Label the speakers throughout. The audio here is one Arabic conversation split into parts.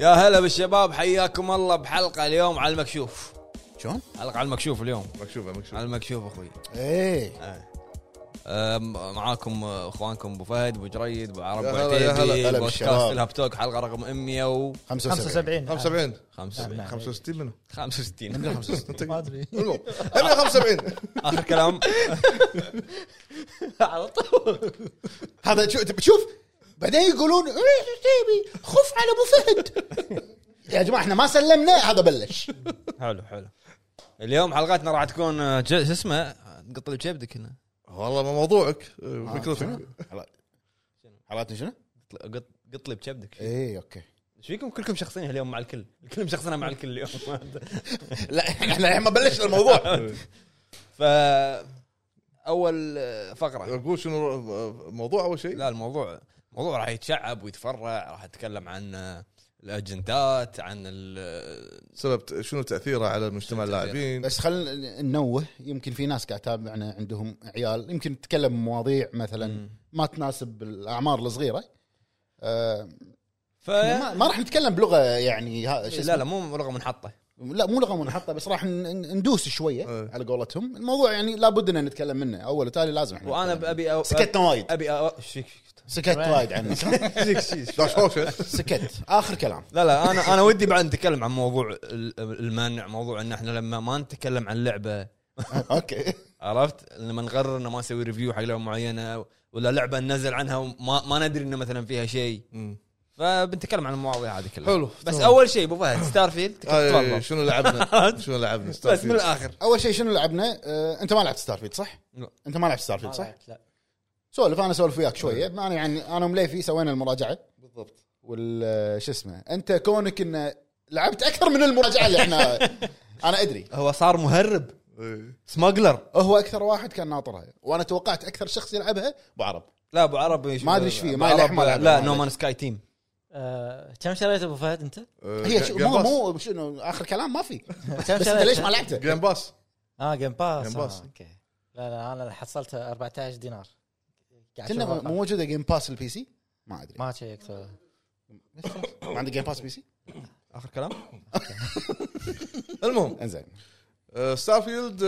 Speaker 1: هلا بالشباب حياكم الله بحلقه اليوم على المكشوف
Speaker 2: شلون؟
Speaker 1: حلقه على المكشوف اليوم
Speaker 2: مكشوفه مكشوفه
Speaker 1: على المكشوف اخوي
Speaker 3: ايه
Speaker 1: أم- معاكم آه، اخوانكم ابو فهد ابو جريد ابو عرب
Speaker 2: يا
Speaker 1: ابو
Speaker 2: هلا، يا هلا.
Speaker 1: عتيبي
Speaker 3: هلا
Speaker 1: بودكاست
Speaker 3: بالشباب.
Speaker 1: الهاب توك حلقه رقم 165
Speaker 3: 75
Speaker 4: 75
Speaker 2: 75
Speaker 3: نعم.
Speaker 2: 65 منو؟
Speaker 1: 65
Speaker 4: ما ادري
Speaker 2: المهم هم 75
Speaker 1: اخر كلام
Speaker 4: على طول
Speaker 3: هذا شو تبي تشوف بعدين يقولون إيه، عتيبي خف على ابو فهد يا جماعه احنا ما سلمنا هذا بلش
Speaker 1: حلو حلو اليوم حلقتنا راح تكون آه، ج- شو اسمه آه، تقط لي بجيبك هنا
Speaker 2: والله ما موضوعك
Speaker 3: آه،
Speaker 2: فكرتك
Speaker 3: شنو؟ حلا- حالاتنا شنو؟
Speaker 1: قط قط لي بجيبك
Speaker 3: ايه اوكي
Speaker 1: ايش فيكم كلكم شخصين اليوم مع الكل كلهم شخصنا مع الكل اليوم
Speaker 3: لا احنا الحين ما بلشنا الموضوع
Speaker 1: ف اول آه، فقره
Speaker 2: اقول شنو الموضوع اول شيء؟
Speaker 1: لا الموضوع الموضوع راح يتشعب ويتفرع راح اتكلم عن آه، الاجندات عن ال-
Speaker 2: سبب ت- شنو تاثيره على مجتمع اللاعبين
Speaker 3: بس خلينا ننوه يمكن في ناس قاعد تتابعنا عندهم عيال يمكن تتكلم مواضيع مثلا ما تناسب الاعمار الصغيره آه،
Speaker 1: ف
Speaker 3: ما ما راح نتكلم بلغه يعني ها- شو
Speaker 1: آه. لا لا مو لغه منحطه
Speaker 3: لا مو لغه منحطه بس راح ن- ن- ندوس شويه
Speaker 2: إيه.
Speaker 3: على قولتهم الموضوع يعني لابد ان نتكلم منه اول وتالي لازم احنا
Speaker 1: وانا
Speaker 3: نتكلم.
Speaker 1: ب- ابي أو...
Speaker 3: سكتنا وايد
Speaker 1: ابي أو... إيش فيك- إيش فيك؟
Speaker 3: سكت وايد عنه
Speaker 2: داشوشه
Speaker 3: سكت اخر كلام
Speaker 1: لا لا انا انا ودي بعد نتكلم عن موضوع ال- المنع موضوع ان احنا لما ما نتكلم عن لعبه
Speaker 3: اوكي
Speaker 1: عرفت لما نقرر ان ما نسوي ريفيو حق لعبه معينه ولا لعبه ننزل عنها وما ما ندري انه مثلا فيها شيء فبنتكلم عن المواضيع هذه كلها
Speaker 2: حلو
Speaker 1: بس
Speaker 2: تمام.
Speaker 1: اول شيء ابو فهد ستار فيلد
Speaker 2: آه،
Speaker 1: تفضل
Speaker 2: شنو لعبنا شنو لعبنا
Speaker 1: بس من الاخر
Speaker 3: اول شيء شنو لعبنا آه، انت ما لعبت ستارفيد صح؟
Speaker 1: لا.
Speaker 3: انت ما لعبت ستارفيد صح؟
Speaker 4: لا
Speaker 3: سولف انا اسولف وياك شويه ما انا يعني انا ومليفي سوينا المراجعه
Speaker 2: إيه. بالضبط
Speaker 3: وال آه، شو اسمه انت كونك انه لعبت اكثر من المراجعه اللي احنا انا ادري
Speaker 1: هو صار مهرب
Speaker 2: إيه.
Speaker 1: سماجلر
Speaker 3: هو اكثر واحد كان ناطرها وانا توقعت اكثر شخص يلعبها ابو عرب
Speaker 1: لا ابو عرب يشوف-
Speaker 3: ما أدري إيش فيه، ما
Speaker 1: أبو
Speaker 3: يلعب،
Speaker 1: عرب-
Speaker 3: ما يلعب.
Speaker 1: لا نو مان سكاي تيم
Speaker 4: آه، كم شريت ابو فهد انت؟
Speaker 2: آه،
Speaker 3: هي شو مو مو شنو اخر كلام ما في بس انت ليش ما لعبته؟
Speaker 2: جيم باس
Speaker 4: اه جيم باس
Speaker 2: Game Pass.
Speaker 4: آه، اوكي لا لا انا حصلت 14 دينار قاعد
Speaker 3: كنا
Speaker 4: أشوف
Speaker 3: مو موجوده جيم باس البي سي ما ادري
Speaker 4: ما شيكت ولا.
Speaker 3: ما عندك جيم باس بي سي
Speaker 1: اخر كلام
Speaker 2: المهم
Speaker 3: انزين
Speaker 2: ستارفيلد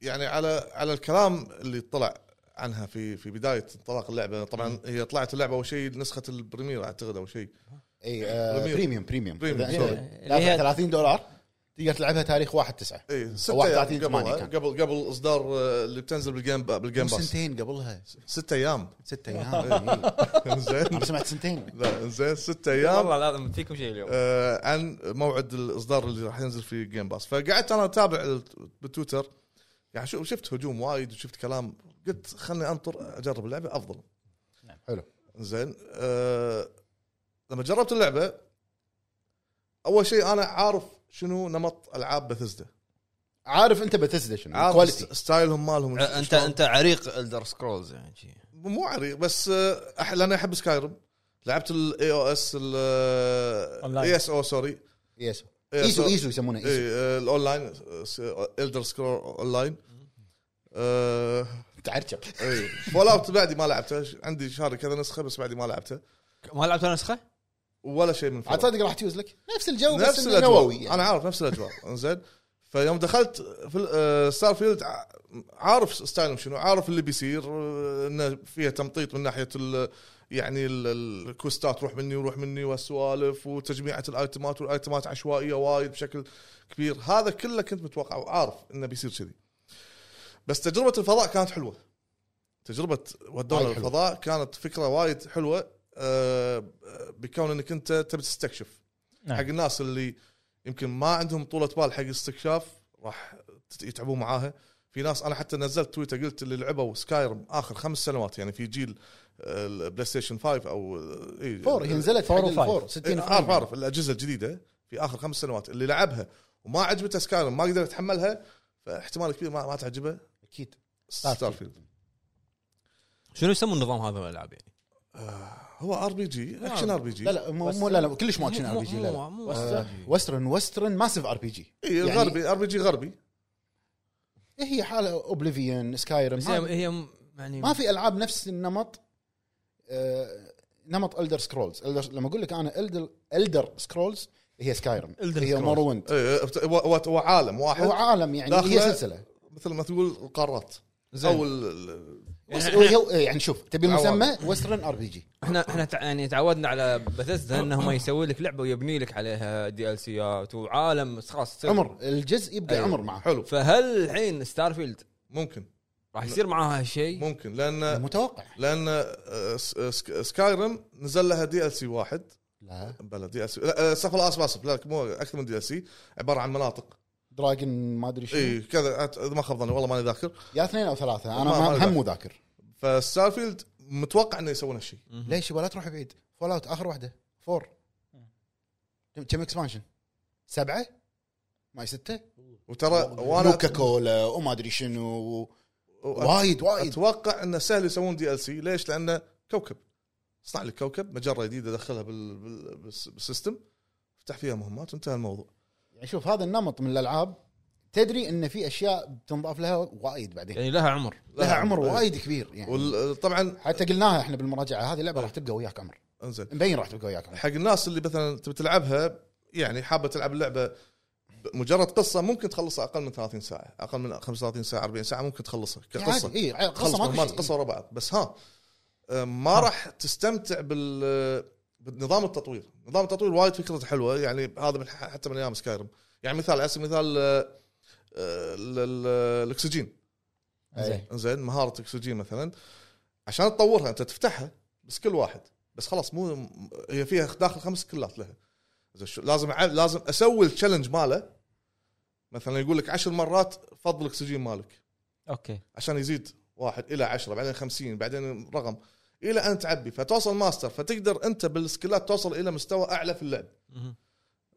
Speaker 2: يعني على على الكلام اللي طلع عنها في في بدايه انطلاق اللعبه طبعا هي طلعت اللعبه اول شيء نسخه البريمير اعتقد او شيء
Speaker 3: اي آه، بريميوم بريميوم
Speaker 2: بريميوم،
Speaker 3: إذا أنت
Speaker 2: سوري.
Speaker 4: اللي
Speaker 3: دافع
Speaker 4: هي
Speaker 3: 30 دولار تقدر تلعبها تاريخ 1 9
Speaker 2: اي
Speaker 3: أو
Speaker 2: إيه، ستة
Speaker 3: 31
Speaker 2: ايام
Speaker 3: ثمانية
Speaker 2: قبل
Speaker 3: كان.
Speaker 2: قبل قبل اصدار آه، اللي بتنزل بالجيم با- بالجيم باس
Speaker 3: سنتين قبلها
Speaker 2: ستة ايام
Speaker 3: ست ايام
Speaker 2: زين
Speaker 3: انا سمعت سنتين
Speaker 2: لا، زين ستة ايام
Speaker 1: والله لازم فيكم شيء اليوم
Speaker 2: آه، عن موعد الاصدار اللي راح ينزل في جيم باس فقعدت انا اتابع ال- بالتويتر يعني شو- شفت هجوم وايد وشفت كلام قلت خلني انطر اجرب اللعبه افضل
Speaker 3: حلو
Speaker 2: زين أه لما جربت اللعبه اول شيء انا عارف شنو نمط العاب بثزدا
Speaker 3: عارف انت بتسدا شنو
Speaker 2: عارف
Speaker 3: كواليتي
Speaker 2: س- ستايلهم مالهم
Speaker 1: انت
Speaker 2: شلون.
Speaker 1: انت أه، عريق الدر سكرولز يعني شي.
Speaker 2: مو عريق بس آه، أح- لان احب سكايرم لعبت الاي او اس آه،
Speaker 4: Online.
Speaker 2: الاي اس او سوري
Speaker 3: يسو ايزو ايزو يسمونه
Speaker 2: إيه،
Speaker 3: ايزو
Speaker 2: اي الاونلاين الدر سكرول اونلاين
Speaker 3: تعرجب
Speaker 2: اي فول اوت آه، إيه. بعدي ما لعبته عندي شاري كذا نسخه بس بعدي ما لعبته
Speaker 1: ما لعبت ولا نسخه؟
Speaker 2: ولا شيء من
Speaker 3: عاد
Speaker 2: فول
Speaker 3: صدق راح تيوز لك نفس الجو بس
Speaker 2: نفس
Speaker 3: إنه
Speaker 2: الاجواء
Speaker 3: نووي
Speaker 2: يعني. انا
Speaker 3: يعني.
Speaker 2: عارف نفس الاجواء انزين فيوم دخلت في آه، ستار فيلد ع- عارف ستايلهم شنو عارف اللي بيصير آه، انه فيها تمطيط من ناحيه ال يعني ال- ال- الكوستات روح مني وروح مني والسوالف وتجميعة الايتمات والايتمات عشوائيه وايد بشكل كبير هذا كله كنت متوقع وعارف انه بيصير كذي بس تجربه الفضاء كانت حلوه تجربه ودونا
Speaker 3: وايد حلوة.
Speaker 2: الفضاء كانت فكره وايد حلوه آه، بكون انك انت تبي تستكشف
Speaker 4: نعم.
Speaker 2: حق الناس اللي يمكن ما عندهم طولة بال حق الاستكشاف راح تت- يتعبون معاها في ناس انا حتى نزلت تويتر قلت اللي لعبوا سكايرم اخر خمس سنوات يعني في جيل آه، البلاي ستيشن 5 او آه، إيه،
Speaker 3: فور يعني هي نزلت
Speaker 4: فور
Speaker 3: فور
Speaker 4: وفايف.
Speaker 3: فور 60
Speaker 2: إيه، عارف عارف الاجهزه الجديده في اخر خمس سنوات اللي لعبها وما عجبته سكايرم ما قدر يتحملها فاحتمال كبير ما, ما تعجبه
Speaker 3: اكيد
Speaker 2: ستارفيلد
Speaker 1: شنو يسمون النظام هذا الالعاب يعني؟
Speaker 2: هو ار بي جي اكشن ار بي جي
Speaker 3: آه. لا لا مو مو لا لا كلش مو اكشن ار بي جي لا لا
Speaker 1: مو- مو-
Speaker 3: آه،
Speaker 1: مو-
Speaker 3: وسترن وسترن ماسف ار بي جي يعني-
Speaker 2: إيه، غربي ار بي جي غربي
Speaker 3: إيه هي حاله اوبليفيون سكايرم
Speaker 1: بس هي هي يعني
Speaker 3: ما في العاب نفس النمط آه، نمط الدر سكرولز Elder- لما اقول لك انا الدر الدر سكرولز هي سكايرم
Speaker 1: Elder
Speaker 3: هي
Speaker 1: Scrolls.
Speaker 3: مورو
Speaker 2: إيه، هو- هو هو عالم
Speaker 3: هو
Speaker 2: واحد
Speaker 3: عالم يعني هي
Speaker 2: داخلة-
Speaker 3: سلسله
Speaker 2: مثل ما تقول القارات
Speaker 1: زين.
Speaker 2: او ال- ال-
Speaker 3: بس هو- هو- يعني شوف تبي
Speaker 2: عوالم.
Speaker 3: المسمى وسترن ار بي جي
Speaker 1: احنا احنا تع- يعني تعودنا على بثيسدا انهم يسوي لك لعبه ويبني لك عليها دي ال سيات وعالم بس خلاص تصير-
Speaker 3: عمر الجزء يبقى
Speaker 1: أيوة.
Speaker 3: عمر معه
Speaker 2: أيوه. حلو
Speaker 1: فهل الحين ستار فيلد
Speaker 2: ممكن
Speaker 1: راح يصير معاها هالشيء؟
Speaker 2: ممكن لان
Speaker 3: متوقع
Speaker 2: لان آه، س- سك- سكايرم نزل لها دي ال سي واحد
Speaker 3: لا
Speaker 2: بلا دي ال سي لا آه، استغفر الله اسف اسف لا مو اكثر من دي ال سي عباره عن مناطق
Speaker 3: دراجون ما ادري شو
Speaker 2: اي كذا أت- إذا ما خاب ظني والله ماني ذاكر
Speaker 3: يا اثنين او ثلاثه
Speaker 2: إيه. ما- ما
Speaker 3: انا ما-
Speaker 2: أدري.
Speaker 3: هم مو ذاكر
Speaker 2: فستارفيلد متوقع انه يسوون هالشيء
Speaker 3: ليش يبا لا تروح بعيد فول اوت اخر واحده فور كم اكسبانشن؟ سبعه؟ ماي سته؟
Speaker 2: وترى
Speaker 3: يعني
Speaker 2: وانا
Speaker 3: كوكا كولا وما ادري شنو و-
Speaker 2: و-
Speaker 3: وايد وايد
Speaker 2: اتوقع انه سهل يسوون دي ال سي ليش؟ لانه كوكب اصنع لك كوكب مجره جديده دخلها بال... بال... بالس- بالسيستم افتح فيها مهمات وانتهى الموضوع
Speaker 3: يعني شوف هذا النمط من الالعاب تدري ان في اشياء بتنضاف لها وايد بعدين
Speaker 1: يعني لها عمر
Speaker 3: لها عمر
Speaker 2: إيه.
Speaker 3: وايد كبير يعني
Speaker 2: وال... طبعا
Speaker 3: حتى قلناها احنا بالمراجعه هذه اللعبه راح تبقى وياك عمر
Speaker 2: انزين
Speaker 3: مبين راح تبقى وياك عمر
Speaker 2: حق الناس اللي مثلا تبي تلعبها يعني حابه تلعب اللعبه ب- مجرد قصه ممكن تخلصها اقل من 30 ساعه اقل من 35 ساعه 40 ساعه ممكن تخلصها كقصه
Speaker 3: عادي اي
Speaker 2: خلص
Speaker 3: قصه ما
Speaker 2: مهمات
Speaker 3: في
Speaker 2: قصه
Speaker 3: شيء.
Speaker 2: ورا بعض بس ها آه، ما راح تستمتع بال آه، بنظام التطوير نظام التطوير وايد فكرته حلوه يعني هذا من ح- حتى من ايام سكايرم يعني مثال على سبيل المثال آه، آه، ال- ال- الاكسجين
Speaker 3: إي.
Speaker 2: زين مهاره الاكسجين مثلا عشان تطورها انت تفتحها بس كل واحد بس خلاص مو م- هي فيها داخل خمس كلات لها زين شو- لازم أع- لازم اسوي التشالنج ماله مثلا يقول لك عشر مرات فض الاكسجين مالك
Speaker 4: اوكي
Speaker 2: عشان يزيد واحد الى عشرة بعدين خمسين بعدين رقم الى ان تعبي فتوصل ماستر فتقدر انت بالسكلات توصل الى مستوى اعلى في اللعب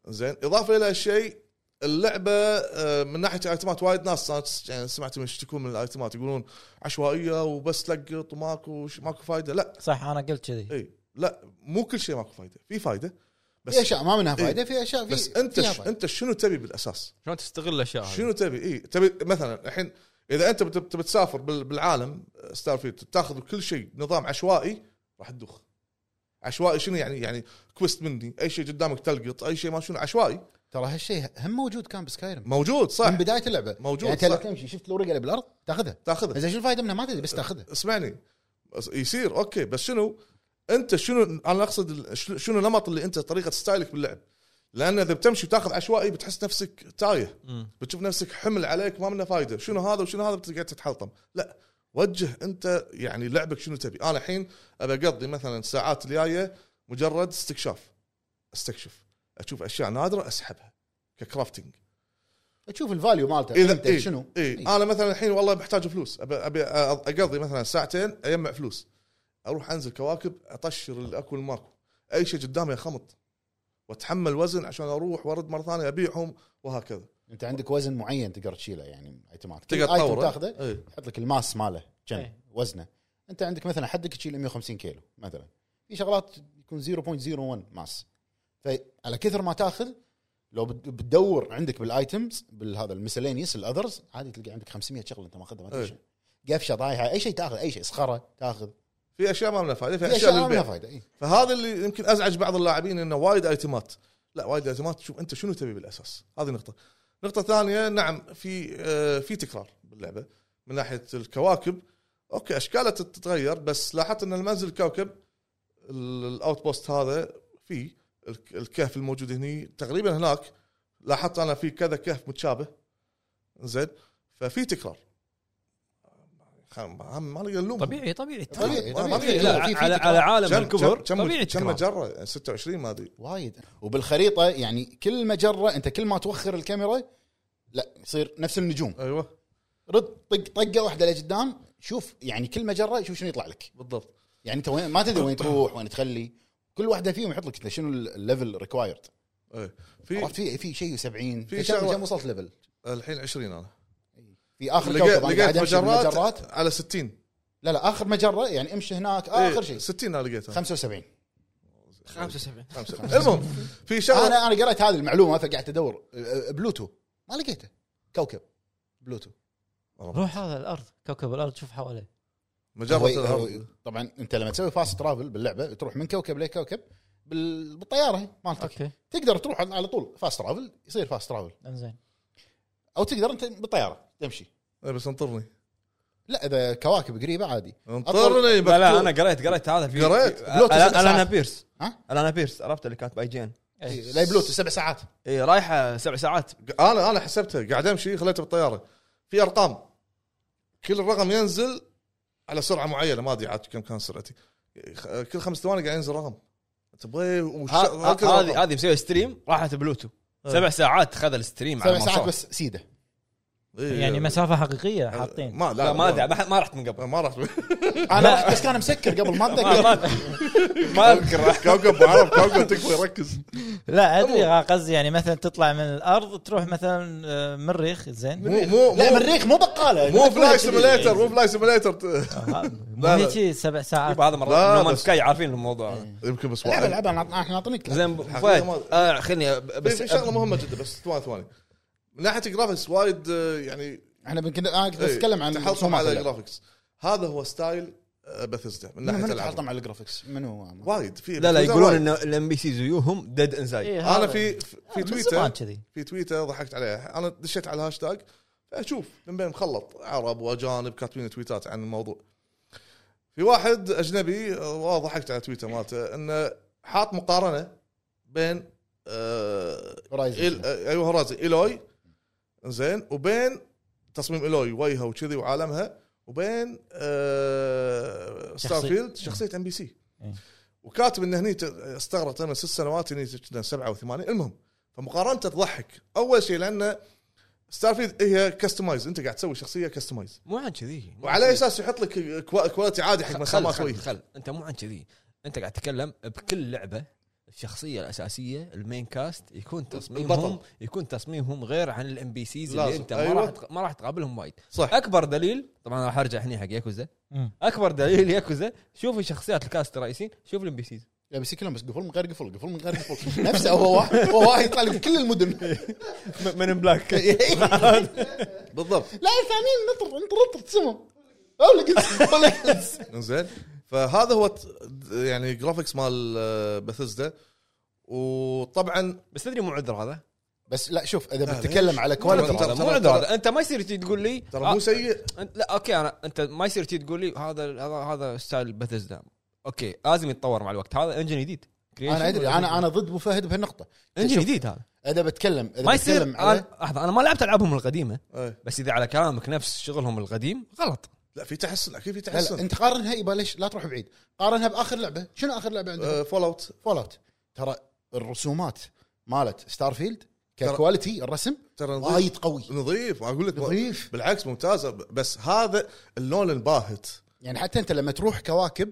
Speaker 2: زين اضافه الى شيء اللعبه آه، من ناحيه الايتمات وايد ناس أنا س- يعني سمعتهم يشتكون من الايتمات يقولون عشوائيه وبس تلقط وماكو ش- ماكو فايده لا
Speaker 4: صح انا قلت كذي
Speaker 2: اي لا مو كل شيء ماكو فايده في فايده بس
Speaker 3: في اشياء ما منها
Speaker 2: إي.
Speaker 3: فائده في اشياء في
Speaker 2: إيه. بس انت
Speaker 3: فيها
Speaker 2: ش...
Speaker 3: فايدة.
Speaker 2: انت شنو تبي بالاساس؟
Speaker 1: شلون تستغل الاشياء هذه؟
Speaker 2: شنو تبي؟ اي تبي مثلا الحين اذا انت بت- بتبي تسافر بال- بالعالم ستار فيلد تاخذ كل شيء نظام عشوائي راح تدوخ عشوائي شنو يعني يعني كويست مني اي شيء قدامك تلقط اي شيء ما شنو عشوائي
Speaker 3: ترى هالشيء هم موجود كان بسكايرم
Speaker 2: موجود صح
Speaker 3: من بدايه اللعبه
Speaker 2: طيب. موجود،
Speaker 3: يعني انت لو
Speaker 2: صح.
Speaker 3: تمشي شفت الورقه اللي بالارض تاخذها
Speaker 2: تاخذه
Speaker 3: زين شو الفائده منها ما تدري بس تاخذها
Speaker 2: اسمعني بس يصير اوكي بس شنو انت شنو انا اقصد ال- شنو شنو النمط اللي انت طريقه ستايلك باللعب لان اذا بتمشي وتاخذ عشوائي بتحس نفسك تايه
Speaker 1: مم.
Speaker 2: بتشوف نفسك حمل عليك ما منه فايده شنو هذا وشنو هذا بتقعد تتحلطم لا وجه انت يعني لعبك شنو تبي انا الحين ابى اقضي مثلا الساعات الجايه مجرد استكشاف استكشف اشوف اشياء نادره اسحبها ككرافتنج
Speaker 3: تشوف الفاليو مالته انت
Speaker 2: إيه
Speaker 3: شنو
Speaker 2: إيه
Speaker 3: إيه.
Speaker 2: انا مثلا الحين والله محتاج فلوس ابي ابي اقضي مثلا ساعتين اجمع فلوس اروح انزل كواكب اطشر الاكو الماكو اي شيء قدامي خمط واتحمل وزن عشان اروح وارد مره ثانيه ابيعهم وهكذا
Speaker 3: انت عندك وزن معين تقدر تشيله يعني ايتمات كل
Speaker 2: تقدر
Speaker 3: ايتم
Speaker 2: تطوره.
Speaker 3: تاخذه
Speaker 2: إيه.
Speaker 3: يحط لك الماس ماله كم
Speaker 4: إيه.
Speaker 3: وزنه انت عندك مثلا حدك تشيل 150 كيلو مثلا في شغلات يكون 0.01 ماس فعلى كثر ما تاخذ لو بت- بتدور عندك بالايتمز بالهذا المسلينيس الاذرز عادي تلقى عندك 500 شغله انت ماخذها ما ادري
Speaker 2: إيه.
Speaker 3: شنو. قفشه ضايعه اي شيء تاخذ اي شيء صخره تاخذ
Speaker 2: في اشياء ما لها فايده في
Speaker 3: في
Speaker 2: اشياء
Speaker 3: اشياء ما
Speaker 2: للبيع
Speaker 3: لها فائده إيه.
Speaker 2: فهذا اللي يمكن ازعج بعض اللاعبين انه وايد ايتمات لا وايد ايتمات شوف انت شنو تبي بالاساس هذه نقطه نقطه ثانيه نعم في آه، في تكرار باللعبه من ناحيه الكواكب اوكي اشكالها تت- تتغير بس لاحظت ان المنزل كوكب الاوت بوست هذا فيه الك- الكهف الموجود هني تقريبا هناك لاحظت انا في كذا كهف متشابه زين ففي تكرار خ- ما ما نقدر نلوم
Speaker 1: طبيعي طبيعي طبيعي.
Speaker 3: طبيعي، طبيعي.
Speaker 1: لا،
Speaker 3: لا، في- في
Speaker 1: على
Speaker 3: تكرار.
Speaker 1: على عالم
Speaker 2: كم
Speaker 1: الكبر
Speaker 2: كم
Speaker 1: طبيعي
Speaker 2: كم
Speaker 1: تكرار.
Speaker 2: مجره 26 ما ادري
Speaker 3: وايد وبالخريطه يعني كل مجره انت كل ما توخر الكاميرا لا يصير نفس النجوم
Speaker 2: ايوه
Speaker 3: رد طق طقه واحده لقدام شوف يعني كل مجره شوف شنو يطلع لك
Speaker 2: بالضبط
Speaker 3: يعني انت وين ما تدري وين تروح وين تخلي كل واحده فيهم يحط لك انت شنو الليفل ريكوايرد
Speaker 2: ايه
Speaker 3: عرفت
Speaker 2: في
Speaker 3: في في شيء 70
Speaker 2: في
Speaker 3: في
Speaker 2: شغلة-
Speaker 3: كم وصلت ليفل
Speaker 2: الحين 20 انا
Speaker 3: في اخر
Speaker 2: لقيت
Speaker 3: كوكب انا قاعد
Speaker 2: لقيت
Speaker 3: امشي
Speaker 2: مجرات,
Speaker 3: مجرات
Speaker 2: على 60
Speaker 3: لا لا اخر مجره يعني امشي هناك اخر
Speaker 2: إيه،
Speaker 3: شيء
Speaker 2: 60 انا لقيتها
Speaker 3: 75
Speaker 2: خمسة. المهم في شغله
Speaker 3: انا انا قريت هذه المعلومه فقعدت ادور أه، أه، بلوتو ما لقيته كوكب بلوتو
Speaker 4: روح هذا الارض كوكب الارض شوف حواليه
Speaker 2: مجرة
Speaker 3: هو- هو-
Speaker 2: الهرب
Speaker 3: طبعا انت لما تسوي فاست ترافل باللعبه تروح من كوكب لكوكب بال- بالطياره مالتك
Speaker 4: اوكي
Speaker 3: تقدر تروح على طول فاست ترافل يصير فاست ترافل
Speaker 4: انزين
Speaker 3: او تقدر انت بالطياره تمشي
Speaker 2: إيه، بس انطرني
Speaker 3: لا اذا كواكب قريبه عادي
Speaker 2: انطرني
Speaker 1: لا لا
Speaker 2: بكتور.
Speaker 1: انا قريت قريت هذا في
Speaker 2: قريت؟
Speaker 3: بلوتو سبع
Speaker 1: الانا ألانا
Speaker 3: ساعات.
Speaker 1: بيرس
Speaker 3: ها؟
Speaker 1: الانا بيرس عرفت اللي كانت باي جين
Speaker 4: إيه.
Speaker 3: لا بلوتو سبع ساعات
Speaker 1: اي رايحه سبع ساعات
Speaker 2: انا انا حسبتها قاعد امشي خليته بالطياره في ارقام كل رقم ينزل على سرعه معينه ما ادري عاد كم كان سرعتي خ- كل خمس ثواني قاعد ينزل رقم تبغى وش-
Speaker 1: ها-
Speaker 2: هكذا
Speaker 1: ها- هذه
Speaker 2: رقم.
Speaker 1: هذه مسوي ستريم راحت بلوتو سبع ساعات خذ الستريم على
Speaker 3: سبع
Speaker 1: ما
Speaker 3: ساعات
Speaker 1: وصل.
Speaker 3: بس سيده
Speaker 2: إيه.
Speaker 4: يعني مسافه حقيقيه حاطين
Speaker 2: ما
Speaker 1: لا ما
Speaker 2: أدري.
Speaker 1: ادري ما- ما رحت من قبل
Speaker 2: ما رحت
Speaker 3: انا رحت بس كان مسكر قبل ما
Speaker 1: ما
Speaker 3: اتذكر
Speaker 1: ما- ما اذكر
Speaker 2: كوكب عرب كوكب تكفى ركز
Speaker 4: لا ادري قصدي يعني مثلا تطلع من الارض تروح مثلا آه، مريخ زين
Speaker 2: مو مو
Speaker 3: لا
Speaker 2: مو
Speaker 3: مريخ مو بقاله
Speaker 2: مو فلاي سيميليتر
Speaker 1: يعني.
Speaker 2: مو فلاي سيميليتر
Speaker 4: مو
Speaker 2: لا.
Speaker 4: هيجي سبع ساعات
Speaker 1: يبا هذا
Speaker 2: لا،
Speaker 1: مره نومان
Speaker 2: بس-
Speaker 1: سكاي عارفين الموضوع هذا.
Speaker 2: يمكن بس
Speaker 3: لعبه
Speaker 2: واحد
Speaker 3: لعبه أنا- احنا نعطيك
Speaker 1: زين ب-
Speaker 2: حقيقة
Speaker 1: فهد
Speaker 2: ما-
Speaker 1: آه، خلني أب-
Speaker 2: في
Speaker 1: بس
Speaker 2: في شغله مهمه جدا بس ثواني ثواني من ناحيه الجرافكس وايد آه، يعني
Speaker 3: احنا بنكن انا كنت
Speaker 2: إيه،
Speaker 3: اتكلم عن
Speaker 2: تحلطم
Speaker 3: الرسومات
Speaker 2: على
Speaker 3: اللعبة.
Speaker 2: الجرافكس هذا هو ستايل باثيستا من ناحيه
Speaker 3: منو
Speaker 2: العاب
Speaker 3: تحطم على الجرافكس منو
Speaker 2: وايد في
Speaker 1: لا لا
Speaker 2: Bethesda
Speaker 1: يقولون
Speaker 2: وايد.
Speaker 1: ان الام بي سي زيوهم ديد انسايد
Speaker 4: إيه،
Speaker 2: انا
Speaker 4: هذا.
Speaker 2: في في
Speaker 4: من زمان
Speaker 2: تويتر
Speaker 4: كذي
Speaker 2: في تويتر ضحكت عليه انا دشيت على الهاشتاج اشوف من بين مخلط عرب واجانب كاتبين تويتات عن الموضوع في واحد اجنبي آه، ضحكت على تويتر مالته انه حاط مقارنه بين آه،
Speaker 3: هورايزن
Speaker 2: إل... آه، ايوه هورايزن ايلوي زين وبين تصميم ايلوي وجهها وكذي وعالمها وبين آه... ستار
Speaker 4: شخصي-
Speaker 2: فيلد شخصيه ام بي سي
Speaker 4: إيه.
Speaker 2: وكاتب ان هني ت- استغرقت انا ست سنوات هني كنا 87 المهم فمقارنته تضحك اول شيء لان ستار فيلد هي كستمايز انت قاعد تسوي شخصيه كستمايز
Speaker 1: مو عن كذي مو عن
Speaker 2: وعلى أي اساس يحط لك كوا- كواليتي عادي حق مثلا
Speaker 1: خل
Speaker 2: ما
Speaker 1: خل,
Speaker 2: تسوي
Speaker 1: خل انت مو عن كذي انت قاعد تتكلم بكل لعبه الشخصيه الاساسيه المين كاست يكون تصميمهم
Speaker 2: البطل.
Speaker 1: يكون تصميمهم غير عن الام بي سيز اللي
Speaker 2: لازم.
Speaker 1: انت ما
Speaker 2: أيوة.
Speaker 1: راح تق- ما راح تقابلهم وايد
Speaker 2: صح
Speaker 1: اكبر دليل طبعا راح ارجع هني حق ياكوزا
Speaker 4: مم.
Speaker 1: اكبر دليل ياكوزا شوف الشخصيات الكاست الرئيسيين شوف الام بي سيز
Speaker 3: لا بس كلهم بس قفل من غير قفل قفل من غير قفل نفسه هو واحد هو واحد يطلع لي في كل المدن
Speaker 1: من بلاك
Speaker 2: بالضبط
Speaker 3: لا الثانيين نطر انطر انطر تسمهم او لقيت ولا لقيت.
Speaker 2: زين فهذا هو ت- يعني جرافيكس مال آه، بثزدا وطبعا
Speaker 1: بس تدري مو عذر هذا
Speaker 3: بس لا شوف اذا
Speaker 2: لا، ليش؟
Speaker 3: بتتكلم على
Speaker 2: ترى-
Speaker 3: كواليتي
Speaker 1: هذا مو
Speaker 2: ترى-
Speaker 1: عذر
Speaker 2: ترى-
Speaker 1: هذا انت ما يصير تجي تقول لي آه،
Speaker 2: ترى
Speaker 3: آه.
Speaker 2: مو سيء
Speaker 1: أنت- لا اوكي انا انت ما يصير تجي تقول لي هذا هذا هذا ستايل بثزدا اوكي لازم يتطور مع الوقت هذا انجن جديد
Speaker 3: انا ادري انا انا ضد ابو فهد بهالنقطه
Speaker 1: انجن
Speaker 3: شوف،
Speaker 1: جديد هذا
Speaker 3: اذا بتكلم اذا
Speaker 1: ما يصير
Speaker 3: بتكلم
Speaker 1: انا
Speaker 3: على
Speaker 2: آه،
Speaker 1: لحظه انا ما لعبت العابهم القديمه
Speaker 2: إيه.
Speaker 1: بس اذا على كلامك نفس شغلهم القديم غلط
Speaker 2: لا في تحسن اكيد في
Speaker 3: لا لا
Speaker 2: تحسن
Speaker 3: انت قارنها يبا ليش لا تروح بعيد قارنها باخر لعبه شنو اخر لعبه عندك
Speaker 2: فول اوت
Speaker 3: فول اوت ترى الرسومات مالت ستار فيلد
Speaker 2: ترى-
Speaker 3: ككواليتي الرسم
Speaker 2: ترى نظيف
Speaker 3: وايد قوي
Speaker 2: نظيف ما اقول لك
Speaker 3: نظيف.
Speaker 2: بالعكس ممتازه بس هذا اللون الباهت
Speaker 3: يعني حتى انت لما تروح كواكب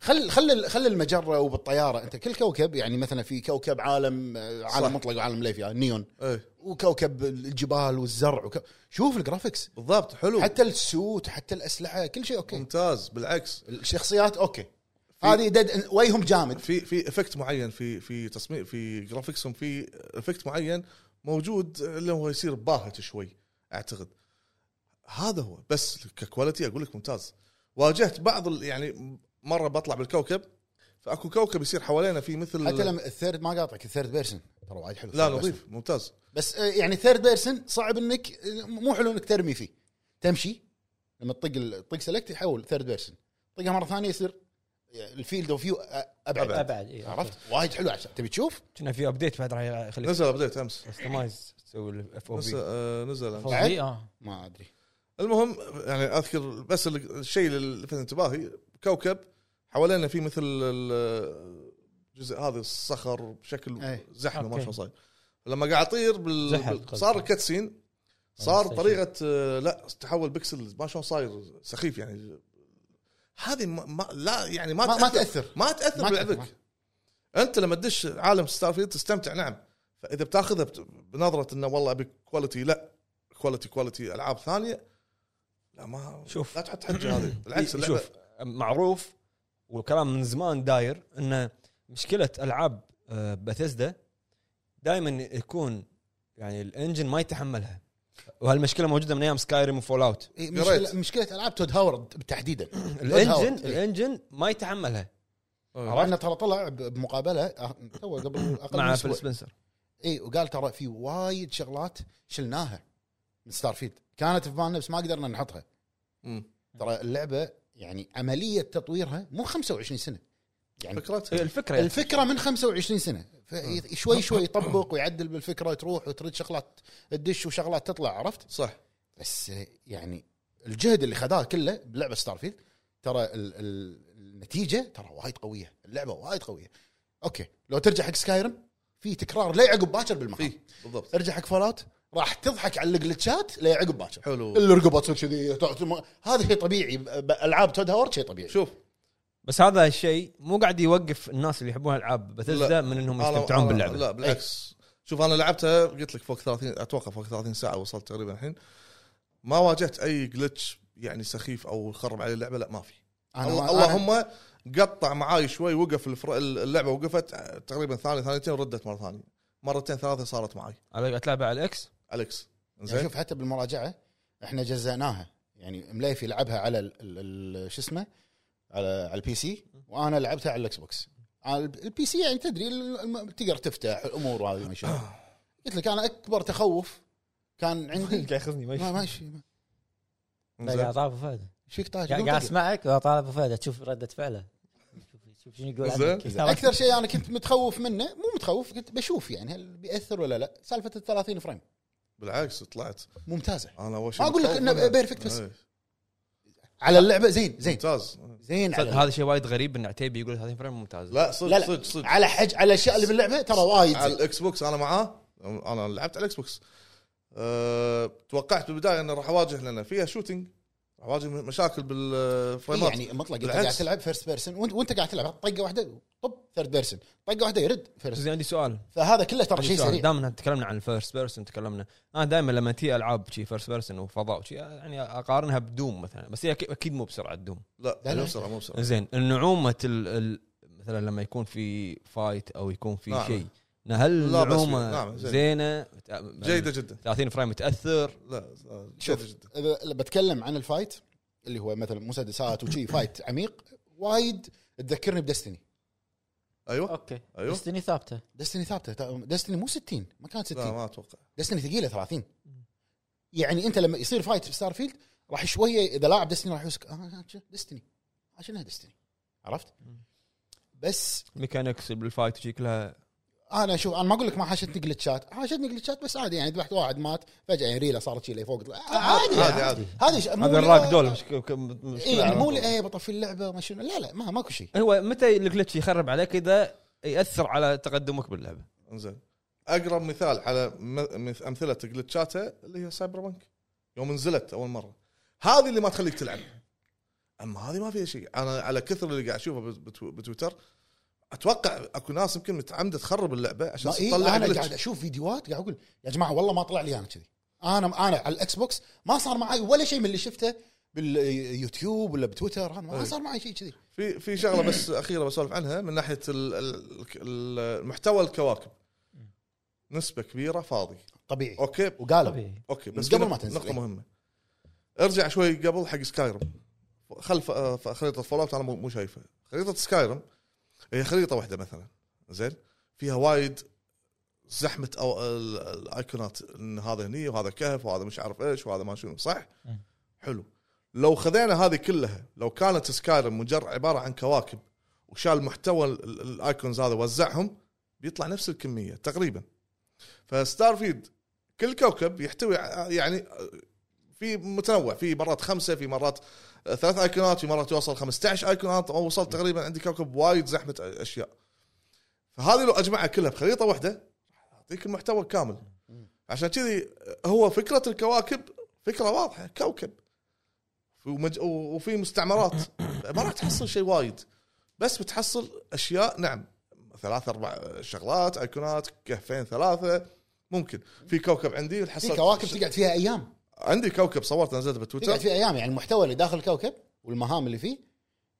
Speaker 3: خل خل خل المجره وبالطياره انت كل كوكب يعني مثلا في كوكب عالم آه، عالم
Speaker 2: صح.
Speaker 3: مطلق وعالم ليفيا نيون
Speaker 2: ايه
Speaker 3: وكوكب الجبال والزرع وك... شوف الجرافكس
Speaker 2: بالضبط حلو
Speaker 3: حتى السوت حتى الاسلحه كل شيء اوكي
Speaker 2: ممتاز بالعكس
Speaker 3: الشخصيات اوكي هذه دد وجههم جامد
Speaker 2: في في افكت معين في في تصميم في جرافيكسهم في افكت معين موجود اللي هو يصير باهت شوي اعتقد هذا هو بس ككواليتي اقول لك ممتاز واجهت بعض ال- يعني مره بطلع بالكوكب فاكو كوكب يصير حوالينا في مثل
Speaker 3: حتى لما الثيرد ما قاطعك الثيرد بيرسون ترى وايد حلو
Speaker 2: لا
Speaker 3: الثيرد بيرسون.
Speaker 2: نظيف ممتاز
Speaker 3: بس آه، يعني ثيرد بيرسون صعب انك آه، مو حلو انك ترمي فيه تمشي لما تطق ال- تطق سلكت يحول ثيرد بيرسون طقها مره ثانيه يصير يعني الفيلد اوف فيو ابعد
Speaker 4: ابعد إيه، أوكي.
Speaker 3: عرفت وايد حلو عشان تبي تشوف
Speaker 1: كنا في ابديت بعد راح يخليك
Speaker 2: نزل ابديت امس
Speaker 1: كستمايز تسوي الاف او
Speaker 2: نزل,
Speaker 1: بي
Speaker 2: آه نزل امس
Speaker 4: فوق
Speaker 3: بعد؟
Speaker 4: دي، آه.
Speaker 3: ما ادري
Speaker 2: المهم يعني اذكر بس ال- الشيء اللي لفت انتباهي كوكب حوالينا في مثل ال- الجزء هذا الصخر بشكل
Speaker 3: إيه.
Speaker 2: زحمه ما
Speaker 4: أوكي.
Speaker 2: شلون صاير لما قاعد اطير بال...
Speaker 4: زحل
Speaker 2: بال-
Speaker 4: قصدك.
Speaker 2: صار الكاتسين صار
Speaker 4: أي شيء.
Speaker 2: طريقه آه، لا تحول بكسل ما شلون صاير سخيف يعني هذه ما... ما... لا يعني ما
Speaker 3: ما, ما تاثر
Speaker 2: ما تاثر
Speaker 3: ما
Speaker 2: بلعبك
Speaker 3: تأثر.
Speaker 2: انت لما تدش عالم ستارفيلد تستمتع نعم فاذا بتاخذها بت- بنظره انه والله ابي كواليتي لا كواليتي كواليتي العاب ثانيه لا ما
Speaker 1: شوف. إيه،
Speaker 2: لا تحط حجه هذه بالعكس اللعبه
Speaker 1: شوف معروف والكلام من زمان داير انه مشكله العاب آه، بثزدا دائما يكون يعني الانجن ما يتحملها وهالمشكله موجوده من ايام سكايريم وفول اوت
Speaker 3: إيه،
Speaker 2: قريت.
Speaker 3: مشكله مشكله العاب تود هاورد تحديدا
Speaker 2: إيه.
Speaker 1: الانجن الانجن ما يتحملها
Speaker 2: آه.
Speaker 1: عرفت؟
Speaker 3: عرفنا ترى طلع ب- بمقابله آه، تو قبل اقل من
Speaker 1: مع فيل
Speaker 3: اسبوع
Speaker 1: سبنسر
Speaker 3: اي وقال ترى في وايد شغلات شلناها من ستارفيلد كانت في بالنا بس ما قدرنا نحطها
Speaker 2: مم.
Speaker 3: ترى اللعبه يعني عمليه تطويرها مو 25 سنه يعني
Speaker 1: هي
Speaker 2: فكرتها
Speaker 1: الفكره يعني.
Speaker 3: الفكره من 25 سنه في- شوي شوي يطبق ويعدل بالفكره تروح وترد شغلات تدش وشغلات تطلع عرفت
Speaker 2: صح
Speaker 3: بس يعني الجهد اللي خذاه كله بلعبه ستارفيلد ترى ال- ال- النتيجه ترى وايد قويه اللعبه وايد قويه اوكي لو ترجع حق سكايرم في تكرار لا عقب باكر بالمحاور
Speaker 2: في إيه،
Speaker 1: آه.
Speaker 2: بالضبط
Speaker 3: ارجع حق فولات راح تضحك على الجلتشات لا عقب باكر
Speaker 2: حلو
Speaker 3: اللي رقبه تصير كذي هذا شيء طبيعي ب- العاب تود هاورد شيء طبيعي
Speaker 2: شوف
Speaker 1: بس هذا الشيء مو قاعد يوقف الناس اللي يحبون العاب بثزدا
Speaker 2: لا.
Speaker 1: من انهم
Speaker 2: أنا-
Speaker 1: يستمتعون إيه.
Speaker 2: أنا-
Speaker 1: باللعبه
Speaker 2: لا بالعكس شوف انا لعبتها قلت لك فوق 30 اتوقع فوق 30 ساعه وصلت تقريبا الحين ما واجهت اي جلتش يعني سخيف او خرب علي اللعبه لا ما في
Speaker 3: أنا-
Speaker 2: الله-
Speaker 3: أنا-
Speaker 2: اللهم قطع معاي شوي وقف الفر... اللعبه وقفت تقريبا ثاني ثانيتين وردت مره ثانيه مرتين ثلاثه صارت معاي
Speaker 1: على قاعد تلعبها على الاكس
Speaker 2: الكس
Speaker 3: يعني
Speaker 2: زين
Speaker 3: شوف حتى بالمراجعه احنا جزأناها يعني مليفي لعبها على ال- ال- ال- شو اسمه على على البي سي وانا لعبتها على الاكس بوكس على ال- البي سي يعني تدري ال- الم- تقدر تفتح الامور وهذه ما شابه. قلت لك انا اكبر تخوف كان عندي
Speaker 1: قاعد ياخذني
Speaker 3: ما ماشي
Speaker 4: لا، قاعد اطالع ابو فهد
Speaker 3: ايش فيك طاج
Speaker 4: قاعد
Speaker 3: قوم
Speaker 4: قاعد
Speaker 3: تقعد.
Speaker 4: اسمعك واطالع ابو فهد شوف رده فعله شوف- شوف شنو يقول
Speaker 2: زين.
Speaker 4: عنك
Speaker 3: اكثر شيء انا كنت متخوف منه مو متخوف كنت بشوف يعني هل بياثر ولا لا سالفه ال 30 فريم
Speaker 2: بالعكس طلعت
Speaker 3: ممتازه
Speaker 2: انا اول شيء
Speaker 3: ما اقول لك
Speaker 2: متخوف
Speaker 3: انه
Speaker 2: منها.
Speaker 3: بيرفكت بس
Speaker 2: إيه.
Speaker 3: على اللعبه زين زين
Speaker 2: ممتاز
Speaker 3: زين على
Speaker 1: هذا شيء وايد غريب ان عتيبي يقول 30 فريم ممتاز
Speaker 2: لا
Speaker 3: لا
Speaker 2: صدق
Speaker 3: لا
Speaker 2: صدق صدق
Speaker 3: على حج على الاشياء اللي باللعبه ترى وايد
Speaker 2: على
Speaker 3: زين.
Speaker 2: الاكس بوكس انا معاه انا لعبت على الاكس بوكس أه... توقعت بالبدايه اني راح اواجه لان فيها شوتنج راح اواجه مشاكل
Speaker 3: إيه
Speaker 2: بالفريمات
Speaker 3: يعني مطلق انت
Speaker 2: بالعكس.
Speaker 3: قاعد تلعب فيرست بيرسون وانت, وانت قاعد تلعب طقه واحده طب ثيرد بيرسون طقه واحده يرد
Speaker 1: بس
Speaker 3: فيرست
Speaker 1: زين، عندي سؤال
Speaker 3: فهذا كله ترى شيء سريع
Speaker 1: دام تكلمنا عن الفيرست بيرسون تكلمنا انا دائما لما تي العاب شي فيرست بيرسون وفضاء وشي يعني اقارنها بدوم مثلا بس هي أكي- اكيد مو بسرعه دوم
Speaker 2: لا
Speaker 3: لا، لا.
Speaker 2: مو بسرعه مو بسرعه
Speaker 1: زين النعومه ال... ال... مثلا لما يكون في فايت او يكون في
Speaker 2: نعم.
Speaker 1: شيء هل
Speaker 2: لا، بس
Speaker 1: النعومه
Speaker 2: نعم، زين.
Speaker 1: زينه
Speaker 2: جيده جدا
Speaker 1: 30 فريم تاثر
Speaker 2: لا
Speaker 3: شوف
Speaker 2: جيده جدا
Speaker 3: إذا بتكلم عن الفايت اللي هو مثلا مسدسات وشي فايت عميق وايد تذكرني بدستني
Speaker 2: ايوه
Speaker 4: اوكي
Speaker 2: أيوه.
Speaker 4: دستني ثابته
Speaker 3: دستني ثابته دستني مو 60 ما كانت
Speaker 2: لا
Speaker 3: 60
Speaker 2: ما اتوقع
Speaker 3: دستني ثقيله 30 يعني انت لما يصير فايت في ستار فيلد راح شويه اذا لاعب دستني راح يوسك آه دستني عشانها دستني عرفت؟ بس
Speaker 1: ميكانكس بالفايت وشي كلها
Speaker 3: انا شوف انا ما اقول لك ما حاشتني جلتشات حاشتني جلتشات بس عادي يعني ذبحت واحد مات فجاه يعني ريله صارت شيء فوق عادي
Speaker 2: عادي عادي
Speaker 3: هذا ش- مو
Speaker 1: هذا
Speaker 3: لي-
Speaker 1: الراك دول مش... مش...
Speaker 3: اي يعني مو لي ايه بطفي اللعبه ما شنو لا لا ما ماكو شيء
Speaker 1: هو متى الجلتش يخرب عليك اذا ياثر على تقدمك باللعبه
Speaker 2: انزين اقرب مثال على م- مث- امثله جلتشاتها اللي هي سايبر بنك يوم نزلت اول مره هذه اللي ما تخليك تلعب اما هذه ما فيها شيء انا على كثر اللي قاعد اشوفه بت- بتو- بتويتر اتوقع اكو ناس يمكن متعمده تخرب اللعبه عشان
Speaker 3: ما إيه
Speaker 2: تطلع
Speaker 3: انا
Speaker 2: جلتش.
Speaker 3: قاعد اشوف فيديوهات قاعد اقول يا جماعه والله ما طلع لي انا كذي انا انا على الاكس بوكس ما صار معي ولا شيء من اللي شفته باليوتيوب ولا بتويتر أنا ما
Speaker 2: أي.
Speaker 3: صار معي شيء كذي
Speaker 2: في في شغله بس اخيره بسولف عنها من ناحيه ال- ال- ال- محتوى الكواكب نسبه كبيره فاضي
Speaker 3: طبيعي
Speaker 2: اوكي
Speaker 3: وقالوا
Speaker 4: طبيعي
Speaker 2: اوكي بس
Speaker 3: قبل
Speaker 2: في
Speaker 3: ما تنزل. إيه.
Speaker 2: نقطه مهمه ارجع شوي قبل حق سكايرم خلف آه، خريطه فول اوت انا مو مو شايفها خريطه سكايرم هي خريطه واحده مثلا زين فيها وايد زحمه او ال- الايقونات ان هذا هني وهذا كهف وهذا مش عارف ايش وهذا ما شنو صح؟
Speaker 4: مم.
Speaker 2: حلو لو خذينا هذه كلها لو كانت سكايرم مجرد عباره عن كواكب وشال محتوى ال- ال- الايكونز هذا وزعهم بيطلع نفس الكميه تقريبا فستار فيد كل كوكب يحتوي ع- يعني في متنوع في مرات خمسه في مرات ثلاث ايقونات في مرات يوصل 15 ايقونات او وصلت تقريبا عندي كوكب وايد زحمه اشياء فهذه لو اجمعها كلها بخريطه واحده يعطيك المحتوى كامل عشان كذي هو فكره الكواكب فكره واضحه كوكب ومج... وفي مستعمرات ما راح تحصل شيء وايد بس بتحصل اشياء نعم ثلاث اربع شغلات ايقونات كهفين ثلاثه ممكن في كوكب عندي
Speaker 3: في
Speaker 2: حصلت
Speaker 3: كواكب تقعد فيها ايام
Speaker 2: عندي كوكب صورت نزلت
Speaker 3: تقعد
Speaker 2: بتويتر
Speaker 3: في ايام يعني المحتوى اللي داخل الكوكب والمهام اللي فيه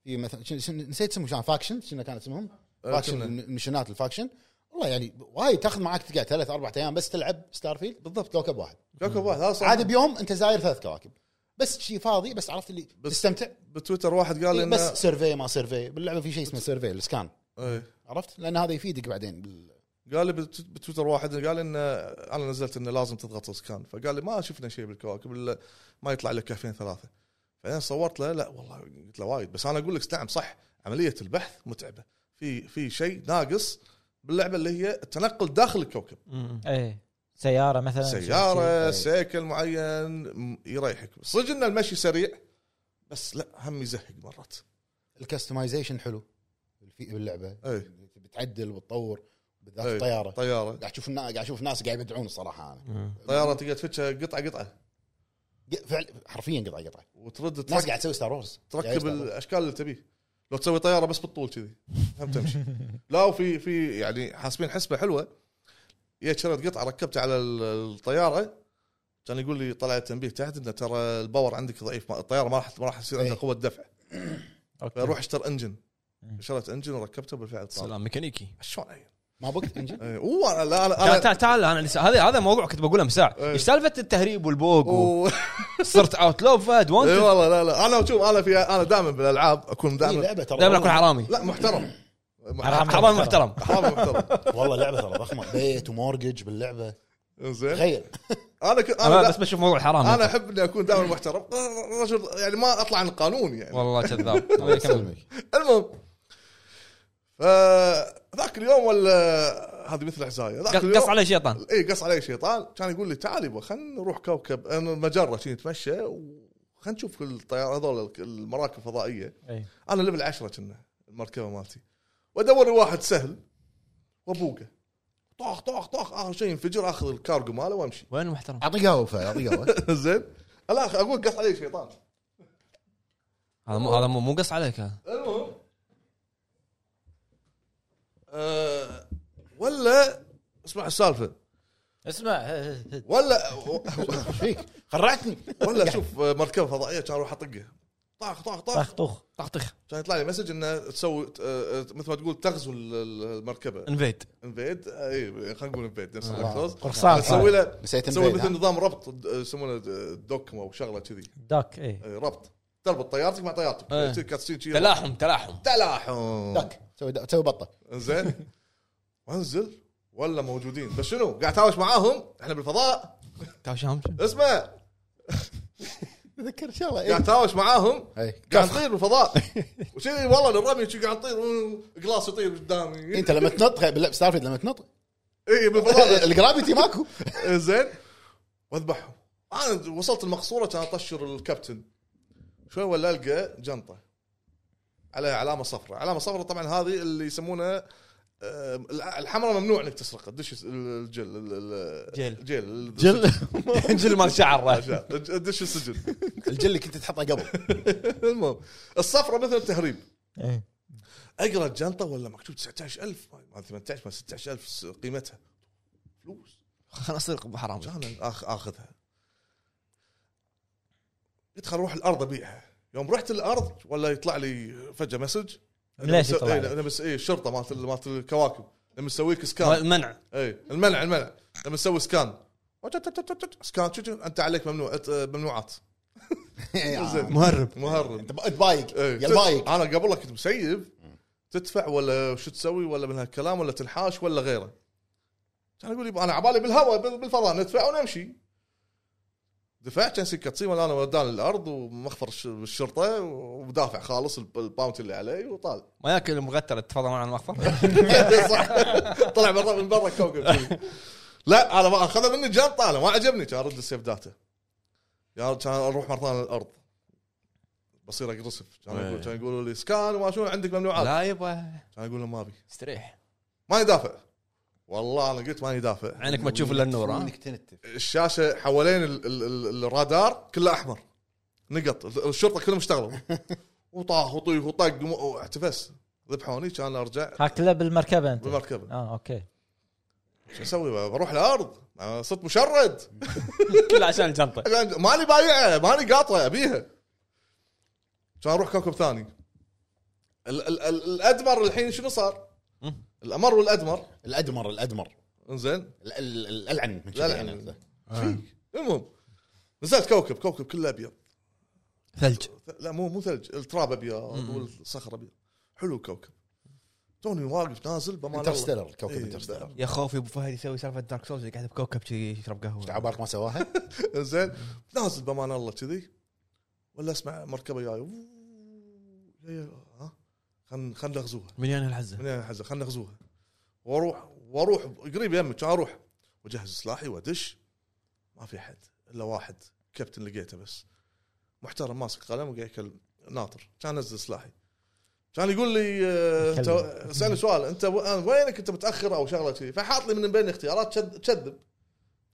Speaker 3: في مثلا شن- شن- نسيت اسمه شان فاكشن شنو كان اسمهم؟
Speaker 2: آه،
Speaker 3: فاكشن
Speaker 2: كنا.
Speaker 3: الم- مشنات الفاكشن والله يعني وايد تاخذ معاك تقعد ثلاث اربع ايام بس تلعب ستار فيلد بالضبط كوكب واحد
Speaker 2: كوكب واحد هذا صار
Speaker 3: عادي بيوم انت زاير ثلاث كواكب بس شي فاضي بس عرفت اللي
Speaker 2: بس-
Speaker 3: تستمتع
Speaker 2: بتويتر واحد قال انه
Speaker 3: إيه، بس سيرفي ما سيرفي باللعبه في شيء اسمه سيرفي السكان
Speaker 2: إيه.
Speaker 3: عرفت لان هذا يفيدك بعدين بال...
Speaker 2: قال لي بت- بتويتر واحد قال انه انا نزلت انه لازم تضغط سكان فقال لي ما شفنا شيء بالكواكب الا ما يطلع لك كهفين ثلاثه بعدين صورت له لا والله قلت له وايد بس انا اقول لك نعم صح عمليه البحث متعبه في في شيء ناقص باللعبه اللي هي التنقل داخل الكوكب
Speaker 4: ايه سياره مثلا
Speaker 2: سياره
Speaker 3: طيب.
Speaker 4: شيء. إيه.
Speaker 2: سيكل معين م- يريحك صدق ان المشي سريع بس لا هم يزهق مرات
Speaker 3: الكستمايزيشن حلو في باللعبه
Speaker 2: اي
Speaker 3: بتعدل وتطور بالذات
Speaker 2: أي.
Speaker 3: الطياره
Speaker 2: طياره
Speaker 3: قاعد اشوف النا- قاعد اشوف ناس قاعد يبدعون الصراحه انا
Speaker 2: طياره تقدر تفتشها قطعه قطعه
Speaker 3: ق- فعل حرفيا قطعه قطعه
Speaker 2: وترد
Speaker 3: ناس
Speaker 2: تركب,
Speaker 3: قاعد تسوي ستار وورز يا
Speaker 2: تركب
Speaker 3: ستار وورز.
Speaker 2: الاشكال اللي تبيه لو تسوي طياره بس بالطول كذي هم تمشي لا وفي في يعني حاسبين حسبه حلوه جيت شريت قطعه ركبتها على ال- الطياره كان يقول لي طلع تنبيه تحت انه ترى الباور عندك ضعيف ما- الطياره ما راح ما راح يصير عندها
Speaker 3: أي.
Speaker 2: قوه دفع
Speaker 4: أوكي.
Speaker 2: فروح اشتر انجن
Speaker 4: مم.
Speaker 2: شريت انجن وركبته بالفعل طار.
Speaker 1: إيه. سلام ميكانيكي
Speaker 2: شلون عيل
Speaker 3: ما بقت انجن
Speaker 2: ايه اوه انا لا
Speaker 1: تعال
Speaker 2: انا
Speaker 1: تعال, تعال انا لسه- هذا هذا موضوع كنت بقوله من ساعه
Speaker 2: إيه.
Speaker 1: ايش سالفه التهريب والبوق
Speaker 2: انا
Speaker 1: صرت اوت لو فهد
Speaker 2: اي
Speaker 1: وانت
Speaker 2: إيه، والله لا لا انا شوف انا في انا دائما بالالعاب اكون
Speaker 3: هي
Speaker 2: دائما
Speaker 3: لعبه إيه، ترى
Speaker 1: دائما اكون حرامي
Speaker 2: لا محترم
Speaker 4: حرام.
Speaker 1: حرامي محترم
Speaker 2: حرام محترم
Speaker 3: والله لعبه ترى ضخمه بيت ومورجج باللعبه
Speaker 2: إيه. زين
Speaker 3: تخيل
Speaker 2: انا ك... انا
Speaker 1: انا بس
Speaker 2: دا...
Speaker 1: بشوف موضوع الحرام
Speaker 2: انا احب اني اكون دائما محترم رجل يعني ما اطلع عن القانون يعني
Speaker 1: والله كذاب
Speaker 3: الله يسلمك
Speaker 2: المهم فذاك اليوم ولا هذه مثل حزايه ذاك
Speaker 1: قص- قص
Speaker 2: اليوم
Speaker 1: على شيطان
Speaker 2: اي قص علي شيطان كان يقول لي تعال يبا خلينا نروح كوكب أنا مجره شي نتمشى وخلينا نشوف الطيارة هذول المراكب الفضائيه
Speaker 4: إيه.
Speaker 2: انا ليفل 10 كنا المركبه مالتي وادور لي واحد سهل وابوقه طاخ طاخ طاخ اخر شيء ينفجر اخذ الكارجو ماله وامشي
Speaker 1: وين محترم
Speaker 3: اعطيه قهوه فهد، اعطيه قهوه
Speaker 2: زين لا أخ- اقول قص علي شيطان
Speaker 1: هذا مو هذا مو مو قص عليك هذا
Speaker 2: المهم أه ولا اسمع السالفه
Speaker 4: اسمع
Speaker 2: ولا
Speaker 3: ايش فيك؟ خرعتني
Speaker 2: ولا شوف مركبه فضائيه كان اروح اطقه طاخ طاخ طاخ
Speaker 4: طخطخ
Speaker 1: طخطخ
Speaker 2: كان يطلع لي مسج انه تسوي أه، أه، مثل ما تقول تغزو ال- ال- المركبه
Speaker 1: انفيد
Speaker 2: انفيد اي إيه، خلينا نقول انفيد نفس
Speaker 1: آه.
Speaker 2: الاكتوز
Speaker 4: قرصان
Speaker 2: تسوي له
Speaker 3: نسيت
Speaker 2: تسوي
Speaker 3: نبيل،
Speaker 2: مثل
Speaker 3: ها؟
Speaker 2: نظام ربط د- يسمونه د- دوكما او شغله كذي
Speaker 4: داك اي
Speaker 2: إيه، ربط تربط طيارتك مع طيارتك
Speaker 1: إيه.
Speaker 2: تصير كاتسين شي ربط.
Speaker 1: تلاحم تلاحم
Speaker 2: تلاحم
Speaker 3: دك تسوي دك، تسوي بطه
Speaker 2: زين وانزل ولا موجودين بس شنو قاعد تهاوش معاهم احنا بالفضاء
Speaker 1: تعال شو هم؟
Speaker 2: اسمع
Speaker 3: ذكر شغله
Speaker 2: قاعد
Speaker 3: اي
Speaker 2: تهاوش معاهم
Speaker 3: اي
Speaker 2: قاعد نطير بالفضاء وشي والله الرمي شي قاعد نطير قلاص يطير قدامي
Speaker 3: انت لما تنط تخيل باللعب ستار فيلد لما تنط
Speaker 2: اي بالفضاء
Speaker 3: الجرافيتي ماكو
Speaker 2: زين واذبحهم انا وصلت المقصوره كان اطشر الكابتن شوي ولا القى جنطه عليها علامه صفراء علامه صفراء طبعا هذه اللي يسمونها آه، الحمراء ممنوع انك تسرقها تدش الجل
Speaker 1: جل.
Speaker 2: الجل
Speaker 1: جل جل مال شعر
Speaker 2: تدش السجن
Speaker 3: الجل اللي كنت تحطه قبل
Speaker 2: المهم الصفراء مثل التهريب
Speaker 4: إيه.
Speaker 2: اقرا الجنطه ولا مكتوب 19000 ما 18 ما 16000 قيمتها فلوس
Speaker 1: خلاص اصير بحرام
Speaker 2: كان أخ اخذها قلت خل اروح الارض ابيعها يوم رحت الارض ولا يطلع لي فجاه مسج
Speaker 4: من ليش يطلع
Speaker 2: إيه،
Speaker 4: لك؟
Speaker 2: لما س- إيه الشرطه مالت ال- مالت الكواكب لما تسوي لك سكان
Speaker 1: المنع
Speaker 2: اي المنع المنع لما تسوي سكان سكان شو- شو، انت عليك ممنوع أت- ممنوعات زين.
Speaker 1: مهرب
Speaker 2: مهرب
Speaker 3: تبايق
Speaker 2: إيه،
Speaker 3: يا
Speaker 2: تد-
Speaker 3: البايق
Speaker 2: انا قبل لا كنت مسيب تدفع ولا شو تسوي ولا من هالكلام ولا تنحاش ولا غيره كان يقول يبا انا عبالي بالهواء بال- بالفضاء ندفع ونمشي دفعت كان سكه تصيم انا ودان الارض ومخفر الش- الشرطه ودافع خالص الب- الباونتي اللي علي وطال
Speaker 1: ما ياكل المغتر تفضل معنا المغفر
Speaker 2: صح طلع برا من برا الكوكب كذي. لا انا ما اخذها مني جنطه انا ما عجبني كان ارد السيف داتا يا رب كان اروح مره ثانيه الارض بصير اقرصف كان يقول- كان يقولوا لي سكان وما شنو عندك ممنوعات
Speaker 1: لا يبا
Speaker 2: كان اقول لهم ما ابي
Speaker 1: استريح
Speaker 2: ما يدافع والله انا قلت ما يدافع
Speaker 1: عينك ما تشوف الا النور ها؟
Speaker 3: انك تنتف
Speaker 2: الشاشه حوالين ال ال ال الرادار كله احمر نقط ال- الشرطه كلهم اشتغلوا وطاح وطيح وطق وم- واحتفس ذبحوني كان ارجع
Speaker 4: هاكله بالمركبه انت
Speaker 2: بالمركبه
Speaker 4: اه اوكي
Speaker 2: شو اسوي بروح الارض أنا صرت مشرد
Speaker 1: كله عشان الجنطه
Speaker 2: ماني بايعه ماني قاطعه ابيها كان اروح كوكب ثاني ال ال ال الادمر الحين شنو صار؟ الامر والادمر
Speaker 3: الادمر الادمر
Speaker 2: انزين
Speaker 3: ال- ال- الالعن من كذا
Speaker 2: الألعن.
Speaker 3: يعني
Speaker 2: المهم نزلت كوكب كوكب كله ابيض
Speaker 1: ثلج
Speaker 2: لا مو مو ثلج التراب ابيض والصخر ابيض حلو الكوكب توني واقف نازل إيه، بما
Speaker 3: انترستيلر كوكب انترستيلر
Speaker 1: يا خوفي ابو فهد يسوي سالفه دارك سولز قاعد بكوكب شي يشرب
Speaker 2: إيه.
Speaker 1: قهوه
Speaker 3: عبالك ما سواها
Speaker 2: زين نازل بمان الله كذي ولا اسمع مركبه جايه ووو، جاية، ها خلنا خلنا نغزوها
Speaker 1: مليان هالحزه
Speaker 2: من هنا الحزه خلنا نغزوها واروح واروح قريب يمك كان اروح واجهز سلاحي وادش ما في احد الا واحد كابتن لقيته بس محترم ماسك قلم وقاعد يكلم ناطر كان انزل سلاحي كان يقول لي آه، انت اسالني سؤال انت و- آه، وينك انت متاخر او شغله كذي فحاط لي من بين اختيارات شد- تشذب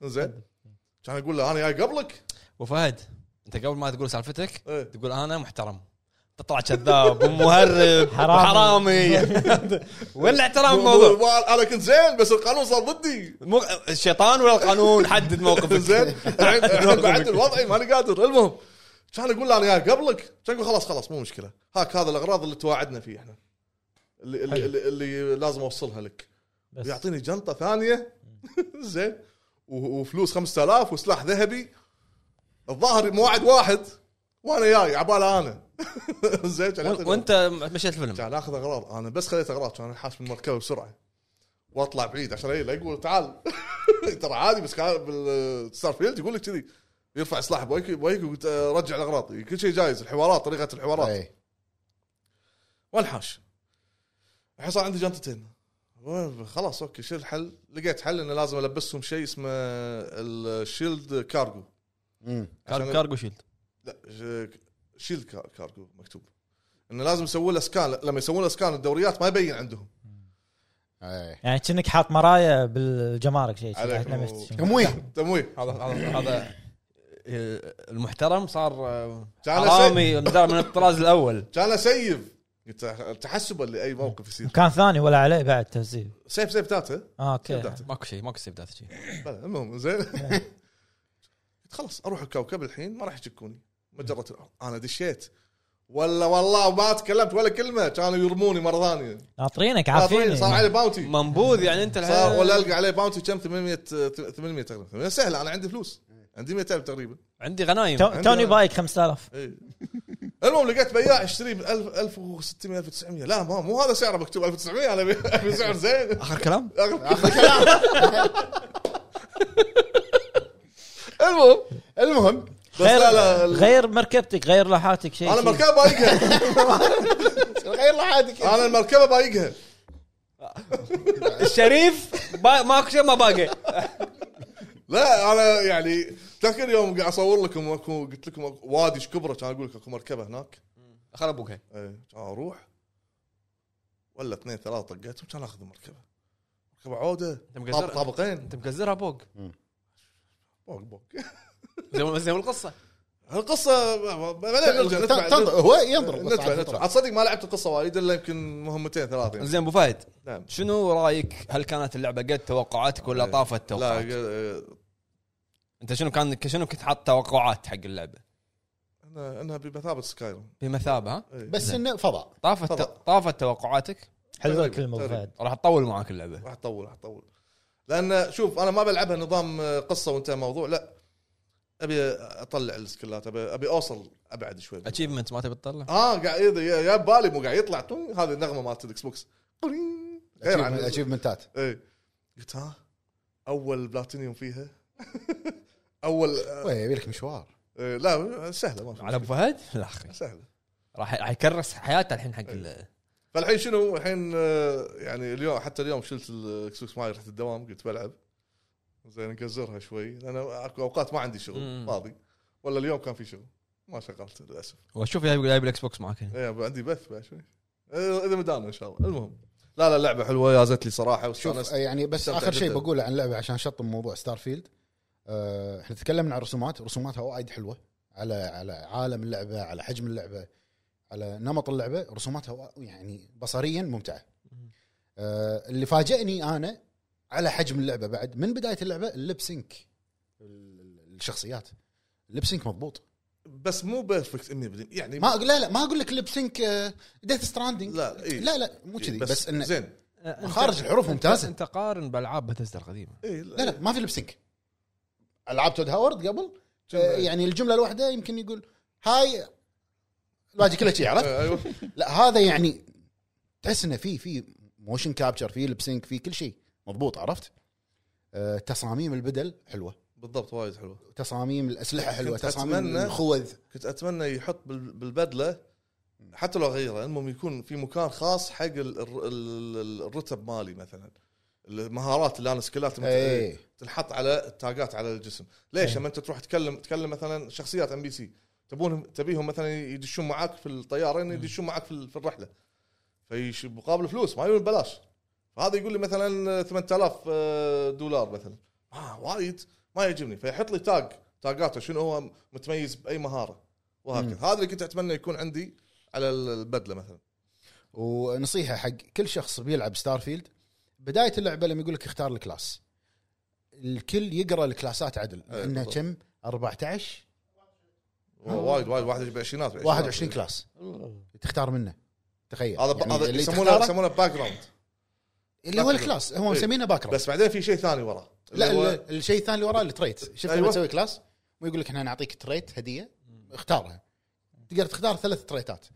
Speaker 2: زين كان اقول له انا جاي قبلك
Speaker 1: ابو فهد انت قبل ما تقول سالفتك
Speaker 2: إيه.
Speaker 1: تقول انا محترم تطلع كذاب ومهرب
Speaker 4: حرامي.
Speaker 1: حرامي وين الاحترام
Speaker 2: مو-
Speaker 1: بالموضوع؟
Speaker 2: مو- انا كنت زين بس القانون صار ضدي
Speaker 1: مو الشيطان ولا القانون حدد موقفك
Speaker 2: زين الحين الحين بعد الوضعي ماني قادر المهم كان اقول له انا جاي قبلك كان يقول خلاص خلاص مو مشكله هاك هذا الاغراض اللي تواعدنا فيه احنا اللي اللي, اللي, اللي لازم اوصلها لك
Speaker 4: بس
Speaker 2: يعطيني جنطه ثانيه زين و- وفلوس 5000 وسلاح ذهبي الظاهر موعد واحد وانا جاي عباله انا زين كان يعطيني-
Speaker 1: وانت مشيت الفيلم
Speaker 2: كان اخذ اغراض انا بس خليت اغراض كان حاس من المركبه بسرعه واطلع بعيد عشان لا يقول تعال ترى عادي بس كان بالستار فيلد يقول لك كذي يرفع سلاحه بويك بويك ويقول آه، رجع الاغراض كل شيء جايز الحوارات طريقه الحوارات
Speaker 3: إيه.
Speaker 2: والحاش الحين صار عندي جنطتين و- خلاص اوكي شو الحل؟ لقيت حل انه لازم البسهم شيء اسمه الشيلد كارجو
Speaker 3: مم.
Speaker 2: عشان-
Speaker 1: كارجو شيلد
Speaker 2: لا ج- شيلد كا- كارجو مكتوب انه لازم يسوون له سكان لما يسوون له سكان الدوريات ما يبين عندهم
Speaker 3: إيه.
Speaker 4: يعني كأنك حاط مرايا بالجمارك شيء شي.
Speaker 2: عليك.
Speaker 4: نفس الشيء.
Speaker 3: تمويه
Speaker 2: تمويه
Speaker 1: هذا هذا هذا المحترم صار آه،
Speaker 2: تعال
Speaker 1: حرامي مدار من الطراز الاول
Speaker 2: كان اسيف قلت تحسبا لاي موقف يصير
Speaker 4: مكان ثاني ولا عليه بعد تهذيب
Speaker 2: سيف سيف داتا
Speaker 4: اه
Speaker 2: سيف
Speaker 4: اوكي
Speaker 2: داتا
Speaker 1: ماكو شيء ماكو سيبدات شيء
Speaker 2: بلى، المهم زين قلت خلاص اروح الكوكب الحين ما راح يشكوني مجرة الارض انا دشيت ولا والله ما تكلمت ولا كلمه كانوا يرموني مره ثانيه
Speaker 4: ناطرينك
Speaker 2: عارفين، صار
Speaker 4: عارفين
Speaker 2: علي باونتي
Speaker 1: منبوذ يعني انت الحين
Speaker 2: صار ولا القى عليه باونتي كم 800 800 تقريبا سهله انا عندي فلوس عندي 200000 تقريبا
Speaker 1: عندي غنايم
Speaker 4: تو- توني بايك 5000
Speaker 2: إيه. المهم لقيت بياع يشتري ب 1000 1600 1900 لا ما مو هذا سعره مكتوب 1900 انا أبي- ابي سعر زين
Speaker 1: اخر كلام
Speaker 2: اخر كلام المهم
Speaker 3: المهم
Speaker 2: بس لا لا لا.
Speaker 4: غير مركبتك غير لوحاتك شيء
Speaker 2: انا
Speaker 4: شيء.
Speaker 2: المركبه بايقها
Speaker 3: غير لحالك
Speaker 2: انا المركبه بايقها
Speaker 1: الشريف با- ماكو شيء ما باقي
Speaker 2: لا انا يعني تذكر يوم قاعد اصور لكم وأكو- قلت لكم أكو- وادي ايش كبره كان اقول لك اكو مركبه هناك
Speaker 1: خل ابوك هي.
Speaker 2: إيه، كان اروح ولا اثنين ثلاثه طقيتهم كان اخذ المركبه مركبه عوده
Speaker 1: انت مقزر-
Speaker 2: طابقين
Speaker 1: انت مقزرها فوق
Speaker 2: بوق بوق
Speaker 1: زي زي القصه
Speaker 2: القصه ب- ب- بعدين نرجع نتبع-
Speaker 3: هو ينضرب بس
Speaker 2: نتبع
Speaker 3: على
Speaker 2: نتبع
Speaker 3: الفطرة.
Speaker 2: تصدق ما لعبت القصه وايد الا يمكن مهمتين ثلاثه يعني.
Speaker 1: زين ابو فهد
Speaker 2: نعم
Speaker 1: شنو رايك هل كانت اللعبه قد توقعاتك ولا
Speaker 2: إيه.
Speaker 1: طافت
Speaker 2: لا
Speaker 1: توقعاتك؟
Speaker 2: آه،
Speaker 1: انت شنو كان شنو كنت حاط توقعات حق اللعبه؟
Speaker 2: انها انها بمثابه سكايرم
Speaker 1: بمثابه ها؟
Speaker 3: بس انه فضاء
Speaker 1: طافت
Speaker 2: طبعا.
Speaker 1: طافت توقعاتك
Speaker 4: حلوه
Speaker 2: تقريباً،
Speaker 4: الكلمه
Speaker 2: تقريباً.
Speaker 4: فهد
Speaker 1: راح تطول معاك اللعبه
Speaker 2: راح تطول راح تطول لان شوف انا ما بلعبها نظام آه، قصه وانتهى الموضوع لا ابي اطلع السكلات ابي ابي اوصل ابعد شوي
Speaker 1: اتشيفمنت ما تبي تطلع؟
Speaker 2: اه قاعد يد- يا يا ببالي مو قاعد يطلع طن، هذه النغمه مالت الاكس بوكس قرين. غير عن
Speaker 3: اتشيفمنتات
Speaker 2: إيه. قلت ها اول بلاتينيوم فيها اول آه،
Speaker 3: يبي لك مشوار
Speaker 2: آه، لا سهله ما في
Speaker 1: على ابو فهد؟ لا اخي
Speaker 2: مشكلة. سهله
Speaker 1: راح راح يكرس حياته الحين حق ال-
Speaker 2: فالحين شنو الحين آه، يعني اليوم حتى اليوم شلت الاكس بوكس معي رحت الدوام قلت بلعب زين نقزرها شوي لان اكو اوقات ما عندي شغل
Speaker 1: مم.
Speaker 2: فاضي ولا اليوم كان في شغل ما شغلت للاسف
Speaker 1: واشوف جايب جايب الاكس بوكس معاك هنا.
Speaker 2: إيه، عندي بث بعد شوي آه، اذا مدانا ان شاء الله المهم لا لا اللعبه حلوه يازت لي صراحه
Speaker 3: شوف
Speaker 2: واستانست
Speaker 3: يعني بس
Speaker 2: استمتع
Speaker 3: اخر شيء
Speaker 2: جداً.
Speaker 3: بقوله عن اللعبه عشان شطب موضوع ستار فيلد آه، احنا تكلمنا عن الرسومات رسوماتها وايد حلوه على على عالم اللعبه على حجم اللعبه على نمط اللعبه رسوماتها وا- يعني بصريا ممتعه آه، اللي فاجئني انا على حجم اللعبه بعد من بدايه اللعبه اللبسينك الشخصيات اللبسينك مضبوط
Speaker 2: بس مو بيرفكت 100% يعني
Speaker 3: ما أقول- آه، لا لا ما اقول لك لبسينك ديث ستراندنج
Speaker 2: لا إيه.
Speaker 3: لا لا مو كذي بس,
Speaker 2: بس
Speaker 3: انه
Speaker 2: زين
Speaker 1: أنت-
Speaker 3: مخارج الحروف
Speaker 1: أنت-
Speaker 3: ممتازة.
Speaker 1: انت قارن بالعاب بتستا القديمه
Speaker 2: إيه
Speaker 3: لا لا ما في لبسنك العاب تود هاورد قبل آه، يعني الجمله الواحده يمكن يقول هاي الباقي كله شي عرفت
Speaker 2: آه، ايوه
Speaker 3: لا هذا يعني تحس انه في في موشن كابتشر في لبسنك في كل شيء مضبوط عرفت آه، تصاميم البدل حلوه
Speaker 2: بالضبط وايد حلوه
Speaker 3: تصاميم الاسلحه حلوه
Speaker 2: كنت
Speaker 3: تصاميم
Speaker 2: أتمنى-
Speaker 3: الخوذ
Speaker 2: كنت اتمنى يحط بال- بالبدله حتى لو غيره المهم يكون في مكان خاص حق ال- ال- ال- الرتب مالي مثلا المهارات اللي انا سكلات
Speaker 3: ايه
Speaker 2: تنحط على التاجات على الجسم ليش
Speaker 4: إيه.
Speaker 2: لما انت تروح تكلم تكلم مثلا شخصيات ام بي سي تبونهم تبيهم مثلا يدشون معاك في الطياره
Speaker 3: إيه.
Speaker 2: إن يدشون معاك في ال- في الرحله فيش مقابل فلوس ما يقول ببلاش فهذا يقول لي مثلا 8000 آه، دولار مثلا آه وايد ما يعجبني فيحط لي تاج تاجاته شنو هو متميز باي مهاره
Speaker 3: مم.
Speaker 2: وهكذا هذا اللي كنت اتمنى يكون عندي على البدله مثلا
Speaker 3: ونصيحه حق كل شخص بيلعب ستار فيلد بدايه اللعبه لما يقول لك اختار الكلاس الكل يقرا الكلاسات عدل
Speaker 2: أي،
Speaker 3: لان
Speaker 2: إيه، بالضبط.
Speaker 3: كم 14 آه.
Speaker 2: وايد وايد واحد بعشرينات
Speaker 3: 21 كلاس تختار منه تخيل
Speaker 2: هذا
Speaker 3: يعني
Speaker 2: هذا
Speaker 3: اللي
Speaker 2: يسمونه
Speaker 3: تختاره
Speaker 2: يسمونه باك جراوند
Speaker 3: اللي هو الكلاس هو
Speaker 2: إيه.
Speaker 3: مسمينه باك جراوند
Speaker 2: بس بعدين في شيء ثاني وراه
Speaker 3: لا
Speaker 2: اللي هو-
Speaker 3: ال- الشيء الثاني اللي وراه التريت شفت لما
Speaker 2: أيوة.
Speaker 3: تسوي كلاس ويقول لك احنا نعطيك تريت هديه اختارها تقدر تختار ثلاث تريتات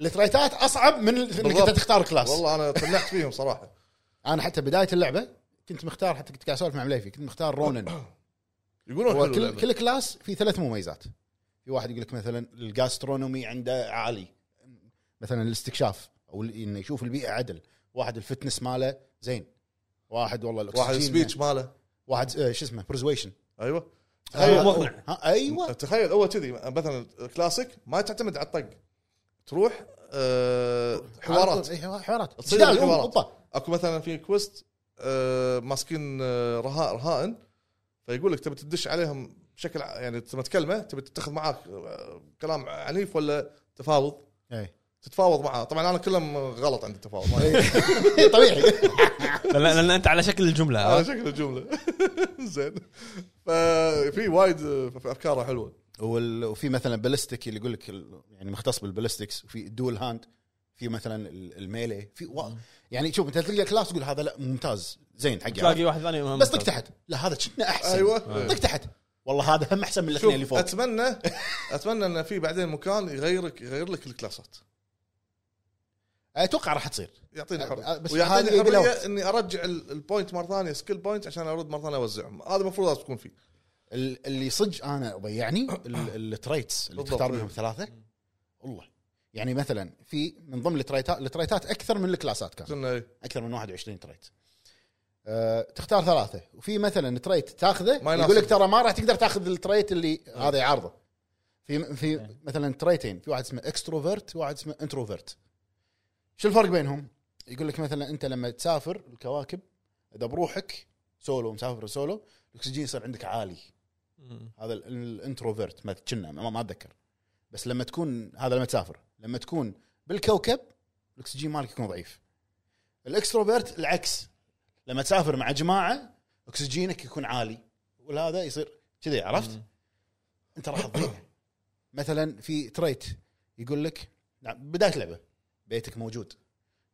Speaker 3: التريتات اصعب من ال- انك انت
Speaker 2: بالضبط.
Speaker 3: تختار كلاس
Speaker 2: والله انا طلعت فيهم صراحه
Speaker 3: انا حتى بدايه اللعبه كنت مختار حتى كنت قاعد اسولف مع مليفي كنت مختار رونن
Speaker 2: يقولون
Speaker 3: هو
Speaker 2: حلو
Speaker 3: كل
Speaker 2: اللعبة.
Speaker 3: كل كلاس في ثلاث مميزات في واحد يقول لك مثلا الجاسترونومي عنده عالي مثلا الاستكشاف او ال- انه يشوف البيئه عدل واحد الفتنس ماله زين واحد والله
Speaker 2: واحد
Speaker 3: الأكسجين-
Speaker 2: السبيتش ماله
Speaker 3: واحد آه، شو اسمه برزويشن
Speaker 2: ايوه
Speaker 3: أيوة.
Speaker 1: هو
Speaker 2: تخيل
Speaker 1: مقنع
Speaker 3: ها ايوه
Speaker 2: تخيل هو كذي مثلا كلاسيك ما تعتمد على الطق تروح آه حوارات
Speaker 3: إيه، حوارات
Speaker 2: تصير
Speaker 3: جدال
Speaker 2: حوارات.
Speaker 3: اوبا
Speaker 2: اكو مثلا في كويست آه ماسكين آه رها رهائن فيقول لك تبي تدش عليهم بشكل ع- يعني لما تكلمه تبي تتخذ معاك آه، كلام عنيف ولا تفاوض
Speaker 3: إيه.
Speaker 2: تتفاوض معاه طبعا انا كلهم غلط عند التفاوض ما-
Speaker 3: طبيعي
Speaker 1: لأن- لان انت على شكل آه. الجمله
Speaker 2: على
Speaker 3: آه.
Speaker 1: عرفت؟
Speaker 2: شكل الجمله زين ففي وايد آه، افكاره حلوه
Speaker 3: وال- وفي مثلا بالستيك اللي يقول لك ال- يعني مختص بالبالستكس وفي دول هاند في مثلا ال- الميلي في و... يعني شوف انت تلقى كلاس تقول هذا لا ممتاز زين حقي
Speaker 1: تلاقي واحد ثاني مهم
Speaker 3: بس طق تحت لا هذا شفنا احسن
Speaker 2: ايوه
Speaker 3: طق تحت والله هذا هم احسن من الاثنين
Speaker 2: شوف
Speaker 3: اللي فوق
Speaker 2: اتمنى اتمنى ان في بعدين مكان يغيرك يغير لك الكلاسات
Speaker 3: اتوقع راح تصير
Speaker 2: يعطيني حريه
Speaker 3: أ- آه، بس هذا
Speaker 2: ويعطيني
Speaker 3: يبي له
Speaker 2: حريه
Speaker 3: وقت.
Speaker 2: اني ارجع ال- البوينت مره ثانيه سكيل بوينت عشان ارد مره ثانيه اوزعهم هذا المفروض لازم تكون فيه
Speaker 3: ال- اللي صدق انا ضيعني ال- التريتس اللي
Speaker 2: بالضبط.
Speaker 3: تختار منهم ثلاثه والله يعني مثلا في من ضمن التريتات التريتات اكثر من الكلاسات كان
Speaker 2: عشان إيه،
Speaker 3: اكثر من 21 تريت أه تختار ثلاثه وفي مثلا تريت تاخذه
Speaker 2: ما
Speaker 3: يقول لك
Speaker 2: يناسب.
Speaker 3: ترى ما راح تقدر تاخذ التريت اللي هذا يعارضه في في مثلا تريتين في واحد اسمه اكستروفرت وواحد اسمه انتروفرت شو الفرق بينهم؟ يقول لك مثلا انت لما تسافر الكواكب اذا بروحك سولو مسافر سولو الاكسجين يصير عندك عالي
Speaker 1: مم.
Speaker 3: هذا ال- الانتروفيرت ما كنا ما ما اتذكر بس لما تكون هذا لما تسافر لما تكون بالكوكب الاكسجين مالك يكون ضعيف الاكستروفيرت العكس لما تسافر مع جماعه اكسجينك يكون عالي وهذا يصير كذي عرفت
Speaker 1: مم.
Speaker 3: انت راح تضيع مثلا في تريت يقول لك نعم، بدايه لعبه بيتك موجود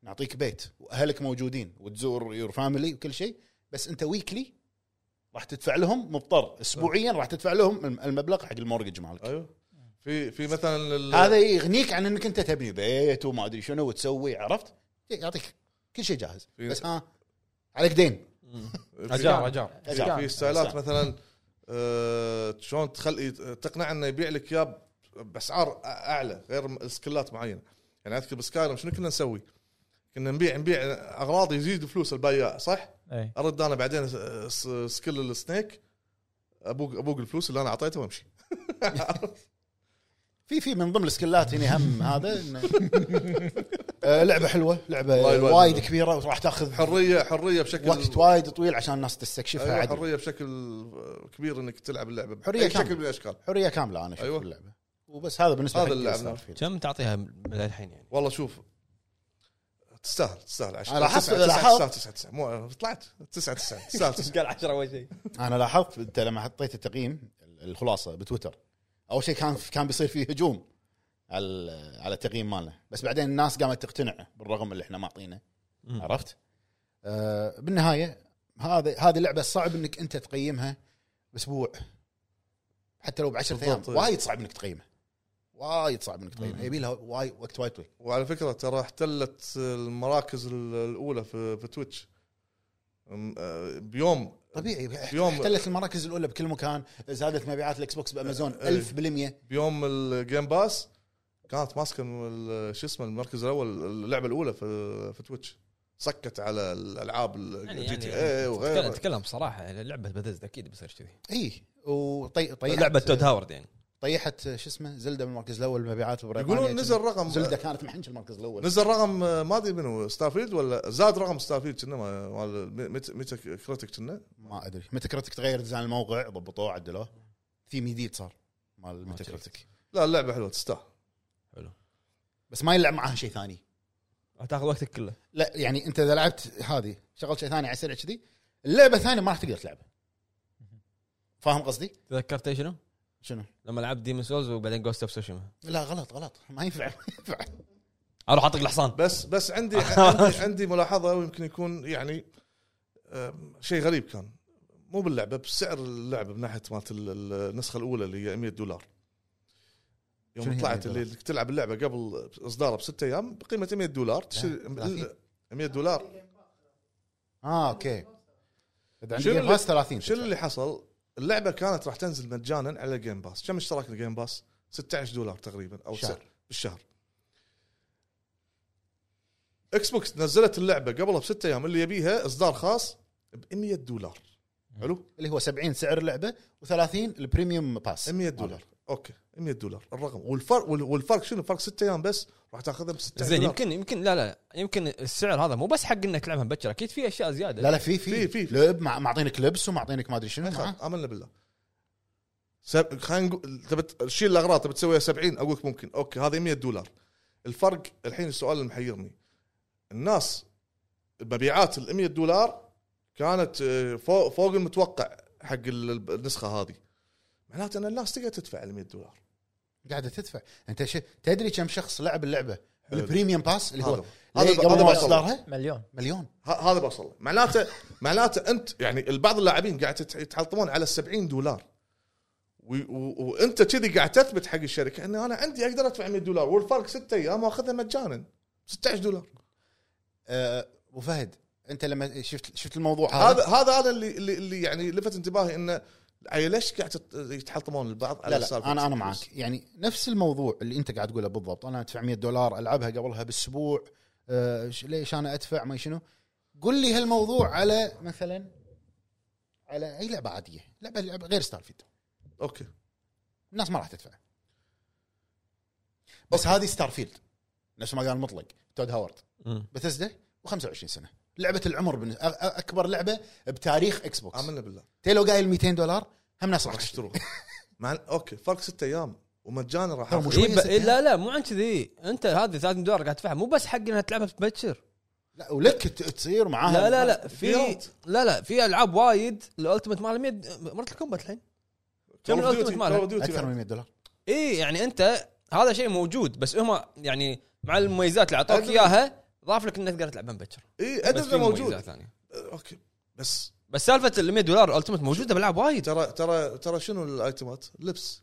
Speaker 3: نعطيك بيت واهلك موجودين وتزور يور فاميلي وكل شيء بس انت ويكلي راح تدفع لهم مضطر اسبوعيا راح تدفع لهم الم- المبلغ حق المورجج مالك
Speaker 2: ايوه في في مثلا ال-
Speaker 3: هذا يغنيك عن انك انت تبني بيت وما ادري شنو وتسوي عرفت يعطيك كل شيء جاهز
Speaker 2: في-
Speaker 3: بس ها عليك دين
Speaker 1: مم.
Speaker 2: في-
Speaker 1: اجار اجار
Speaker 3: أجار.
Speaker 2: في ستايلات
Speaker 3: أجار.
Speaker 2: مثلا آه، شلون تخلي تقنع انه يبيع لك اياه باسعار أ- اعلى غير سكلات معينه يعني اذكر بسكايرم شنو كنا نسوي؟ كنا نبيع نبيع اغراض يزيد فلوس البياع صح؟
Speaker 4: اي
Speaker 2: ارد انا بعدين س- س- سكيل السنيك ابوق ابوق الفلوس اللي انا اعطيته وامشي
Speaker 3: في في من ضمن السكلات هنا هم هذا إنه- آه، لعبه حلوه لعبه
Speaker 2: وايد- وايد
Speaker 3: وايد
Speaker 2: حلوة.
Speaker 3: كبيره وراح تاخذ
Speaker 2: حريه حريه بشكل
Speaker 3: وقت وايد طويل عشان الناس تستكشفها
Speaker 2: أيوة
Speaker 3: عدل
Speaker 2: حريه بشكل كبير انك تلعب اللعبه
Speaker 3: حرية
Speaker 2: بأي
Speaker 3: كاملة.
Speaker 2: شكل من الاشكال
Speaker 3: حريه كامله انا اشوف
Speaker 2: أيوة.
Speaker 3: أيوة. اللعبه وبس هذا بالنسبه
Speaker 2: هذا
Speaker 3: حق
Speaker 2: اللي
Speaker 3: Starfield.
Speaker 2: لعبناه.
Speaker 1: كم تعطيها من الحين يعني؟
Speaker 2: والله شوف تستاهل تستاهل عشان
Speaker 3: أنا لاحظت-
Speaker 2: 9
Speaker 3: لاحظت.
Speaker 2: 9 9 9 مو طلعت 9 9 تستاهل 9
Speaker 1: قال 10 اول شيء
Speaker 3: انا لاحظت انت لما حطيت التقييم الخلاصه بتويتر اول شيء كان كان بيصير فيه هجوم على على التقييم مالنا بس بعدين الناس قامت تقتنع بالرغم اللي احنا معطينه
Speaker 1: مم.
Speaker 3: عرفت؟ آه بالنهايه هذا هذه لعبه صعب انك انت تقيمها باسبوع حتى لو بعشرة ايام
Speaker 2: بالضبط.
Speaker 3: وايد صعب انك تقيمها وايد صعب انك تقيمها
Speaker 1: مم.
Speaker 3: يبي لها وايد وقت وايد طويل
Speaker 2: وعلى فكره ترى احتلت المراكز ال- الاولى في, في تويتش أم- آه، بيوم
Speaker 3: طبيعي احت-
Speaker 2: يوم-
Speaker 3: احتلت المراكز الاولى بكل مكان زادت مبيعات الاكس بوكس بامازون
Speaker 2: أه، أي.
Speaker 3: 1000%
Speaker 2: بيوم الجيم باس كانت ماسكه ال- شو اسمه المركز الاول اللعبه الاولى في, في تويتش سكت على الالعاب
Speaker 1: يعني-
Speaker 2: الجي تي
Speaker 1: يعني
Speaker 2: اي
Speaker 1: تتكلم-
Speaker 2: وغيره
Speaker 1: تتكلم بصراحه لعبه بثزدا اكيد بيصير كذي
Speaker 3: اي وطيحت
Speaker 1: لعبه تود هاورد يعني
Speaker 3: طيحت شو اسمه زلده من المركز الاول مبيعات ببريطانيا
Speaker 2: يقولون نزل رقم
Speaker 3: زلده كانت محنش المركز الاول
Speaker 2: نزل رقم آه، ما ادري منو ستارفيلد ولا زاد رقم ستارفيلد كنا ما- مال ميت- ميتا كريتك كنا
Speaker 3: ما ادري متى كريتك تغير ديزاين الموقع ضبطوه عدلوه ثيم جديد صار مال متى كريتك
Speaker 2: لا اللعبه حلوه تستاهل
Speaker 3: بس ما يلعب معاها شيء ثاني
Speaker 1: هتاخذ وقتك كله
Speaker 3: لا يعني انت اذا لعبت هذه شغلت شيء ثاني على السريع كذي اللعبه الثانيه ما راح تقدر تلعبها فاهم قصدي؟
Speaker 1: تذكرت إيش شنو؟
Speaker 3: شنو؟
Speaker 1: لما لعبت ديمون سولز وبعدين جوست اوف سوشيما
Speaker 3: لا غلط غلط ما ينفع ما ينفع
Speaker 1: اروح اطق الحصان
Speaker 2: بس بس عندي عندي, عندي ملاحظه ويمكن يكون يعني آم، شيء غريب كان مو باللعبه بسعر اللعبه من ناحيه مالت ال- ال- النسخه الاولى اللي هي 100 دولار
Speaker 3: شنو هي
Speaker 2: يوم
Speaker 3: 100
Speaker 2: طلعت
Speaker 3: دولار؟
Speaker 2: اللي إنك تلعب اللعبه قبل اصدارها بستة ايام بقيمه 100 دولار تشتري
Speaker 3: ثلاثين.
Speaker 2: 100 دولار
Speaker 3: اه اوكي اذا عندي
Speaker 2: شنو
Speaker 3: جيم
Speaker 2: اللي-
Speaker 3: باس 30
Speaker 2: شنو اللي حصل؟ اللعبه كانت راح تنزل مجانا على جيم باس، كم اشتراك الجيم باس؟ 16 دولار تقريبا او
Speaker 3: شهر.
Speaker 2: شهر بالشهر اكس بوكس نزلت اللعبه قبلها بستة ايام اللي يبيها اصدار خاص ب 100 دولار حلو؟
Speaker 3: اللي هو 70 سعر اللعبه و30 البريميوم باس
Speaker 2: 100 دولار اوكي 100 دولار الرقم والفرق وال- والفرق شنو؟ فرق 6 ايام بس راح تاخذها ب 16
Speaker 1: زين
Speaker 2: دولار
Speaker 1: يمكن يمكن لا لا يمكن السعر هذا مو بس حق انك تلعبها مبكر اكيد في اشياء زياده
Speaker 3: لا لا في في
Speaker 2: في-
Speaker 3: في
Speaker 2: في.
Speaker 3: لب مع- معطينك لبس ومعطينك ما ادري شنو
Speaker 2: ما
Speaker 3: معاه.
Speaker 2: يخالف، امنا بالله سب... خلينا نقول تبي تشيل الاغراض تبي تسويها 70 اقول لك ممكن اوكي هذه 100 دولار الفرق الحين السؤال اللي محيرني الناس مبيعات ال 100 دولار كانت آه، فوق فوق المتوقع حق ال- النسخه هذه معناته ان الناس تقدر تدفع ال 100 دولار
Speaker 3: قاعده تدفع انت ش... تدري كم شخص لعب اللعبه
Speaker 2: حلو.
Speaker 3: بالبريميوم باس اللي هو
Speaker 2: هذا
Speaker 3: هذا
Speaker 2: هذا
Speaker 3: قبل
Speaker 2: هذا
Speaker 3: ما
Speaker 2: بوصل
Speaker 3: اصدارها
Speaker 4: مليون
Speaker 3: مليون
Speaker 2: ه- هذا بوصل معناته معناته انت يعني البعض اللاعبين قاعد يتح- يتحلطمون على 70 دولار وي- و- وانت كذي قاعد تثبت حق الشركه ان انا عندي اقدر ادفع 100 دولار والفرق 6 ايام واخذها مجانا 16 دولار
Speaker 3: آه، ابو فهد انت لما شفت شفت الموضوع هذا,
Speaker 2: هذا هذا انا اللي اللي, اللي يعني لفت انتباهي انه العيال ليش قاعد تت- يتحلطمون البعض على
Speaker 3: لا لا
Speaker 2: سالفة
Speaker 3: انا انا
Speaker 2: الفلوس؟
Speaker 3: معك يعني نفس الموضوع اللي انت قاعد تقوله بالضبط انا ادفع 100 دولار العبها قبلها باسبوع آه، ش- ليش انا ادفع ما شنو قل لي هالموضوع على مثلا على اي لعبه عاديه لعبه لعبه غير ستارفيد
Speaker 2: اوكي
Speaker 3: الناس ما راح تدفع بس هذه ستارفيلد نفس ما قال مطلق تود هاورد
Speaker 1: مم.
Speaker 3: بثزدا و25 سنه لعبه العمر بالنسبة أ- أ- اكبر لعبه بتاريخ اكس بوكس
Speaker 2: امنا بالله
Speaker 3: تيلو قايل 200 دولار هم ناس راح
Speaker 2: راح
Speaker 3: تشتري
Speaker 2: يشتروه مع اوكي فرق 6 ايام ومجانا راح
Speaker 3: ترى
Speaker 2: آخذ.
Speaker 3: مش-
Speaker 1: إيه
Speaker 3: شوية
Speaker 1: ب...
Speaker 3: ست
Speaker 1: إيه لا لا مو عن كذي انت هذه 30 دولار قاعد تدفعها مو بس حق انها تلعبها تبكر
Speaker 3: لا ولك ت- تصير معاها
Speaker 1: لا لا لا في
Speaker 2: فيات.
Speaker 1: لا لا في العاب وايد الالتيميت مالها 100 مرت الكومبات الحين كم
Speaker 2: Call of
Speaker 1: الألتيميت
Speaker 2: Duty-
Speaker 1: ماله؟
Speaker 2: Call of Duty
Speaker 3: اكثر
Speaker 2: بعد.
Speaker 3: من 100 دولار
Speaker 1: اي يعني انت هذا شيء موجود بس هم يعني مع المميزات اللي اعطوك
Speaker 2: أدري.
Speaker 1: اياها ضاف لك انك تقدر تلعبها مبكر
Speaker 2: اي ادري
Speaker 1: بس
Speaker 2: إيه، إنه
Speaker 1: في
Speaker 2: موجود
Speaker 1: مميزات ثانيه
Speaker 2: اوكي بس
Speaker 1: بس سالفه ال 100 دولار الالتيميت موجوده بالعاب وايد
Speaker 2: ترى ترى ترى شنو الايتمات؟ لبس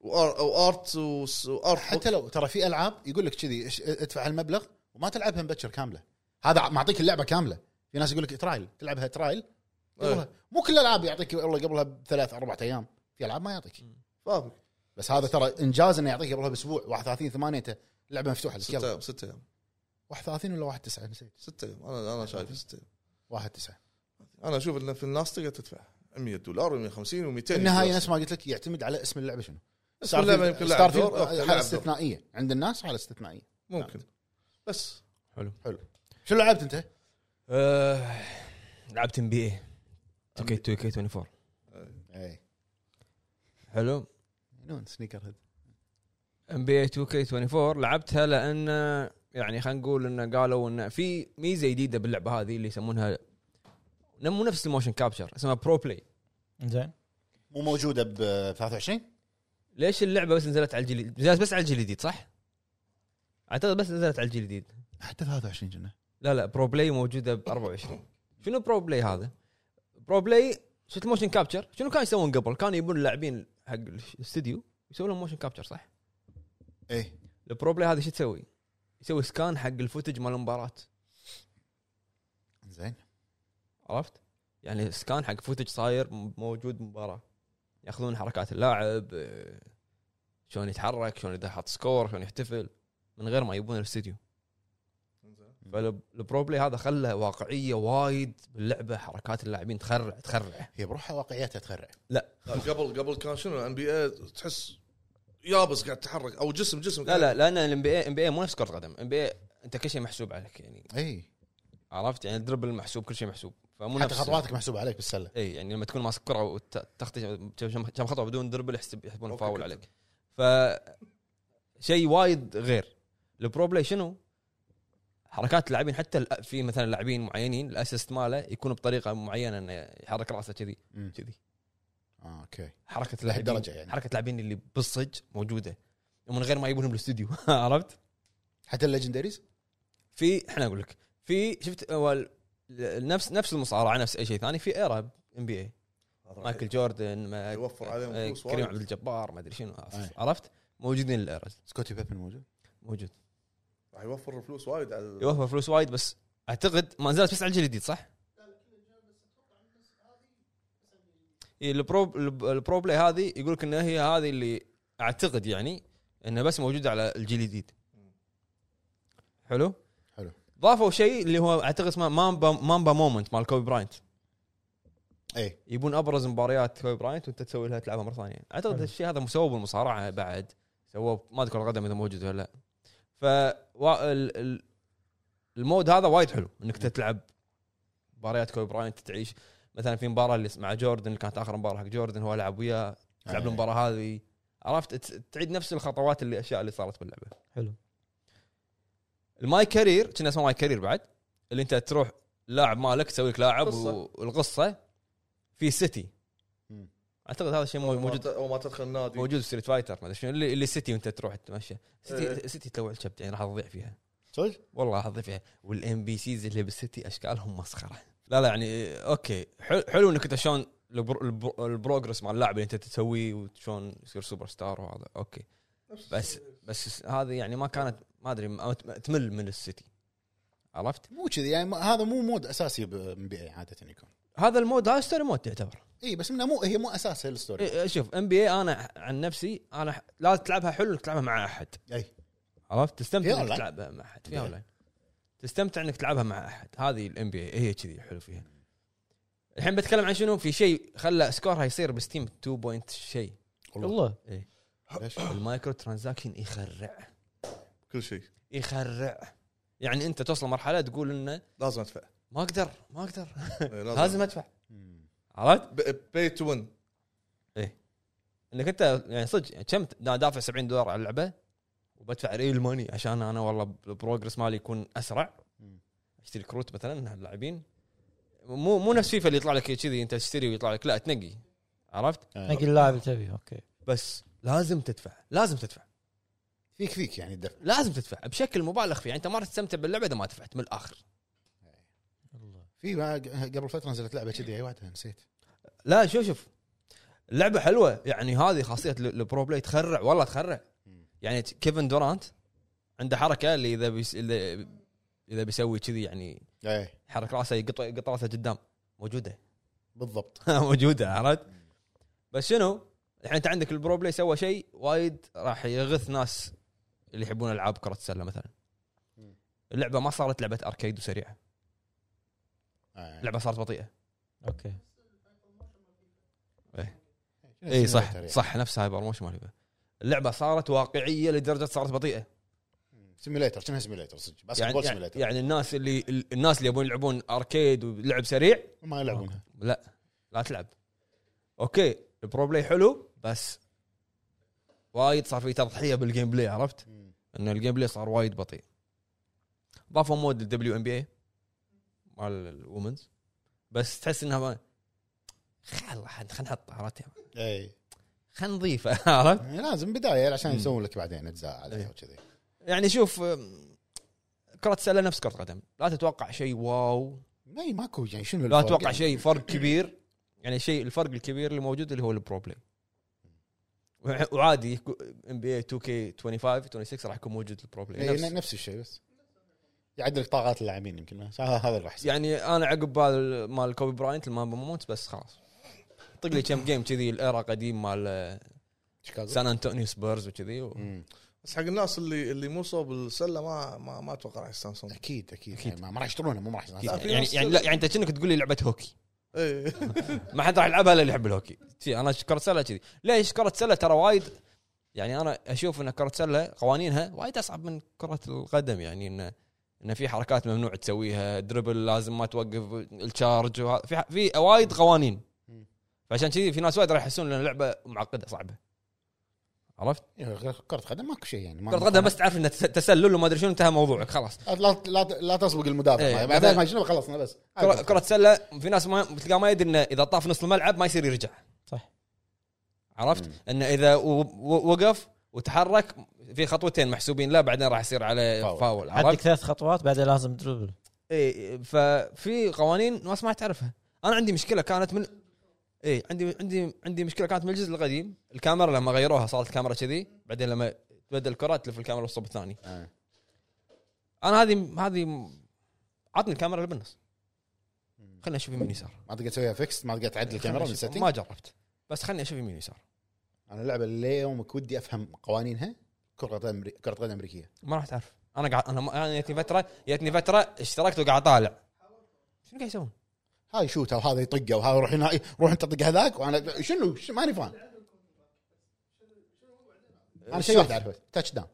Speaker 2: وار وارت وس- وارت
Speaker 3: حتى لو ترى في العاب يقول لك كذي إيش- ادفع هالمبلغ وما تلعبها مبكر كامله هذا معطيك اللعبه كامله في ناس يقول لك ترايل تلعبها
Speaker 1: إيه.
Speaker 3: ترايل
Speaker 2: إيه.
Speaker 3: قبلها. مو كل الالعاب يعطيك والله قبلها بثلاث اربع ايام في العاب ما يعطيك
Speaker 2: فاهم
Speaker 3: بس هذا ترى انجاز انه يعطيك قبلها باسبوع 31 8 انت اللعبه مفتوحه لك
Speaker 2: ست
Speaker 3: يلا
Speaker 2: ايام ست ايام
Speaker 3: 31 ولا 1 9 نسيت
Speaker 2: ست ايام انا انا شايف ست ايام
Speaker 3: 1 9
Speaker 2: انا اشوف ان في الناس تقدر تدفع 100 دولار و150 و200
Speaker 3: النهايه نفس ما قلت لك يعتمد على اسم اللعبه شنو
Speaker 2: اسم اللعبه يمكن لعب
Speaker 3: Starfield
Speaker 2: دور أوكي،
Speaker 3: حاله
Speaker 2: لعب دور.
Speaker 3: استثنائيه عند الناس حاله استثنائيه
Speaker 1: نعم.
Speaker 2: ممكن بس
Speaker 3: شو لعبت انت؟
Speaker 1: آه، لعبت ام بي اي 2 كي 24
Speaker 3: اي
Speaker 1: حلو
Speaker 3: نون سنيكر هيد
Speaker 1: ام بي اي 2 كي 24 لعبتها لان يعني خلينا نقول انه قالوا انه في ميزه جديده باللعبه هذه اللي يسمونها مو نفس الموشن كابتشر اسمها برو بلاي
Speaker 4: زين
Speaker 3: مو موجوده ب 23
Speaker 1: ليش اللعبه بس نزلت على الجيل نزلت بس على الجيل الجديد صح؟ اعتقد بس نزلت على الجيل الجديد
Speaker 3: حتى 23 كنا
Speaker 1: لا لا برو بلاي موجوده ب 24 شنو برو بلاي هذا؟ برو بلاي شفت موشن كابتشر شنو كانوا يسوون قبل؟ كانوا يبون اللاعبين حق الاستديو يسوون لهم موشن كابتشر صح؟
Speaker 3: اي
Speaker 1: البرو بلاي هذا شو تسوي؟ يسوي سكان حق الفوتج مال المباراه
Speaker 3: زين
Speaker 1: عرفت؟ يعني سكان حق فوتج صاير م- موجود مباراة ياخذون حركات اللاعب آه، شلون يتحرك شلون اذا حط سكور شلون يحتفل من غير ما يبون الاستديو فالبرو بلاي هذا خله واقعيه وايد باللعبه حركات اللاعبين تخرع تخرع
Speaker 3: هي بروحها واقعيتها تخرع
Speaker 2: لا، قبل قبل كان شنو ان بي اي تحس يابس قاعد تتحرك او جسم جسم
Speaker 1: لا لا لان الام بي اي مو نفس كره قدم ام بي انت كل شيء محسوب عليك يعني
Speaker 3: اي
Speaker 1: عرفت يعني الدربل محسوب كل شيء محسوب فمو
Speaker 3: حتى
Speaker 1: نفس-
Speaker 3: خطواتك محسوبه عليك بالسله
Speaker 1: اي يعني لما تكون ماسك كره وتخطي كم خطوه بدون دربل يحسب يحسبون
Speaker 2: أوكي،
Speaker 1: فاول
Speaker 2: كنت-
Speaker 1: عليك ف شيء وايد غير البرو بلاي شنو؟ حركات اللاعبين حتى الأ- في مثلا لاعبين معينين الاسيست ماله يكون بطريقه معينه انه يحرك راسه كذي
Speaker 3: مم.
Speaker 1: كذي
Speaker 3: اه اوكي
Speaker 1: حركه اللاعبين
Speaker 3: لهالدرجة يعني.
Speaker 1: حركه اللاعبين اللي بالصج موجوده ومن غير ما يجيبونهم بالاستوديو عرفت؟
Speaker 3: حتى الليجندريز
Speaker 1: في احنا اقول لك في شفت اول نفس نفس المصارعه نفس اي شيء ثاني في ايرا ام بي اي مايكل جوردن ما
Speaker 2: يوفر عليهم
Speaker 1: آه،
Speaker 2: فلوس
Speaker 1: كريم
Speaker 2: وايد.
Speaker 1: عبد الجبار ما ادري شنو
Speaker 3: أي.
Speaker 1: عرفت موجودين الايرز
Speaker 3: سكوتي بيبن موجود
Speaker 1: موجود
Speaker 2: راح يوفر فلوس وايد على
Speaker 1: يوفر فلوس وايد بس اعتقد ما زالت بس على الجيل الجديد صح؟ إي، إيه، البرو الب- البرو بلاي هذه يقول لك ان هي هذه اللي اعتقد يعني انها بس موجوده على الجيل الجديد حلو؟
Speaker 3: حلو.
Speaker 1: ضافوا شيء اللي هو اعتقد اسمه مامبا مامبا مومنت مال كوبي براينت
Speaker 3: اي
Speaker 1: يبون ابرز مباريات كوبي براينت وانت تسوي لها تلعبها مره ثانيه اعتقد
Speaker 4: حلو.
Speaker 1: الشيء هذا مسوى بالمصارعه بعد سووه ما اذكر القدم اذا موجود ولا لا ف وا- ال- ال- المود هذا وايد حلو انك تلعب مباريات كوبي براينت تعيش مثلا في مباراه اللي مع جوردن اللي كانت اخر مباراه حق جوردن هو لعب وياه تلعب
Speaker 3: أي.
Speaker 1: المباراه هذه عرفت ت- تعيد نفس الخطوات اللي الاشياء اللي صارت باللعبه
Speaker 4: حلو.
Speaker 1: الماي كارير كنا اسمه ماي كارير بعد اللي انت تروح لاعب مالك تسوي لك لاعب
Speaker 2: قصة.
Speaker 1: والقصه في سيتي
Speaker 3: مم.
Speaker 1: اعتقد هذا الشيء مو- موجود
Speaker 2: او ما تدخل نادي
Speaker 1: موجود في ستريت فايتر ما ادري شنو اللي, اللي سيتي وانت تروح تمشى
Speaker 2: إيه.
Speaker 1: سيتي سيتي تلوع الشبت يعني راح تضيع فيها
Speaker 3: صدق؟
Speaker 1: والله راح تضيع فيها والام بي سيز اللي بالسيتي اشكالهم مسخره لا لا يعني إيه، اوكي حلو, حلو انك انت شلون البر- البر- البروجرس مع اللاعب اللي انت تسويه وشلون يصير سوبر ستار وهذا اوكي بس بس هذه يعني ما كانت ما ادري ما- تمل من السيتي عرفت؟
Speaker 3: مو كذي يعني ما- هذا مو مود اساسي بام بي اي عاده يكون
Speaker 1: هذا المود هذا ستوري مود تعتبر
Speaker 3: اي إيه، بس انه مو هي مو اساس الستوري
Speaker 1: إيه، شوف ام بي اي انا عن نفسي انا ح- لا تلعبها حلو انك تلعبها مع احد
Speaker 3: اي
Speaker 1: عرفت
Speaker 3: فيها
Speaker 1: تستمتع انك
Speaker 3: أونلاين.
Speaker 1: تلعبها مع احد فيها
Speaker 3: فيها.
Speaker 1: اونلاين تستمتع انك تلعبها مع احد هذه الام بي اي هي كذي حلو فيها الحين بتكلم عن شنو في شيء خلى سكورها يصير بستيم 2 بوينت شيء
Speaker 4: والله
Speaker 3: ليش؟ آه.
Speaker 1: المايكرو ترانزاكشن يخرع
Speaker 2: كل شيء
Speaker 1: يخرع يعني انت توصل مرحله تقول انه
Speaker 2: لازم ادفع
Speaker 1: ما اقدر ما اقدر
Speaker 2: إيه، لازم,
Speaker 1: لازم ادفع
Speaker 3: مم.
Speaker 1: عرفت؟
Speaker 2: باي تو وين
Speaker 1: انك انت يعني صدق يعني كم ت- دا- دافع 70 دولار على اللعبه وبدفع ريل ماني عشان انا والله البروجرس مالي يكون اسرع
Speaker 3: مم.
Speaker 1: اشتري كروت مثلا اللاعبين مو مو نفس فيفا اللي يطلع لك كذي انت تشتري ويطلع لك لا تنقي عرفت
Speaker 3: آه.
Speaker 4: نقي اللاعب اللي تبيه اوكي
Speaker 1: بس لازم تدفع لازم تدفع
Speaker 3: فيك فيك يعني الدفع
Speaker 1: لازم تدفع بشكل مبالغ فيه يعني انت ما راح تستمتع باللعبه اذا ما دفعت من الاخر
Speaker 3: في ما- قبل فتره نزلت لعبه كذي اي واحده نسيت
Speaker 1: لا شوف شوف اللعبه حلوه يعني هذه خاصيه ال- البرو بلاي تخرع والله تخرع
Speaker 3: مم.
Speaker 1: يعني ت- كيفن دورانت عنده حركه اللي اذا بيس اذا اذا بيسوي كذي يعني
Speaker 3: اي
Speaker 1: يحرك راسه يقط يقط راسه قدام موجوده
Speaker 3: بالضبط
Speaker 1: موجوده عرفت؟ بس شنو؟ الحين انت عندك البرو بلاي سوى شيء وايد راح يغث ناس اللي يحبون العاب كره السله مثلا.
Speaker 3: مم.
Speaker 1: اللعبه ما صارت لعبه اركيد وسريعه،
Speaker 3: آه.
Speaker 1: اللعبه صارت بطيئه.
Speaker 4: اوكي
Speaker 3: إيه،
Speaker 1: اي إيه،
Speaker 3: يعني؟
Speaker 1: صح صح نفس هايبر موش مالي اللعبه صارت واقعيه لدرجه صارت بطيئه
Speaker 3: سيميليتر كانها سيميليتر صدق بس
Speaker 1: يعني
Speaker 3: بول
Speaker 1: يعني,
Speaker 3: سيميليتر
Speaker 1: يعني الناس اللي ال- الناس اللي يبون يلعبون اركيد ولعب سريع
Speaker 3: ما يلعبونها
Speaker 1: لا لا تلعب اوكي البرو بلاي حلو بس وايد صار في تضحيه بالجيم بلاي عرفت؟
Speaker 3: مم.
Speaker 1: ان الجيم بلاي صار وايد بطيء ضافوا مود الدبليو ام بي اي مال الومنز بس تحس انها ما خل خلينا نحطها عرفت
Speaker 3: اي
Speaker 1: خلينا نضيفه عرفت
Speaker 3: يعني لازم بدايه عشان
Speaker 1: مم. إيه.
Speaker 3: يسوون لك بعدين اجزاء عليها
Speaker 1: إي.
Speaker 3: وكذي
Speaker 1: يعني شوف أم، كره السله نفس كره قدم لا تتوقع شيء واو
Speaker 3: اي ماكو يعني شنو
Speaker 1: لا
Speaker 3: الفرق؟
Speaker 1: اتوقع شيء فرق كبير يعني شيء الفرق الكبير اللي موجود اللي هو البرو بلاي وع- وعادي ام بي إيه اي 2 كي 25 26 راح يكون موجود البرو بلاي
Speaker 3: إيه،
Speaker 1: نفس-
Speaker 3: نفس الشيء بس يعدل طاقات اللاعبين يمكن بس هذا هذا اللي راح يصير
Speaker 1: يعني انا عقب هذا مال كوبي براينت ما بموت بس خلاص طق لي كم جيم كذي الايرا قديم مال
Speaker 3: شيكاغو.
Speaker 1: سان انطونيو سبيرز وكذي و-
Speaker 3: مم.
Speaker 2: بس حق الناس اللي اللي مو صوب السله ما ما, ما اتوقع راح يستانسون
Speaker 3: اكيد اكيد, يعني ما ما راح يشترونه مو راح
Speaker 1: يعني
Speaker 3: يصير.
Speaker 1: يعني يعني, لا يعني انت كأنك تقول لي لعبه هوكي
Speaker 2: إيه.
Speaker 1: ما حد راح يلعبها الا اللي يحب الهوكي شي، انا كره سله كذي ليش كره سله ترى وايد يعني انا اشوف ان كره سله قوانينها وايد اصعب من كره القدم يعني ان ان في حركات ممنوع تسويها دربل لازم ما توقف الشارج وه- في ح- في وايد قوانين فعشان كذي في ناس وايد راح يحسون ان اللعبه معقده صعبه عرفت؟
Speaker 3: إيه، كرة قدم ماكو شيء يعني ما-
Speaker 1: كره قدم بس تعرف انه تس- تسلل وما ادري شنو انتهى موضوعك خلاص
Speaker 3: لا لا لا تسبق المدافع
Speaker 1: إيه،
Speaker 3: ما-
Speaker 1: مثلاً-
Speaker 3: بعدين ما شنو خلصنا بس
Speaker 1: كرة- كره سله في ناس ما تلقاه ما يدري انه اذا طاف نص الملعب ما يصير يرجع
Speaker 4: صح.
Speaker 1: عرفت؟
Speaker 3: مم.
Speaker 1: انه اذا و- و- وقف وتحرك في خطوتين محسوبين له بعدين راح يصير عليه
Speaker 3: فاول.
Speaker 1: فاول
Speaker 4: عندك
Speaker 1: عرفت؟
Speaker 4: ثلاث خطوات بعدين لازم دربل
Speaker 1: اي ففي إيه، قوانين ناس ما تعرفها انا عندي مشكله كانت من اي عندي عندي عندي مشكله كانت من الجزء القديم الكاميرا لما غيروها صارت كاميرا كذي بعدين لما تبدل الكره تلف الكاميرا والصوب الثاني
Speaker 3: إيه.
Speaker 1: انا هذه هذه عطني الكاميرا اللي بالنص خليني اشوف يمين يسار
Speaker 3: ما تقدر تسويها فيكس ما تقدر تعدل الكاميرا من
Speaker 1: خلني أشوف-
Speaker 3: السيتنج
Speaker 1: إيه، ما جربت بس خليني اشوف يمين يسار
Speaker 3: انا اللعبه اللي يومك ودي افهم قوانينها كره قدم أمري- كره قدم امريكيه
Speaker 1: ما راح تعرف انا قاعد انا انا جتني فتره جتني فتره اشتركت وقاعد طالع شنو قاعد يسوون؟
Speaker 3: هاي شوت وهذا يطقه وهذا يروح هنا إيه، روح انت طق هذاك وانا شنو ش- ماني فاهم انا شيء واحد اعرفه تاتش داون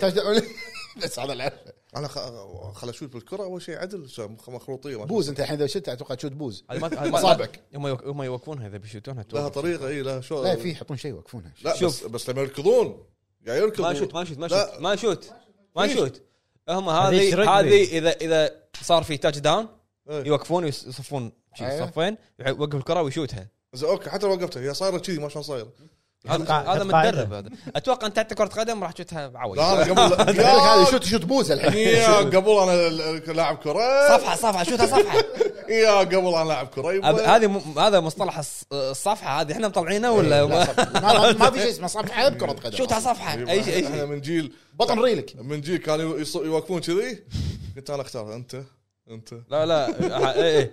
Speaker 3: تاتش داون بس هذا اللي اعرفه
Speaker 2: انا خ- خل اشوت بالكره اول شيء عدل شو- مخ- مخروطيه ما
Speaker 3: بوز انت الحين اذا شلت اتوقع تشوت بوز
Speaker 1: هذه ما- هذه ما-
Speaker 3: مصابك
Speaker 1: هم يوك- هم يوقفونها اذا بيشوتونها
Speaker 2: لها
Speaker 1: توقف.
Speaker 2: طريقه اي لها شو
Speaker 3: لا في يحطون شيء يوقفونها
Speaker 2: لا بس,
Speaker 1: شوف.
Speaker 2: بس لما يركضون قاعد يركض
Speaker 1: ما يشوت ما يشوت ما
Speaker 2: لا.
Speaker 1: يشوت ما يشوت ما
Speaker 2: ليش؟
Speaker 1: يشوت هم
Speaker 4: هذيك
Speaker 1: هذه
Speaker 4: رجلي.
Speaker 1: هذه اذا اذا صار في تاتش داون
Speaker 2: إيه. أيوه.
Speaker 1: يوقفون ويص- يصفون شي
Speaker 3: أيوة.
Speaker 1: صفين يوقف الكره ويشوتها
Speaker 2: زين، اوكي حتى لو وقفتها هي صايره كذي ما شلون صايره
Speaker 1: هذا
Speaker 4: قاع-
Speaker 1: هذا
Speaker 4: حط قاعدة.
Speaker 1: متدرب هذا اتوقع انت حتى كره قدم راح تشوتها بعوي
Speaker 2: لا انا قبل
Speaker 3: قال لك هذا
Speaker 2: يا
Speaker 3: شوت شوت بوز الحين
Speaker 2: يا قبل انا ل- ل- لاعب كره
Speaker 1: صفحه صفحه شوتها صفحه
Speaker 2: يا قبل انا لاعب كره
Speaker 1: أب-
Speaker 2: يبا.
Speaker 1: هذا م- هذا مصطلح الص- الصفحه هذه احنا مطلعينه ولا
Speaker 3: إيه، لا، صح. ما- ما- ما في شيء اسمه صفحه بكره قدم
Speaker 1: شوتها صفحه
Speaker 2: إيه،
Speaker 1: اي شيء اي
Speaker 2: احنا
Speaker 1: شيء
Speaker 2: من جيل
Speaker 3: بطن ريلك
Speaker 2: من جيل كانوا يص- يوقفون كذي كنت انا اختار انت انت
Speaker 1: لا لا ح- اي اي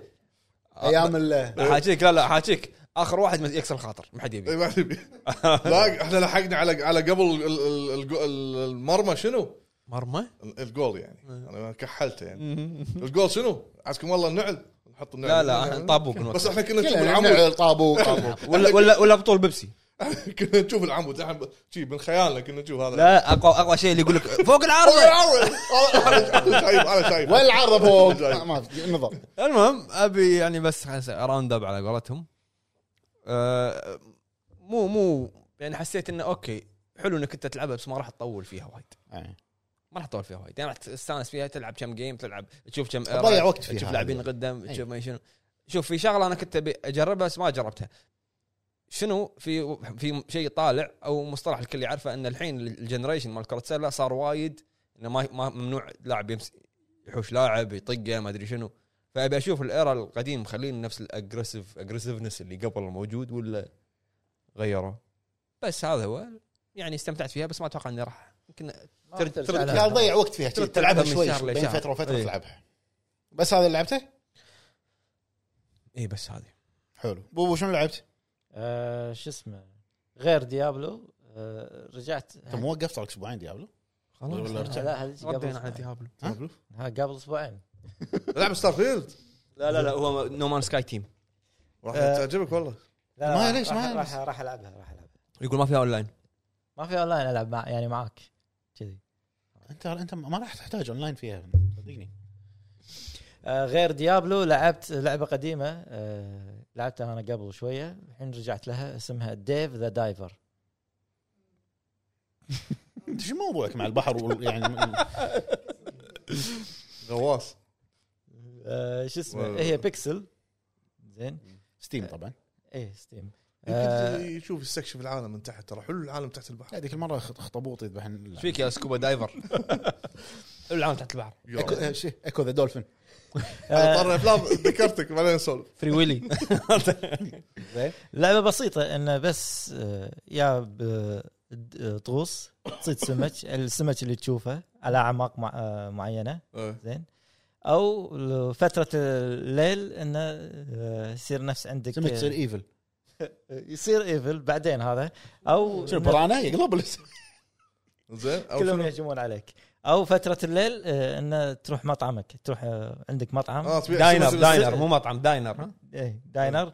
Speaker 3: ايام ال
Speaker 1: حاجيك لا لا حاجيك اخر واحد مت- يكسر الخاطر ما حد
Speaker 2: إي
Speaker 1: يبي
Speaker 2: إيه، ما تبي لا احنا لحقنا على على قبل ال- ال- ال- ال- المرمى شنو؟
Speaker 1: مرمى
Speaker 2: الجول يعني انا كحلته يعني الجول شنو؟ عسكم والله النعل نحط النعل
Speaker 1: لا لا احنا طابوق من
Speaker 2: بس
Speaker 1: وقت.
Speaker 2: احنا كنا نشوف العمود
Speaker 3: العمود طابو طابو
Speaker 1: ولا ولا ولا بطول بيبسي
Speaker 2: كنا نشوف العمود احنا ب- شي من خيالنا كنا نشوف هذا
Speaker 1: لا اقوى اقوى شيء اللي يقول لك فوق
Speaker 2: يا
Speaker 1: العارضه
Speaker 2: عمي، انا أنا شايف انا شايف
Speaker 3: والعرض فوق ما- ما في النظر
Speaker 1: المهم ابي يعني بس راوند اب على قولتهم آه، مو مو يعني حسيت انه اوكي حلو انك انت تلعبها بس ما راح تطول فيها وايد ما راح تطول فيها وايد يعني راح تستانس فيها تلعب كم جيم تلعب تشوف كم
Speaker 3: تضيع وقت فيها.
Speaker 1: تشوف لاعبين قدام
Speaker 3: أي.
Speaker 1: تشوف ما شنو شوف في شغله انا كنت أبي اجربها بس ما جربتها شنو في في شيء طالع او مصطلح الكل يعرفه ان الحين الجنريشن مال كره السله صار وايد انه ما ما- ممنوع لاعب يمس يحوش لاعب يطقه ما ادري شنو فابي اشوف الايرا القديم مخلين نفس الاجريسيف اجريسيفنس اللي قبل الموجود ولا غيره بس هذا هو يعني استمتعت فيها بس ما اتوقع اني راح يمكن ترد- ترد-
Speaker 3: لا تضيع وقت فيها
Speaker 1: تلعبها
Speaker 3: تلعبها
Speaker 1: من
Speaker 3: شوي
Speaker 1: شهر
Speaker 3: شوي، بين
Speaker 1: لشهر.
Speaker 3: فتره وفتره
Speaker 1: إيه.
Speaker 3: تلعبها بس هذا اللي لعبته
Speaker 1: اي إيه، بس هذه
Speaker 3: حلو بوبو شنو لعبت؟
Speaker 4: آه، شو اسمه غير ديابلو آه، رجعت
Speaker 3: انت مو وقفت صار لك اسبوعين ديابلو ولا
Speaker 1: خلاص
Speaker 3: رجعت؟
Speaker 4: لا هذيك قبل
Speaker 1: ردينا على
Speaker 4: أسبوعين.
Speaker 1: ديابلو
Speaker 3: ديابلو؟
Speaker 4: ها قبل اسبوعين
Speaker 2: العب ستار فيلد
Speaker 1: لا لا لا هو نومان سكاي تيم
Speaker 2: راح
Speaker 4: آه.
Speaker 2: تعجبك والله
Speaker 3: ما
Speaker 4: لا راح-
Speaker 3: ليش ما
Speaker 4: راح-
Speaker 3: ليش؟
Speaker 4: راح راح العبها راح العبها
Speaker 1: يقول ما فيها اونلاين
Speaker 4: ما في اونلاين العب مع يعني معاك كذي
Speaker 3: انت انت ما راح تحتاج اونلاين فيها صدقني
Speaker 4: آه، غير ديابلو لعبت لعبه قديمه آه، لعبتها انا قبل شويه الحين رجعت لها اسمها ديف ذا دايفر
Speaker 3: انت شو موضوعك مع البحر وال- يعني
Speaker 2: غواص
Speaker 4: آه، شو اسمه
Speaker 2: واو.
Speaker 4: هي بيكسل زين
Speaker 3: ستيم طبعا
Speaker 4: ايه ستيم آه.
Speaker 2: يمكن يشوف يستكشف العالم من تحت ترى حلو العالم تحت البحر
Speaker 3: لا ذيك المره خط- خطبوط يذبح
Speaker 1: ايش فيك يا سكوبا دايفر العالم تحت البحر
Speaker 2: يا
Speaker 3: ايكو
Speaker 2: الله.
Speaker 3: آه، شي، ايكو ذا دولفين
Speaker 2: على
Speaker 4: آه.
Speaker 2: طار الافلام ذكرتك بعدين نسولف
Speaker 1: فري ويلي
Speaker 3: زين
Speaker 4: لعبه بسيطه انه بس آه، يا ب- د- طغوص تصيد سمك السمك اللي تشوفه على اعماق مع- آه، معينه
Speaker 2: إيه.
Speaker 4: زين او ل- فتره الليل انه آه، يصير نفس عندك
Speaker 3: سمك تصير
Speaker 4: آه،
Speaker 3: ايفل
Speaker 4: يصير ايفل بعدين هذا او
Speaker 3: شنو برانا يقلب الاسم.
Speaker 2: زين او
Speaker 4: كلهم
Speaker 2: شنو؟
Speaker 4: يهجمون عليك او فتره الليل آه، انه تروح مطعمك تروح آه، عندك مطعم
Speaker 2: آه، تبيع
Speaker 1: داينر
Speaker 2: سمك-
Speaker 1: داينر مو مطعم داينر ها
Speaker 4: إيه، داينر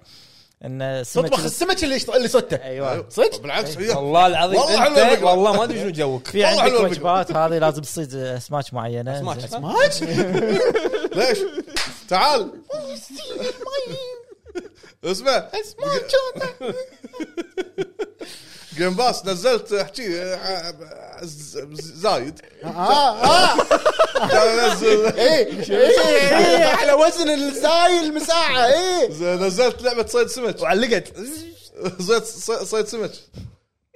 Speaker 4: انه سمك
Speaker 3: تطبخ السمك اللي يشط- اللي صدته أيوة.
Speaker 4: ايوه
Speaker 3: صدق؟
Speaker 2: بالعكس هي-
Speaker 1: والله العظيم
Speaker 2: والله
Speaker 1: والله
Speaker 2: حلوة
Speaker 1: انت
Speaker 2: الفكرة.
Speaker 1: والله ما ادري شنو جوك
Speaker 4: في
Speaker 2: والله
Speaker 4: عندك
Speaker 2: حلوة
Speaker 4: وجبات هذه لازم تصيد اسماك معينه
Speaker 1: اسماك
Speaker 4: زين.
Speaker 1: اسماك
Speaker 3: ماج
Speaker 2: ليش؟ تعال اسمع
Speaker 3: اسماك شلون
Speaker 2: جيم باس نزلت احكي آه، آه، ز- زايد
Speaker 3: اه اه
Speaker 2: كان انزل
Speaker 3: اي
Speaker 1: إيه،
Speaker 3: اي على وزن الزاي المساحه اي
Speaker 2: نزلت لعبه صيد سمك
Speaker 1: وعلقت
Speaker 2: صيد صيد- صيد سمك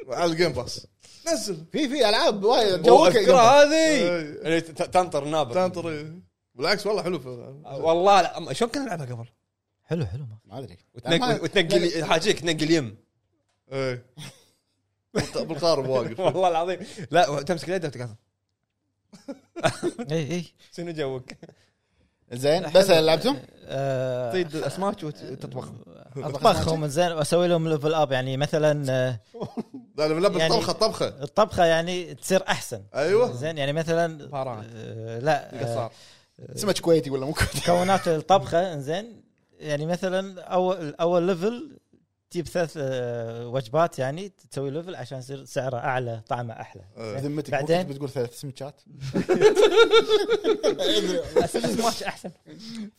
Speaker 2: على الجيم باس نزل
Speaker 3: في في العاب وايد جوك
Speaker 1: الفكره هذه
Speaker 2: إيه.
Speaker 1: اللي ت- تنطر نابر
Speaker 2: تنطر إيه. بالعكس والله حلو
Speaker 1: والله لا، شلون كنا نلعبها قبل؟
Speaker 4: حلو حلو ما
Speaker 3: ما ادري
Speaker 1: وتنقل وتنقل حاجيك تنقل اليم
Speaker 2: ايه بالط- بالقارب واقف
Speaker 1: والله العظيم لا تمسك اليد وتقعد
Speaker 4: اي اي
Speaker 1: شنو جوك؟
Speaker 3: زين بس لعبتهم؟ طيب.
Speaker 4: آه،
Speaker 1: تصيد الاسماك وتطبخهم
Speaker 4: اطبخهم زين واسوي لهم ليفل اب يعني مثلا آه،
Speaker 2: لا لا لا بالطبخه
Speaker 4: يعني-
Speaker 2: الطبخه
Speaker 4: الطبخه يعني تصير احسن
Speaker 2: ايوه
Speaker 4: زين يعني مثلا
Speaker 1: بارعة.
Speaker 4: آه، لا آه،
Speaker 1: القصار
Speaker 3: سمك كويتي ولا مو كويتي
Speaker 4: مكونات الطبخه انزين يعني مثلا اول اول ليفل تجيب ثلاث آه، وجبات يعني تسوي ليفل عشان يصير سعره اعلى طعمه احلى
Speaker 2: إيه.
Speaker 3: ذمتك
Speaker 4: بعدين؟
Speaker 3: بعدين بتقول ثلاث سمكات
Speaker 4: اسماك احسن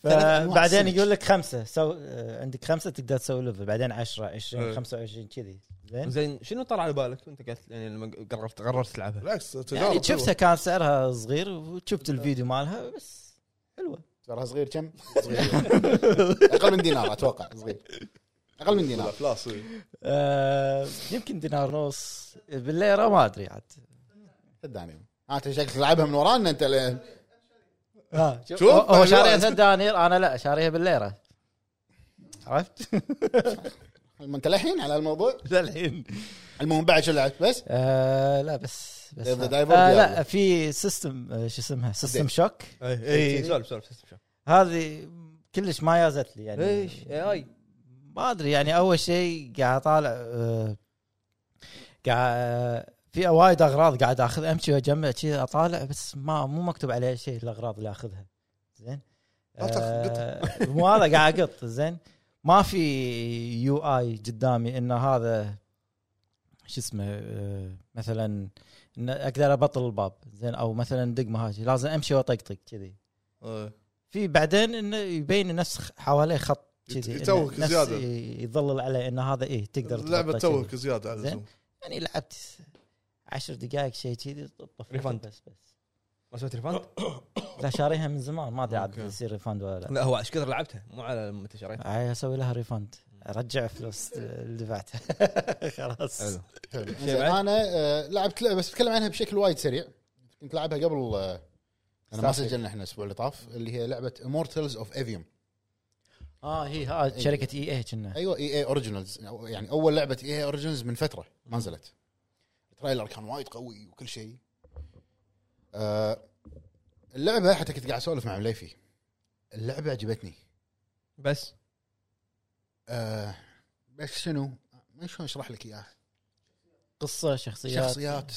Speaker 3: ثلاث أنواع
Speaker 4: بعدين
Speaker 3: سمك.
Speaker 4: يقول لك خمسه سو آه، عندك خمسه تقدر تسوي ليفل بعدين 10
Speaker 2: إيه.
Speaker 4: 20 25 كذي زين
Speaker 1: زين شنو طلع على بالك وانت قلت يعني لما قررت قررت تلعبها؟
Speaker 2: بالعكس تجارب
Speaker 4: يعني
Speaker 2: حلوة.
Speaker 4: شفتها كان سعرها صغير وشفت الفيديو مالها بس حلوه
Speaker 3: ترى صغير كم؟ اقل من دينار اتوقع صغير اقل من دينار
Speaker 2: الافلاس إيه.
Speaker 4: آه، يمكن دينار ونص بالليره ما ادري عاد
Speaker 3: صدقني ها انت شكلك تلعبها من ورانا انت لين.
Speaker 4: آه، شوف
Speaker 2: شوف،
Speaker 4: هو- هو
Speaker 2: أيوة.
Speaker 4: شاريها ثلاث دنانير انا لا شاريها بالليره عرفت؟
Speaker 3: ما انت للحين على الموضوع
Speaker 4: للحين
Speaker 3: المهم بعد شو لعبت بس
Speaker 4: آه لا بس بس
Speaker 3: Dave the Diver
Speaker 4: آه لا
Speaker 3: Diablo.
Speaker 4: في سيستم آه، شو اسمها سيستم
Speaker 3: Update.
Speaker 4: شوك
Speaker 2: إيه،
Speaker 1: اي إيه، سولف سولف
Speaker 4: هذه كلش ما يازت لي يعني
Speaker 2: إيه،
Speaker 1: ليش؟ اي
Speaker 4: ما ادري يعني اول شيء قاعد اطالع آه، قاعد آه، في وايد اغراض قاعد اخذ امشي واجمع شي اطالع بس ما مو مكتوب عليه شيء الاغراض اللي اخذها زين
Speaker 2: لا تاخذ
Speaker 4: آه، مو هذا قاعد اقط زين ما في يو اي قدامي ان هذا شو اسمه آه، مثلا ان اقدر ابطل الباب زين او مثلا دقمه هاجي لازم امشي واطقطق كذي
Speaker 2: إيه.
Speaker 4: في بعدين انه يبين نفس حواليه خط كذي
Speaker 2: يت- يتوهك
Speaker 4: إنه نفس
Speaker 2: زيادة.
Speaker 4: ي- يظلل عليه انه هذا ايه تقدر
Speaker 2: اللعبه
Speaker 4: تحطه
Speaker 2: توك
Speaker 4: كذي.
Speaker 2: زياده على
Speaker 4: زين.
Speaker 2: اللزوم
Speaker 4: يعني لعبت عشر دقائق شيء كذي طف-
Speaker 1: ريفند.
Speaker 4: بس بس
Speaker 1: ما سويت ريفاند؟
Speaker 4: لا شاريها من زمان ما ادري عاد
Speaker 2: أوكي.
Speaker 4: يصير ريفاند ولا لا
Speaker 1: لا هو ايش كثر لعبتها مو على متى شريتها
Speaker 4: عاي اسوي لها ريفاند ارجع فلوس اللي دفعتها خلاص
Speaker 1: حلو
Speaker 3: يعني زين، انا آه، لعبت لعبة بس بتكلم عنها بشكل وايد سريع كنت لعبها قبل آه، انا ما
Speaker 1: Starfield.
Speaker 3: سجلنا احنا الاسبوع اللي طاف اللي هي لعبه امورتلز اوف ايفيوم
Speaker 4: اه هي ها شركه اي اي إيه كنا
Speaker 3: ايوه اي اي اوريجينالز يعني اول لعبه اي اي اوريجينالز من فتره ما نزلت التريلر كان وايد قوي وكل شيء آه اللعبه حتى كنت قاعد اسولف مع مليفي اللعبه عجبتني
Speaker 1: بس
Speaker 3: آه بس شنو ما شلون اشرح لك اياها
Speaker 4: قصه شخصيات
Speaker 3: شخصيات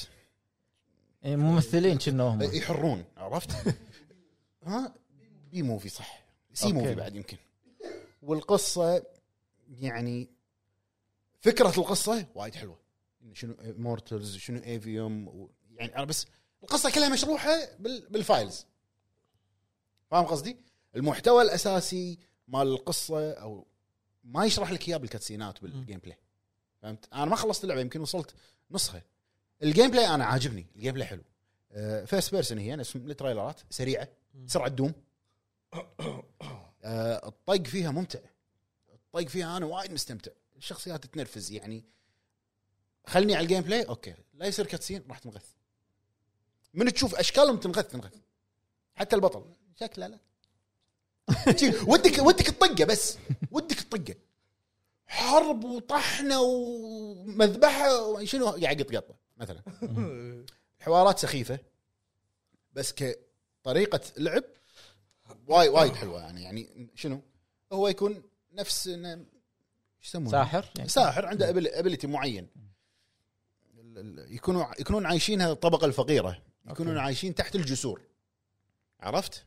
Speaker 4: إيه، ممثلين كنا هم
Speaker 3: يحرون عرفت؟ ها بي موفي صح سي
Speaker 4: أوكي.
Speaker 3: موفي بعد يمكن والقصه يعني فكره القصه وايد حلوه شنو مورتلز شنو ايفيوم و- يعني انا بس القصه كلها مشروحه بال- بالفايلز فاهم قصدي؟ المحتوى الاساسي مال القصه او ما يشرح لك اياه بالكاتسينات بالجيم بلاي فهمت؟ انا ما خلصت اللعبه يمكن وصلت نصها الجيم بلاي انا عاجبني الجيم بلاي حلو فيرست بيرسون هي نفس التريلرات سريعه سرعه دوم آه، الطق فيها ممتع الطق فيها انا وايد مستمتع الشخصيات تتنرفز يعني خلني على الجيم بلاي اوكي لا يصير كاتسين راح تنغث من تشوف اشكالهم تنغث تنغث حتى البطل شكله لا شي- ودك ودك تطقه بس ودك تطقه حرب وطحنه ومذبحه و- شنو قاعد يطقطه مثلا حوارات سخيفه بس كطريقه لعب وايد وايد حلوه يعني يعني شنو هو يكون نفس إنه- شو يسمونه
Speaker 4: ساحر يعني
Speaker 3: ساحر عنده ابيلتي معين ال- ال- يكونوا يكونون عايشين هذه الطبقه الفقيره يكونون
Speaker 4: أوكي.
Speaker 3: عايشين تحت الجسور عرفت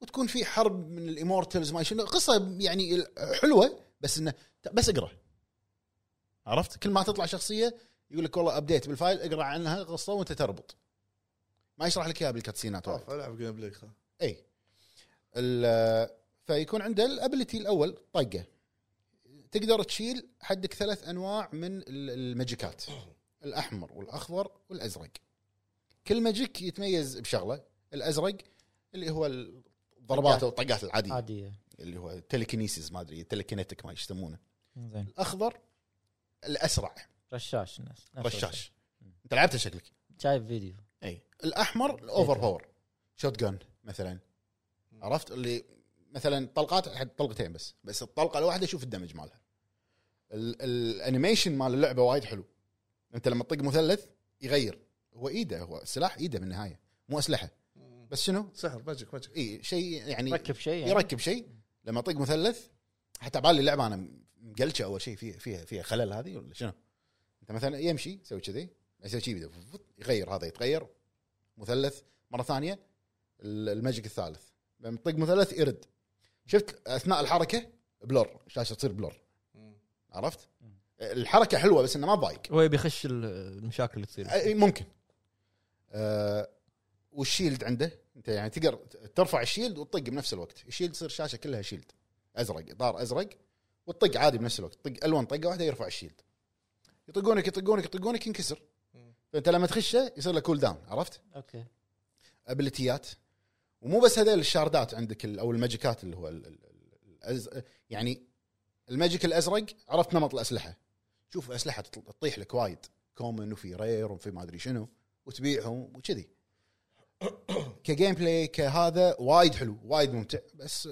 Speaker 3: وتكون في حرب من الامورتلز ما شنو قصه يعني ال- حلوه بس انه ت- بس اقرا عرفت كل ما تطلع شخصيه يقول لك والله ابديت بالفايل اقرا عنها القصه وانت تربط ما يشرح لك اياها بالكاتسينات وايد.
Speaker 2: طاف العب جيم بلاي خلاص.
Speaker 3: اي ال- فيكون عنده الابيلتي الاول طقه تقدر تشيل حدك ثلاث انواع من ال- الماجيكات الاحمر والاخضر والازرق كل ماجيك يتميز بشغله الازرق اللي هو الضربات او الطقات العاديه
Speaker 4: عاديه
Speaker 3: اللي هو تليكينيسيس ما ادري تليكينيتك ما يسمونه
Speaker 4: زين
Speaker 3: الاخضر الاسرع
Speaker 4: رشاش الناس نفس الشيء.
Speaker 3: رشاش انت لعبته شكلك
Speaker 4: شايف فيديو
Speaker 3: اي الاحمر الاوفر باور شوت جن مثلا عرفت اللي مثلا طلقات حق طلقتين بس بس الطلقه الواحده شوف الدمج مالها ال- الانيميشن مال اللعبه وايد حلو انت لما تطق مثلث يغير هو ايده هو سلاح ايده بالنهايه مو اسلحه بس شنو
Speaker 2: سحر ماجيك ماجيك
Speaker 3: اي شيء يعني
Speaker 4: ركب شيء يعني.
Speaker 3: يركب شيء لما اطق مثلث حتى بالي اللعبه انا مقلشه اول شيء فيها فيها فيها خلل هذه ولا شنو؟ انت مثلا يمشي يسوي كذي يسوي كذي يغير هذا يتغير مثلث مره ثانيه ال- الماجيك الثالث لما تطق مثلث يرد شفت اثناء الحركه بلور الشاشه تصير بلور عرفت؟ الحركه حلوه بس انه ما تضايق
Speaker 1: هو يبي يخش المشاكل اللي تصير
Speaker 2: إيه،
Speaker 3: أي- ممكن آه والشيلد عنده انت يعني تقدر ترفع الشيلد وتطق بنفس الوقت الشيلد تصير شاشه كلها شيلد ازرق طار ازرق وتطق عادي بنفس الوقت طق الوان طقه واحده يرفع الشيلد يطقونك يطقونك يطقونك ينكسر فانت لما تخشه يصير له كول داون عرفت
Speaker 4: اوكي
Speaker 3: ابيلتيات ومو بس هذول الشاردات عندك ال- او الماجيكات اللي هو ال- ال- ال- الأز- يعني الماجيك الازرق عرفت نمط الاسلحه شوف اسلحه تطل- تطيح لك وايد كومن وفي رير وفي ما ادري شنو وتبيعهم وكذي كجيم بلاي كهذا وايد حلو وايد ممتع بس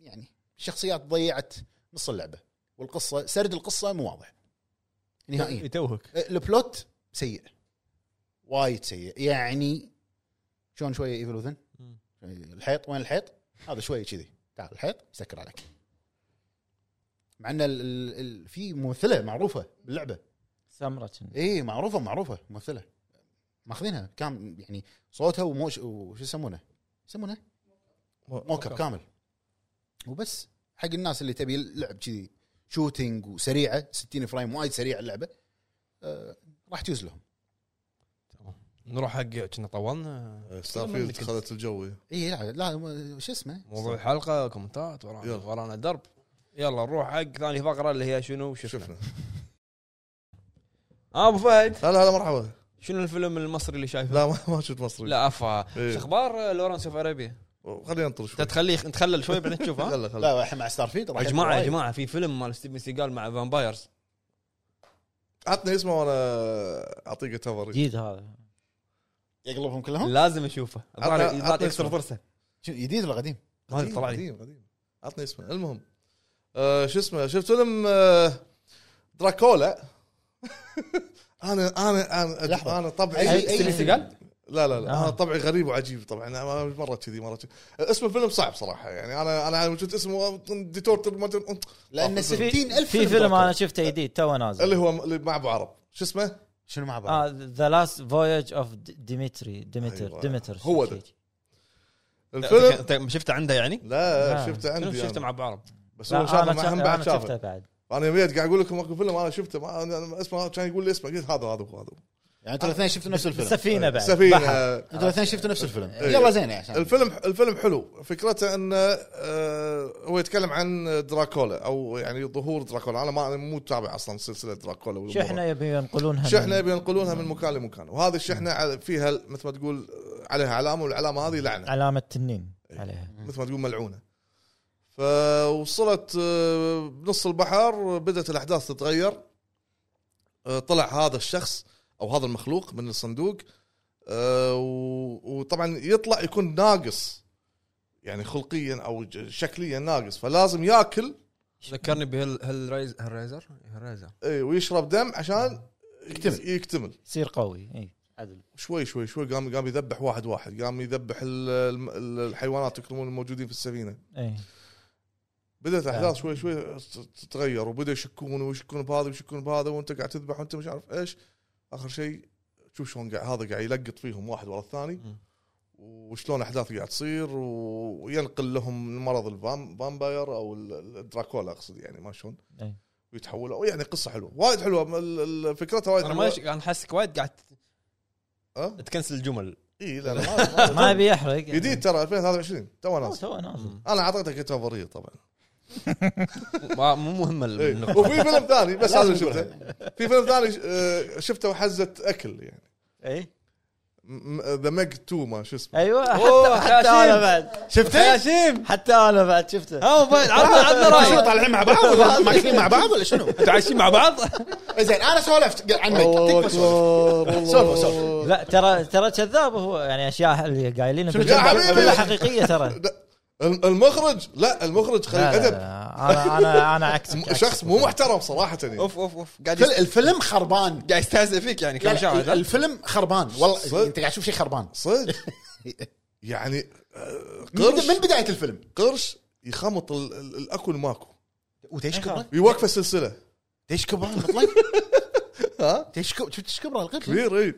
Speaker 3: يعني شخصيات ضيعت نص اللعبه والقصه سرد القصه مو واضح نهائيا
Speaker 1: يتوهك
Speaker 3: البلوت آه، سيء وايد سيء يعني شلون شويه ايفل وذن
Speaker 1: مم.
Speaker 3: الحيط وين الحيط هذا شويه كذي تعال الحيط يسكر عليك مع ان ال- ال- ال- في ممثله معروفه باللعبه
Speaker 4: سمره
Speaker 3: اي معروفه معروفه ممثله ماخذينها كام يعني صوتها وموش وش يسمونه؟ يسمونه موكب كامل وبس حق الناس اللي تبي لعب كذي شوتينج وسريعه 60 فريم وايد سريعه اللعبه آه راح تجوز لهم
Speaker 1: نروح حق كنا طولنا
Speaker 2: إيه، ستار
Speaker 1: من اللي
Speaker 2: فيلد
Speaker 1: كنت-
Speaker 2: خذت الجو
Speaker 3: اي لا إيه، لا مو- شو اسمه؟
Speaker 1: موضوع الحلقه كومنتات ورانا
Speaker 2: يلا.
Speaker 1: ورانا درب يلا نروح حق ثاني فقره اللي هي شنو شفنا
Speaker 2: شفنا
Speaker 1: آه، ابو فهد
Speaker 2: هلا هلا مرحبا
Speaker 1: شنو الفيلم المصري اللي شايفه؟
Speaker 2: لا ما ما شفت مصري
Speaker 1: لا افا
Speaker 2: إيه.
Speaker 1: شو آه، اخبار لورنس اوف ارابيا؟
Speaker 2: خلينا ننطر شوي
Speaker 1: انت تخليه نتخلل شوي بعدين تشوف ها؟
Speaker 2: يلا خلينا
Speaker 3: لا الحين مع ستار فيلد راح
Speaker 1: يا جماعه يا
Speaker 3: وايد.
Speaker 1: جماعه في فيلم مال ستيفن سيجال مع فامبايرز
Speaker 2: عطني اسمه وانا اعطيك تفر
Speaker 4: جديد هذا
Speaker 3: يقلبهم كلهم
Speaker 1: لازم نشوفه
Speaker 2: عطنا-
Speaker 1: الظاهر
Speaker 2: عطنا
Speaker 1: اكثر
Speaker 2: اسمه.
Speaker 1: فرصه
Speaker 3: شنو، جديد ولا قديم؟
Speaker 1: ما أدري، طلع لي
Speaker 2: قديم قديم عطني اسمه المهم آه، شو اسمه شفت فيلم آه، دراكولا انا انا انا
Speaker 3: لحظة.
Speaker 2: انا
Speaker 3: أي-
Speaker 2: طبعي
Speaker 3: أي-
Speaker 1: ستيفن سيجال؟
Speaker 2: لا لا لا
Speaker 4: آه.
Speaker 2: انا طبعي غريب وعجيب طبعا انا مره كذي مره كذي اسم الفيلم صعب صراحه يعني انا انا وجدت اسمه ديتورتر ما أدري-
Speaker 3: لان
Speaker 2: في-
Speaker 3: 60000
Speaker 4: في فيلم انا شفته جديد تو نازل
Speaker 2: اللي هو اللي مع ابو عرب شو اسمه؟
Speaker 3: شنو مع بعض؟
Speaker 4: اه ذا لاست فويج اوف ديمتري ديمتر
Speaker 2: أيوة.
Speaker 4: ديمتر
Speaker 2: هو ده. الفيلم
Speaker 1: انت شفته عنده يعني؟
Speaker 2: لا
Speaker 4: آه.
Speaker 2: شفته
Speaker 1: شنو
Speaker 2: عندي
Speaker 1: شفته
Speaker 2: أنا.
Speaker 1: مع بعض
Speaker 2: بس هو
Speaker 4: لا
Speaker 2: شافه
Speaker 4: انا
Speaker 2: مع هم
Speaker 4: شف-
Speaker 2: بعد
Speaker 4: أنا شفته
Speaker 2: شافه
Speaker 4: بعد
Speaker 2: انا يميت قاعد اقول لكم اكو فيلم انا شفته ما أنا- أنا اسمه كان يقول لي اسمه قلت هذا هذا هو، هذا هو.
Speaker 3: يعني انتوا الاثنين شفتوا نفس الفيلم
Speaker 4: السفينه بعد بحر.
Speaker 2: سفينه
Speaker 3: انتوا الاثنين شفتوا نفس الفيلم
Speaker 2: إيه.
Speaker 3: يلا زين عشان
Speaker 2: الفيلم الفيلم حلو فكرته انه آه، هو يتكلم عن دراكولا او يعني ظهور دراكولا انا ما أنا مو متابع اصلا سلسله دراكولا والأمور.
Speaker 4: شحنه يبي ينقلونها من-
Speaker 2: شحنه بينقلونها من مكان لمكان وهذه الشحنه على- فيها مثل ما تقول عليها علامه والعلامه هذه لعنه
Speaker 4: علامه تنين
Speaker 2: إيه.
Speaker 4: عليها
Speaker 2: مثل ما تقول ملعونه فوصلت آه، بنص البحر بدات الاحداث تتغير آه، طلع هذا الشخص او هذا المخلوق من الصندوق آه، و- وطبعا يطلع يكون ناقص يعني خلقيا او ج- شكليا ناقص فلازم ياكل
Speaker 1: ذكرني بهل هل رايز هل رايزر هل رايزر
Speaker 2: إي، إيه، ويشرب دم عشان يكتمل يكتمل
Speaker 4: يصير قوي إيه. اي عدل
Speaker 2: شوي شوي شوي قام قام يذبح واحد واحد قام يذبح ال- الم- الحيوانات يكرمون الموجودين في السفينه
Speaker 4: اي
Speaker 2: بدات
Speaker 1: نعم.
Speaker 2: الاحداث شوي شوي تتغير وبدأوا يشكون ويشكون بهذا ويشكون بهذا وانت قاعد تذبح وانت مش عارف ايش اخر شيء شوف شلون قاعد هذا قاعد يلقط فيهم واحد ورا الثاني
Speaker 1: مم.
Speaker 2: وشلون احداث قاعد تصير و- وينقل لهم مرض الفامباير او ال- ال- الدراكولا اقصد يعني ما شلون
Speaker 4: إي.
Speaker 2: ويتحولوا يعني قصه حلوه وايد حلوه ال- ال- فكرتها وايد
Speaker 1: انا ما
Speaker 2: حلوه
Speaker 1: أش- انا حاسك وايد قاعد
Speaker 2: أه؟
Speaker 1: تكنسل الجمل
Speaker 2: اي لا لا،
Speaker 4: ما
Speaker 2: ما
Speaker 4: ابي احرق
Speaker 2: جديد ترى 2023 تو نازل
Speaker 4: تو نازل
Speaker 2: انا اعطيتك تفضيل طبعا
Speaker 1: ما- مو مهمه
Speaker 2: إيه.
Speaker 1: النقطه
Speaker 2: وفي فيلم ثاني بس هذا
Speaker 3: لازم
Speaker 2: شفته
Speaker 3: نقولها يعني.
Speaker 2: في فيلم ثاني آه، شفته وحزه اكل يعني
Speaker 4: اي
Speaker 2: ذا ميج 2 ما شو اسمه
Speaker 4: ايوه
Speaker 1: أوه،
Speaker 4: حتى, حتى
Speaker 1: خياشيم.
Speaker 4: انا بعد
Speaker 1: شفته؟
Speaker 4: شفته؟
Speaker 1: شيم
Speaker 4: حتى انا بعد شفته
Speaker 1: ها بعد عطنا عطنا
Speaker 3: شنو
Speaker 1: رايك
Speaker 3: طالعين مع بعض ولا ماكلين مع بعض ولا شنو؟
Speaker 1: انتوا عايشين مع بعض؟
Speaker 3: زين انا سولفت عن ميت تكفى سولف. سولفوا سولفوا
Speaker 4: لا ترى ترى كذاب هو يعني اشياء اللي قايلينها
Speaker 3: شنو
Speaker 4: بالله-
Speaker 2: كذاب؟
Speaker 4: بالله حقيقيه ترى
Speaker 2: لا، الم- المخرج لا المخرج خليل
Speaker 4: لا، لا،
Speaker 2: ادب
Speaker 4: لا. انا انا انا عكسك
Speaker 2: م- شخص مو محترم صراحه يعني
Speaker 1: اوف اوف اوف قاعد
Speaker 3: الفيلم-
Speaker 1: يست-
Speaker 3: الفيلم خربان
Speaker 1: قاعد يستهزئ فيك يعني
Speaker 3: لا،
Speaker 1: كم
Speaker 3: لا،
Speaker 1: شهر
Speaker 3: الفيلم خربان
Speaker 2: صدق.
Speaker 3: والله انت قاعد تشوف شيء خربان
Speaker 2: صدق يعني آه،
Speaker 3: من بدا- من
Speaker 2: قرش
Speaker 3: بدايه الفيلم
Speaker 2: قرش يخمط ال- ال- الاكو الماكو
Speaker 3: وتيش كبره
Speaker 2: يوقف السلسله
Speaker 3: تيش كبره مطلق
Speaker 2: ها
Speaker 3: تيش كبره شفت ايش كبره القط
Speaker 2: كبير اي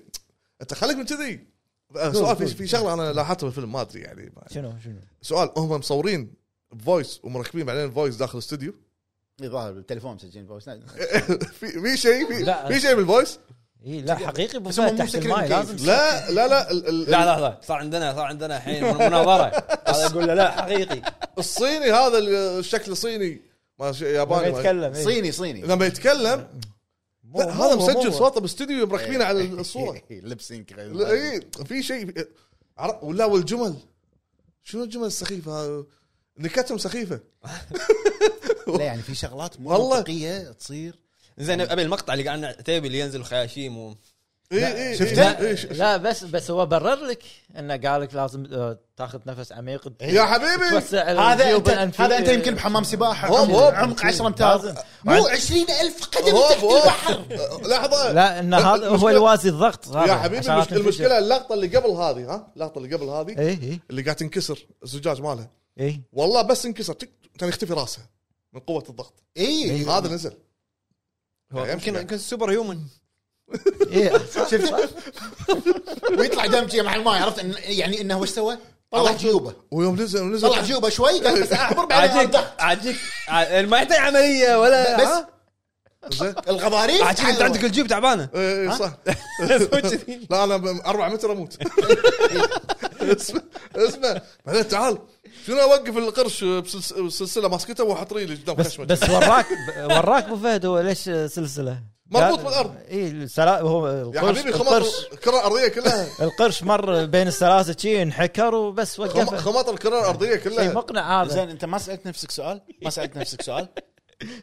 Speaker 2: انت خليك من كذي آه، سؤال في في شغله انا لاحظتها بالفيلم ما ادري يعني ما-
Speaker 4: شنو شنو
Speaker 2: سؤال هم مصورين فويس ومركبين بعدين فويس داخل الاستوديو
Speaker 3: ظاهر بالتليفون مسجلين فويس
Speaker 2: إيه.
Speaker 3: نايت.
Speaker 2: في في شيء في,
Speaker 4: لا.
Speaker 2: في شيء بالفويس
Speaker 4: اي إيه، لا حقيقي بو
Speaker 3: بس هم
Speaker 4: فهد
Speaker 3: مو
Speaker 4: تحت
Speaker 3: مسكرين
Speaker 4: الماي
Speaker 3: الكيف.
Speaker 4: لازم
Speaker 2: لا لا لا ال- ال-
Speaker 1: لا لحظه صار عندنا صار عندنا الحين مناظره هذا اقول له لا حقيقي
Speaker 2: الصيني هذا ال- الشكل الصيني ما ش-
Speaker 4: ما
Speaker 2: ياباني ما
Speaker 4: يتكلم إي.
Speaker 3: صيني صيني
Speaker 2: لما يتكلم
Speaker 4: مو-
Speaker 2: لا هذا
Speaker 4: مو-
Speaker 2: مسجل
Speaker 4: مو-
Speaker 2: صوته باستوديو مركبينه على الصوره
Speaker 3: إيه. لب سينك غير
Speaker 2: لا، إيه. اي في شيء عر- ولا والجمل شنو الجمل السخيفه هذا؟ نكتهم سخيفه
Speaker 3: لا يعني في شغلات مو
Speaker 2: والله.
Speaker 3: منطقيه تصير
Speaker 1: زين ابي المقطع اللي قاعد تبي اللي ينزل خياشيم و...
Speaker 2: اي اي
Speaker 3: شفته؟
Speaker 2: إي، إي، ش-
Speaker 4: لا بس بس هو برر لك انه قال لك لازم آه، تاخذ نفس عميق
Speaker 2: يا إيه. حبيبي
Speaker 4: توسع
Speaker 3: هذا انت
Speaker 4: الجيوب الأنفية.
Speaker 3: هذا انت يمكن بحمام سباحه
Speaker 2: هوب،
Speaker 3: عمق-
Speaker 2: هوب.
Speaker 3: عمق 10 امتار
Speaker 4: لازم.
Speaker 3: مو 20000 قدم
Speaker 2: هوب،
Speaker 3: تحت
Speaker 2: هوب.
Speaker 3: البحر
Speaker 2: لحظه
Speaker 4: لا ان هذا هو
Speaker 2: المشكلة-
Speaker 4: يوازي الضغط
Speaker 2: يا حبيبي المشكله المشكله اللقطه اللي قبل هذه ها اللقطه اللي قبل هذه
Speaker 4: اي اي
Speaker 2: اللي قاعد تنكسر الزجاج مالها
Speaker 4: اي
Speaker 2: والله بس انكسر تك- كان يختفي راسه من قوه الضغط
Speaker 3: اي
Speaker 2: هذا نزل
Speaker 1: هو
Speaker 2: يمشي
Speaker 1: يمكن
Speaker 2: يعني.
Speaker 1: يمكن سوبر هيومن
Speaker 4: إيه،
Speaker 3: شفت ويطلع دمجه مع الماي عرفت إن يعني انه وش سوى؟ طلع جيوبه
Speaker 2: ويوم نزل نزل
Speaker 3: طلع جيوبه شوي قال بس اعبر بعدين
Speaker 1: عاجيك
Speaker 3: أرضع.
Speaker 1: عاجيك ع- ما يحتاج عمليه ولا
Speaker 3: بس
Speaker 2: زين
Speaker 3: الغضاريف
Speaker 1: عاجيك انت آه، عندك الجيب تعبانه
Speaker 2: ايه إيه، صح
Speaker 1: سوي كذي
Speaker 2: لا انا ب 4 متر اموت اسمع اسمع بعدين تعال شنو اوقف القرش بسلس- بسلسله ماسكته واحط ريلي قدام
Speaker 4: بس
Speaker 2: خشمه
Speaker 4: بس وراك وراك ابو فهد هو ليش سلسله؟
Speaker 2: مربوط
Speaker 4: قال-
Speaker 2: بالأرض.
Speaker 4: اي السلا- هو
Speaker 2: يا
Speaker 4: القرش
Speaker 2: حبيبي
Speaker 4: القرش,
Speaker 2: خمط الكره الارضيه كلها
Speaker 4: القرش مر بين السلاسل شي انحكر وبس
Speaker 2: خم-
Speaker 4: وقفه
Speaker 2: خمط الكره الارضيه
Speaker 4: شيء
Speaker 2: كلها
Speaker 4: مقنع هذا
Speaker 3: زين انت ما سالت نفسك سؤال؟ ما سالت نفسك سؤال؟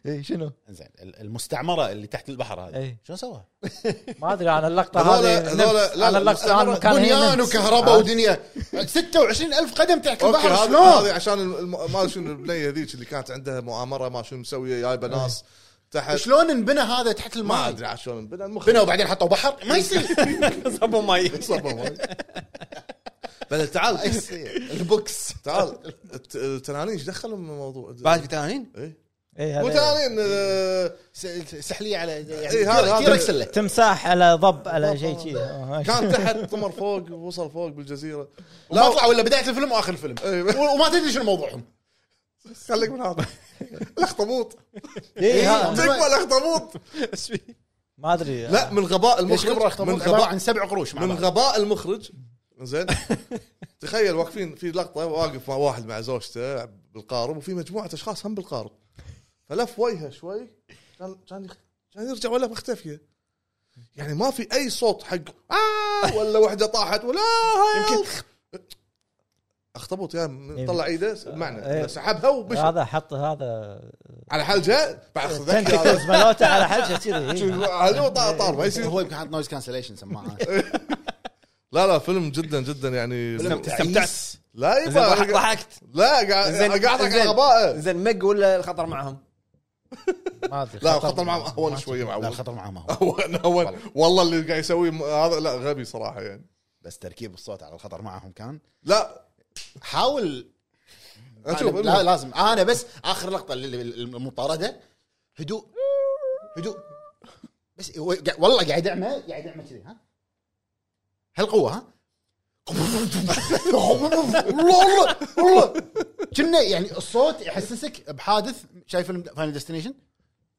Speaker 4: اي شنو؟
Speaker 3: زين ال- المستعمره اللي تحت البحر هذه
Speaker 4: إي.
Speaker 3: شنو سوى؟
Speaker 4: ما ادري انا اللقطه
Speaker 2: هذولا-
Speaker 4: هذه
Speaker 2: هذولا-
Speaker 4: نمت.
Speaker 2: لا،
Speaker 4: انا اللقطه انا
Speaker 2: المستعمرة
Speaker 4: مكان
Speaker 3: بنيان
Speaker 4: آه.
Speaker 3: وكهرباء ودنيا 26000 قدم تحت البحر
Speaker 2: هذه
Speaker 3: شلون؟
Speaker 2: هذه عشان الم- ما شنو البنيه ذيك اللي كانت عندها مؤامره ما شنو مسويه جايبه ناس تحت
Speaker 3: شلون انبنى هذا تحت
Speaker 2: يعني ما إيه،
Speaker 3: الماء؟
Speaker 2: ادري عاد شلون بنى المخ
Speaker 3: بنوا وبعدين حطوا بحر ما يصير
Speaker 1: صبوا ماي
Speaker 2: بل تعال
Speaker 3: البوكس
Speaker 2: تعال الت- التنانين ايش دخلوا من الموضوع؟
Speaker 1: بعد في تنانين
Speaker 2: إيه؟ مو
Speaker 4: اي
Speaker 2: تنانين آه،
Speaker 3: سحليه على يعني
Speaker 2: إيه، هذا- هذا-
Speaker 3: تيرك سله
Speaker 4: تمساح على ضب على شيء شي آه،
Speaker 2: كان تحت طمر فوق وصل فوق بالجزيره
Speaker 3: لا طلعوا الا بدايه الفيلم واخر الفيلم
Speaker 2: إيه.
Speaker 3: و- وما تدري شنو موضوعهم
Speaker 2: خليك من هذا الاخطبوط
Speaker 4: إيه، ها-
Speaker 3: إيه.
Speaker 2: تكفى الاخطبوط
Speaker 1: ايش في؟
Speaker 4: ما ادري
Speaker 2: لا من غباء
Speaker 3: ليش كبره
Speaker 2: المخرج
Speaker 3: اخطبوط
Speaker 2: من
Speaker 3: عباره
Speaker 2: غباء
Speaker 3: عن سبع قروش مع
Speaker 2: من
Speaker 3: بعض.
Speaker 2: غباء المخرج زين تخيل واقفين في لقطه واقف مع واحد مع زوجته بالقارب وفي مجموعه اشخاص هم بالقارب فلف وجهه شوي كان كان يخ- كان يرجع ولا مختفيه يعني ما في اي صوت حق آه ولا وحده طاحت ولا يمكن اخطبوط يا من- طلع ايده
Speaker 4: إيه.
Speaker 2: معنى سحبها ومشى
Speaker 4: هذا إيه. حط هذا
Speaker 2: على حلجه بعد ذكي
Speaker 4: تنتكلز ملوته على حلقه كذي إيه.
Speaker 2: هذا طار ما يصير
Speaker 3: هو يمكن حاط نويز كانسليشن سماعه
Speaker 2: لا لا فيلم جدا جدا يعني
Speaker 1: فيلم
Speaker 2: لا
Speaker 1: استمتعت
Speaker 2: لا
Speaker 1: زين ضحك-
Speaker 2: يبا
Speaker 1: ضحكت
Speaker 2: لا قاعد
Speaker 1: زين-
Speaker 2: قاعد اضحك على
Speaker 1: زين.
Speaker 2: غبائه
Speaker 1: زين مق ولا الخطر معهم؟
Speaker 4: ما ادري
Speaker 2: لا خطر معهم اهون شويه مع
Speaker 3: لا
Speaker 2: أول.
Speaker 3: الخطر معاه ما هو
Speaker 2: اهون اهون والله اللي قاعد يسويه م- هذا لا غبي صراحه يعني
Speaker 3: بس تركيب الصوت على الخطر معهم كان
Speaker 2: لا
Speaker 3: حاول
Speaker 2: اشوف
Speaker 3: أنا- لا لازم انا بس اخر لقطه اللي- اللي- المطارده هدوء هدوء بس هو قا- والله قاعد يدعمه قاعد يدعمه كذي ها هالقوه ها والله والله كنا يعني الصوت يحسسك بحادث شايف فيلم فاينل ديستنيشن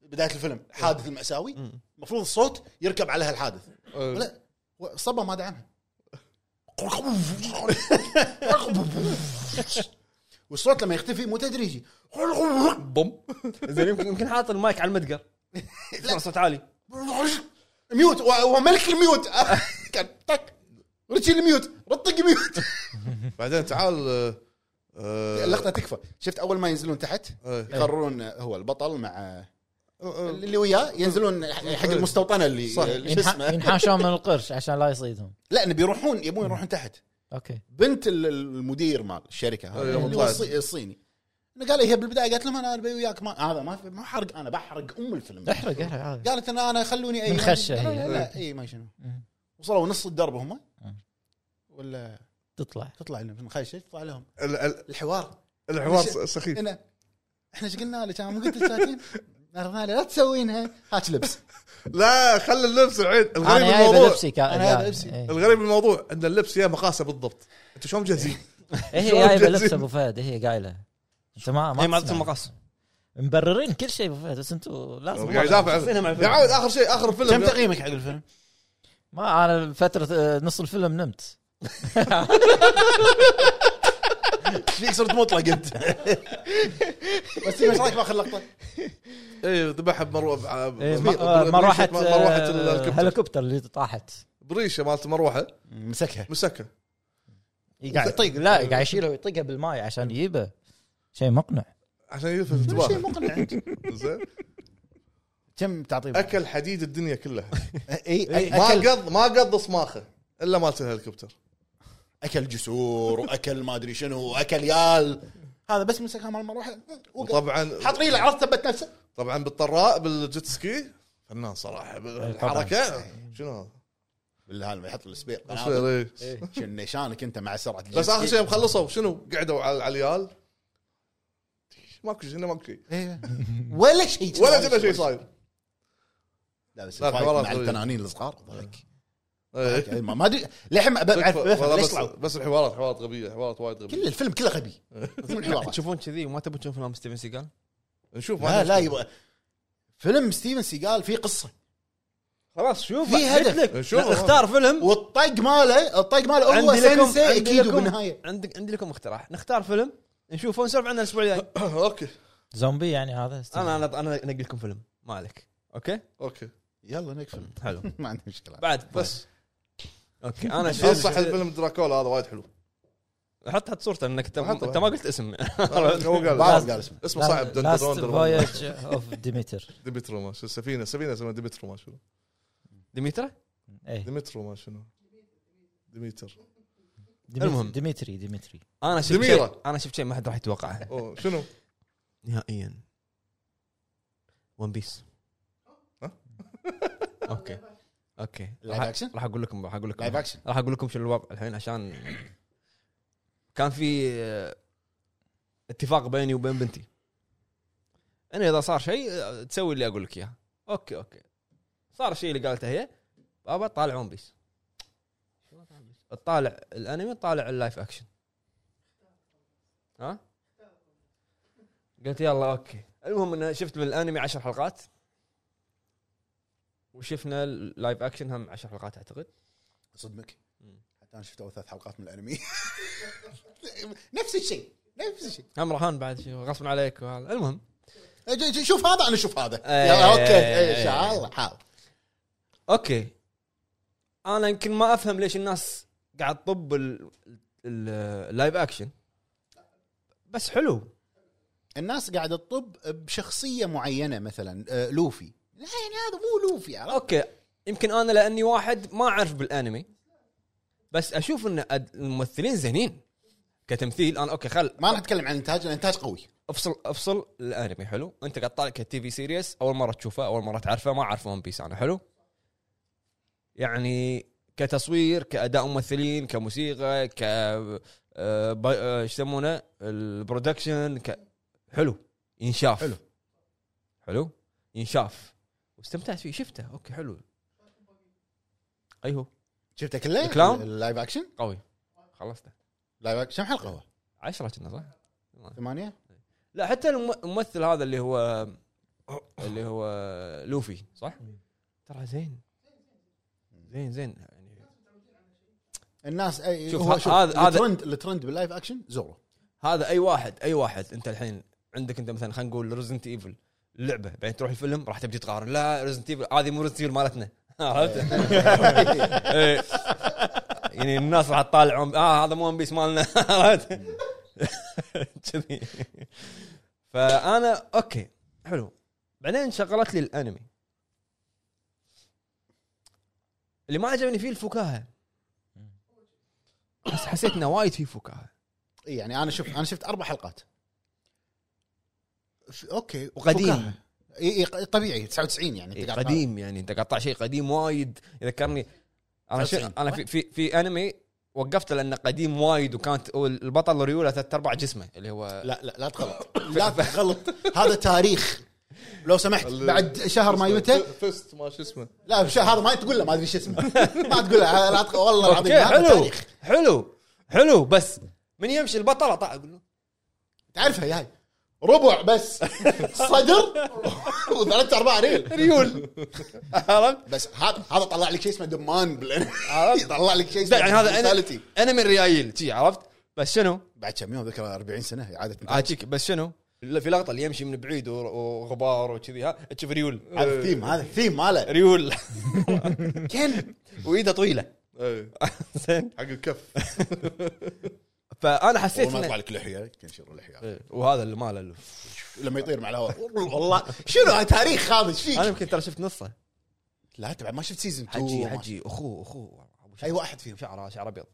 Speaker 3: بدايه الفيلم حادث الماساوي المفروض الصوت يركب على هالحادث
Speaker 2: لا
Speaker 3: لا صبا ما دعمها والصوت لما يختفي مو تدريجي
Speaker 2: آه، بوم
Speaker 1: زين يمكن يمكن حاط المايك على المدقر يسمع صوت عالي
Speaker 3: ميوت هو ملك الميوت كان تك رتشي الميوت رطق ميوت
Speaker 2: بعدين تعال آه، آه،
Speaker 3: اللقطه تكفى شفت اول ما ينزلون تحت
Speaker 2: آه،
Speaker 3: يقررون هو البطل مع
Speaker 2: آه،
Speaker 3: اللي وياه ينزلون حق المستوطنه اللي
Speaker 2: صح.
Speaker 3: اللي شو
Speaker 4: ينح-
Speaker 3: اسمه
Speaker 4: ينحاشون من القرش عشان لا يصيدهم
Speaker 3: لا انه بيروحون يبون يروحون تحت
Speaker 4: اوكي
Speaker 3: بنت ال- المدير مال الشركه هذا
Speaker 2: أيوة،
Speaker 3: اللي هو
Speaker 2: طلعت.
Speaker 3: الصي- الصيني انه قال لي هي بالبدايه قالت لهم انا ابي وياك ما هذا ما في ما حرق انا بحرق ام الفيلم
Speaker 4: احرق احرق عادي.
Speaker 3: قالت ان انا خلوني اي
Speaker 4: من خشة
Speaker 3: لا،
Speaker 4: هي.
Speaker 3: لا، لا اي ما شنو
Speaker 4: مم.
Speaker 3: وصلوا نص الدرب هم
Speaker 4: مم.
Speaker 3: ولا
Speaker 4: تطلع
Speaker 3: تطلع لنا من خشة تطلع لهم
Speaker 2: ال- ال-
Speaker 3: الحوار
Speaker 2: الحوار
Speaker 3: ليش-
Speaker 2: سخيف
Speaker 3: هنا احنا ايش قلنا لك انا مو قلت لك ساكن قالنا لا تسوينها هات لبس
Speaker 2: لا خلي اللبس العيد الغريب
Speaker 4: انا جايب
Speaker 2: الموضوع
Speaker 4: لبسي
Speaker 3: أنا جايبة لبسي.
Speaker 2: الغريب الموضوع ان اللبس يا مقاسه بالضبط انتوا شلون مجهزين؟
Speaker 4: هي
Speaker 2: شلون
Speaker 4: جايبه
Speaker 2: جايزين؟
Speaker 4: لبس ابو فهد هي قايله انت ما
Speaker 1: هي ما عرفت
Speaker 4: تسمع.
Speaker 1: المقاس
Speaker 4: مبررين كل شيء ابو فهد بس انتم لازم
Speaker 2: قاعد يدافع عن-
Speaker 1: شخصينا مع الفيلم.
Speaker 2: يا عود اخر شيء اخر
Speaker 3: كم
Speaker 2: فيلم
Speaker 3: تقييمك حق الفيلم؟
Speaker 4: ما انا فتره آه، نص الفيلم نمت
Speaker 3: ايش فيك صرت مطلق انت بس ايش رايك باخر لقطه؟
Speaker 2: اي ذبحها بمروحه
Speaker 4: إيه،
Speaker 2: بضبيط.
Speaker 4: ما- آه، مروحه
Speaker 2: مروحه
Speaker 4: آه،
Speaker 2: الهليكوبتر
Speaker 4: هليكوبتر اللي طاحت
Speaker 2: بريشه مالت مروحه
Speaker 3: مسكها
Speaker 2: مسكها
Speaker 4: قاعد يطيق لا قاعد يشيله ويطيقه بالماي عشان يجيبه شيء مقنع
Speaker 2: عشان يلفت
Speaker 3: شيء
Speaker 2: انتباهها
Speaker 3: مقنع عندك
Speaker 2: زين
Speaker 3: كم تعطيه؟
Speaker 2: اكل حديد الدنيا كلها
Speaker 3: اي أي-
Speaker 2: ما
Speaker 3: اكل
Speaker 2: قض ما قض صماخه الا مالت الهليكوبتر
Speaker 3: اكل جسور واكل ما ادري شنو واكل يال هذا بس مسكها مال مروحه وقف.
Speaker 2: وطبعا
Speaker 3: حط ريله عرفت ثبت نفسه
Speaker 2: طبعا بالطراء بالجيت سكي فنان صراحه بالحركه شنو هذا؟
Speaker 3: بالله لما يحط السبير
Speaker 2: أصير، إيه.
Speaker 3: شنو نيشانك انت مع سرعه الجيت
Speaker 2: بس اخر
Speaker 3: سكي.
Speaker 2: شيء مخلصوا شنو قعدوا على على اليال ماكو شيء هنا ماكو شيء
Speaker 3: إيه. ولا شيء
Speaker 2: ولا كنا شيء صاير
Speaker 3: لا بس
Speaker 2: لا،
Speaker 3: الفايت
Speaker 2: حوارات
Speaker 3: مع
Speaker 2: طويلة.
Speaker 3: التنانين الصغار ضحك.
Speaker 2: إيه.
Speaker 3: يعني ما ما ادري للحين ما بعرف
Speaker 2: تكفى.
Speaker 3: بفهم
Speaker 2: والله
Speaker 3: ليش
Speaker 2: بس,
Speaker 3: طلعوا
Speaker 2: بس الحوارات حوارات غبيه حوارات وايد غبيه
Speaker 3: كل الفيلم كله غبي مو الحوارات.
Speaker 1: تشوفون كذي وما تبون تشوفون فيلم ستيفن سيجال
Speaker 2: نشوف
Speaker 3: لا لا يبغى فيلم ستيفن سيجال فيه قصه
Speaker 1: خلاص شوف
Speaker 3: في
Speaker 1: قلت
Speaker 3: هدف.
Speaker 1: لك.
Speaker 2: شوف.
Speaker 1: لا، اختار فيلم
Speaker 3: والطق ماله الطق ماله هو
Speaker 1: عندي لكم-
Speaker 3: سنسي
Speaker 1: عندي
Speaker 3: اكيد
Speaker 1: لكم-
Speaker 3: بالنهايه
Speaker 1: عندي عندي لكم اقتراح نختار فيلم نشوفه ونسولف عنه الاسبوع الجاي
Speaker 2: اوكي
Speaker 4: زومبي يعني هذا
Speaker 1: انا انا انا انقي لكم فيلم ما عليك اوكي
Speaker 2: اوكي
Speaker 3: يلا نقفل
Speaker 1: حلو
Speaker 3: ما عندي مشكله
Speaker 1: بعد بس اوكي انا شو
Speaker 2: انصح الفيلم دراكولا هذا وايد حلو
Speaker 1: حط حط صورته انك انت
Speaker 2: حطه.
Speaker 1: انت ما قلت اسم
Speaker 2: هو قال
Speaker 3: بعرف قال اسمه
Speaker 2: اسمه صعب
Speaker 4: لاست
Speaker 2: دندرون درون.
Speaker 4: فويج اوف ديمتر
Speaker 2: ديمترو ما شو سفينه سفينه اسمها ديمترو ما شنو
Speaker 1: ديميترا
Speaker 4: ايه
Speaker 2: ديمترو ما شنو ديمتر
Speaker 4: ديمتري-
Speaker 1: المهم.
Speaker 4: ديمتري ديمتري
Speaker 1: انا شفت
Speaker 2: دميرة.
Speaker 1: شيء انا شفت شيء ما حد راح يتوقعه
Speaker 2: اوه شنو
Speaker 1: نهائيا ون بيس
Speaker 2: ها؟
Speaker 1: اوكي اوكي
Speaker 3: لايف
Speaker 1: راح-
Speaker 3: اكشن
Speaker 1: راح اقول لكم راح اقول لكم
Speaker 3: لايف اكشن
Speaker 1: راح اقول لكم شنو الوضع الحين عشان كان في آه، اتفاق بيني وبين بنتي انا اذا صار شيء آه، تسوي اللي اقول لك اياه اوكي اوكي صار الشيء اللي قالته هي بابا طالع ون بيس طالع الانمي طالع اللايف اكشن ها قلت يلا اوكي المهم ان شفت من الانمي عشر حلقات وشفنا اللايف اكشن هم عشر حلقات اعتقد
Speaker 3: صدمك
Speaker 1: مم.
Speaker 3: حتى انا شفت اول ثلاث حلقات من الانمي نفس الشيء نفس الشيء
Speaker 1: هم رهان بعد شي، غصب عليك وهذا. المهم
Speaker 3: ج- ج- شوف هذا انا شوف هذا
Speaker 1: إيه.
Speaker 3: يلا، اوكي ان شاء الله حاول
Speaker 1: اوكي انا يمكن ما افهم ليش الناس قاعد تطب ال- ال- اللايف اكشن بس حلو
Speaker 3: الناس قاعده تطب بشخصيه معينه مثلا آه، لوفي لا يعني هذا مو لوفي عرفت
Speaker 1: اوكي يمكن انا لاني واحد ما اعرف بالانمي بس اشوف ان أد- الممثلين زينين كتمثيل انا اوكي خل
Speaker 3: ما راح نتكلم عن الانتاج الانتاج قوي
Speaker 1: افصل افصل الانمي حلو انت قاعد تطالع كتي في سيريس اول مره تشوفه اول مره تعرفه ما اعرف ون بيس انا حلو يعني كتصوير كاداء ممثلين كموسيقى ك آه، باي- آه، ايش يسمونه البرودكشن ك... حلو ينشاف
Speaker 3: حلو.
Speaker 1: حلو ينشاف واستمتعت فيه شفته اوكي حلو اي هو
Speaker 3: شفته كله
Speaker 1: الكلاون؟
Speaker 3: اللايف اكشن
Speaker 1: قوي خلصته
Speaker 3: لايف اكشن كم حلقه هو؟
Speaker 1: عشرة كنا صح؟
Speaker 3: ثمانيه؟
Speaker 1: لا حتى الم- الممثل هذا اللي هو اللي هو لوفي صح؟ ترى زين زين زين يعني
Speaker 3: الناس أي
Speaker 1: شوف،
Speaker 3: هو
Speaker 1: ه- هذا- هذا-
Speaker 3: الترند الترند باللايف اكشن زورو
Speaker 1: هذا اي واحد اي واحد انت الحين عندك انت مثلا خلينا نقول ريزنت ايفل اللعبه بعدين تروح الفيلم راح تبدي تقارن لا ريزنت ايفل هذه مو ريزنت ايفل مالتنا عرفت؟ إيه. يعني الناس راح تطالع ون- اه هذا مو ون بيس مالنا عرفت؟ كذي فانا اوكي حلو بعدين شغلت لي الانمي اللي ما عجبني فيه الفكاهه بس حسيت انه وايد فيه فكاهه
Speaker 3: اي يعني انا شوف انا شفت اربع حلقات ف- اوكي
Speaker 1: وقديم.
Speaker 3: فكاهة. اي اي ق- طبيعي 99 يعني
Speaker 1: إيه،
Speaker 3: أنت قاعد
Speaker 1: قديم يعني انت قطع شيء قديم وايد يذكرني انا شي
Speaker 3: تسعين.
Speaker 1: انا في في, في انمي وقفته لانه قديم وايد وكانت البطل ريوله ثلاث ارباع جسمه اللي هو
Speaker 3: لا لا لا تغلط لا تغلط هذا تاريخ لو سمحت بعد شهر ما يوته
Speaker 2: فست ما شو اسمه
Speaker 3: لا بش- هذا ما تقول له ما ادري شو اسمه ما تقول له لا تق- والله العظيم
Speaker 1: اوكي حلو
Speaker 3: هذا تاريخ
Speaker 1: حلو حلو بس من يمشي البطل اطلع اقول له
Speaker 3: تعرفها يا هاي ربع بس صدر وثلاث ارباع ريل
Speaker 1: ريول عرفت؟
Speaker 3: بس هذا هذا طلع لك شيء اسمه دمان بالانمي
Speaker 1: عرفت؟
Speaker 3: طلع لك شيء
Speaker 1: لا، يعني هذا
Speaker 3: brutality.
Speaker 1: أنا- انمي الريايل شي عرفت؟ بس شنو؟
Speaker 3: بعد كم يوم ذكر 40 سنه اعاده
Speaker 1: اجيك بس شنو؟ لا، في لقطه اللي يمشي من بعيد و- وغبار وكذي ها تشوف ريول
Speaker 3: هذا الثيم هذا الثيم ماله
Speaker 1: ريول
Speaker 3: كان
Speaker 1: وايده طويله
Speaker 2: إيه،
Speaker 1: زين
Speaker 2: حق الكف
Speaker 1: فانا حسيت
Speaker 3: اول ما
Speaker 1: إنه-
Speaker 3: يطلع لك لحيه تنشر اللحيه
Speaker 1: إيه، وهذا اللي ماله اللي-
Speaker 3: لما يطير مع الهواء والله شنو هالتاريخ هذا ايش
Speaker 1: انا
Speaker 3: فيك؟
Speaker 1: يمكن ترى شفت نصه
Speaker 3: لا تبع ما شفت سيزون 2
Speaker 1: حجي
Speaker 3: وما-
Speaker 1: حجي اخوه اخوه أبو شعر-
Speaker 3: اي واحد فيهم
Speaker 1: شعره شعر ابيض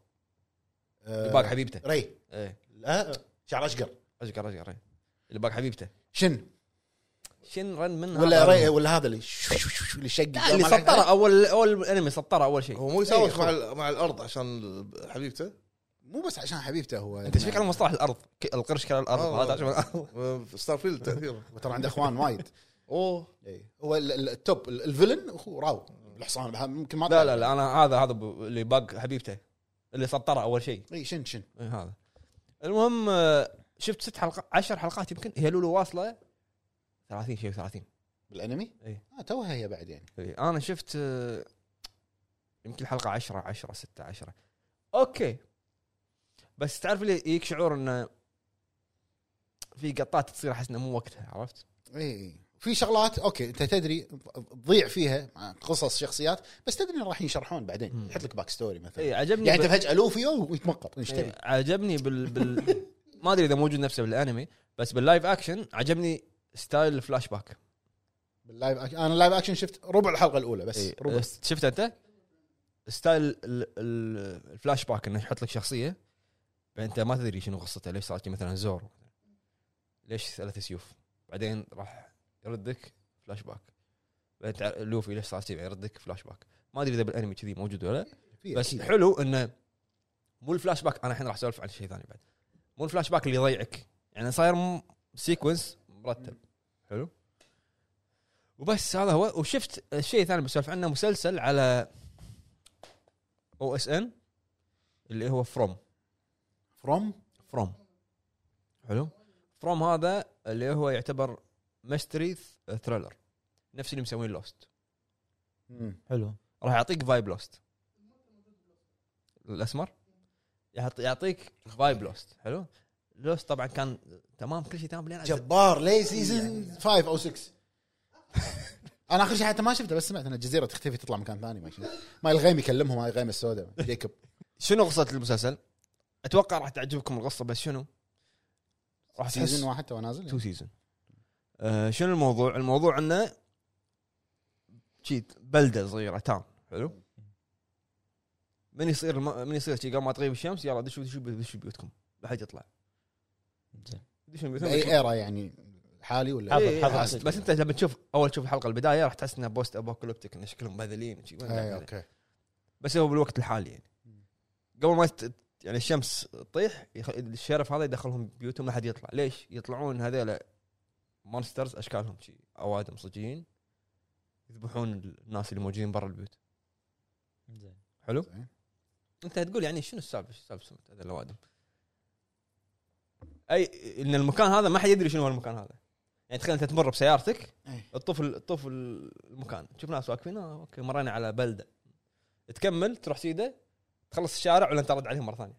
Speaker 3: آه،
Speaker 1: اللي باق حبيبته
Speaker 3: ري
Speaker 1: ايه
Speaker 3: لا شعر اشقر
Speaker 1: اذكر اذكر إيه. اللي باق حبيبته
Speaker 3: شن
Speaker 1: شن رن منها
Speaker 3: ولا ري ولا هذا اللي شو شو شو شو اللي شق
Speaker 1: اللي سطره اول اول انمي سطره اول شيء
Speaker 2: هو مو
Speaker 3: إيه،
Speaker 2: يساوي
Speaker 3: أخوه.
Speaker 2: مع ال- مع الارض عشان حبيبته
Speaker 3: مو بس عشان حبيبته هو يعني.
Speaker 1: انت ايش فيك على مصطلح الارض ك- القرش كان الارض
Speaker 2: آه.
Speaker 1: هذا عشان الارض
Speaker 2: ستار فيلد تاثيره
Speaker 3: ترى عنده اخوان وايد اوه هو ال- ال- التوب ال- الفيلن اخوه راو الحصان بها- يمكن ما
Speaker 1: لا لا لا انا هذا هذا ب- اللي باق حبيبته اللي سطره اول شيء
Speaker 3: اي شن شن
Speaker 1: إيه هذا المهم آه، شفت ست حلقات عشر حلقات يمكن هي لولو واصله 30 شيء 30
Speaker 3: بالانمي؟
Speaker 1: إي.
Speaker 3: آه توها هي بعد يعني
Speaker 1: إي، انا شفت آه، يمكن الحلقه 10 10 6 10 اوكي بس تعرف لي يجيك شعور انه في قطات تصير احس انه مو وقتها عرفت؟
Speaker 3: اي إيه. في شغلات اوكي انت تدري تضيع فيها مع قصص شخصيات بس تدري إن راح ينشرحون بعدين
Speaker 1: مم.
Speaker 3: يحط لك باك ستوري مثلا
Speaker 1: اي إيه، عجبني
Speaker 3: يعني
Speaker 1: ب-
Speaker 3: انت فجاه لوفي أوه، ويتمقط ايش تبي؟
Speaker 1: إيه، عجبني بال, بال... ما ادري اذا موجود نفسه بالانمي بس باللايف اكشن عجبني ستايل الفلاش باك
Speaker 3: باللايف أكشن. انا اللايف اكشن شفت ربع الحلقه الاولى بس
Speaker 1: إيه،
Speaker 3: ربع
Speaker 1: أس- شفته انت؟ ستايل ال- ال- الفلاش باك انه يحط لك شخصيه فانت ما تدري شنو قصته ليش صارت مثلا زورو ليش ثلاث سيوف بعدين راح يردك فلاش باك بعدين تع- لوفي ليش صار كذي يردك فلاش باك ما ادري اذا بالانمي كذي موجود ولا لا
Speaker 3: في
Speaker 1: بس
Speaker 3: أكيد.
Speaker 1: حلو انه مو الفلاش باك انا الحين راح اسولف عن شيء ثاني بعد مو الفلاش باك اللي يضيعك يعني صاير سيكونس مرتب حلو وبس هذا هو وشفت الشيء الثاني بسولف عنه مسلسل على او اس ان اللي هو فروم
Speaker 3: فروم
Speaker 1: فروم حلو فروم هذا اللي هو يعتبر ميستري ثريلر نفس اللي مسوين لوست
Speaker 4: حلو
Speaker 1: راح يعطيك فايب لوست الاسمر يعط- يعطيك فايب لوست حلو لوست طبعا كان تمام كل شيء تمام لين
Speaker 3: جبار
Speaker 1: إيه.
Speaker 3: ليه سيزون 5 او 6 انا اخر شيء حتى ما شفته بس سمعت ان الجزيره تختفي تطلع مكان ثاني ما شنو. ما الغيم يكلمهم هاي الغيمه السوداء جيكوب
Speaker 1: شنو قصه المسلسل؟ اتوقع راح تعجبكم القصه بس شنو؟ راح
Speaker 3: سيزون
Speaker 1: تحس
Speaker 3: واحد تو نازل
Speaker 1: تو سيزون آه شنو الموضوع؟ الموضوع انه شي بلده صغيره تاون حلو؟ من يصير الم... من يصير شي قبل ما تغيب الشمس يلا دشوا دشوا دشوا بيوتكم لا حد يطلع
Speaker 4: زين
Speaker 1: دشوا بيوتكم
Speaker 3: باي ايرا يعني حالي ولا
Speaker 4: حظ-
Speaker 1: إيه،
Speaker 4: حظ
Speaker 1: بس-
Speaker 4: عسل.
Speaker 1: بس انت لما تشوف اول تشوف الحلقه البدايه راح تحس انها بوست ابوكاليبتيك ان شكلهم بذلين شي ما أدري.
Speaker 3: اي اوكي
Speaker 1: بس هو بالوقت الحالي يعني قبل ما ت... يعني الشمس تطيح يخ... الشرف هذا يدخلهم بيوتهم لا حد يطلع ليش يطلعون هذول مونسترز اشكالهم شي اوادم صجيين يذبحون الناس اللي موجودين برا البيوت
Speaker 4: زين
Speaker 1: حلو
Speaker 3: زين.
Speaker 1: انت تقول يعني شنو السالفه شو السالفه هذا الاوادم اي ان المكان هذا ما حد يدري شنو هو المكان هذا يعني تخيل انت تمر بسيارتك
Speaker 3: إيه.
Speaker 1: الطفل الطفل المكان تشوف ناس واقفين آه اوكي مرينا على بلده تكمل تروح سيده تخلص الشارع ولا ترد عليهم مره ثانيه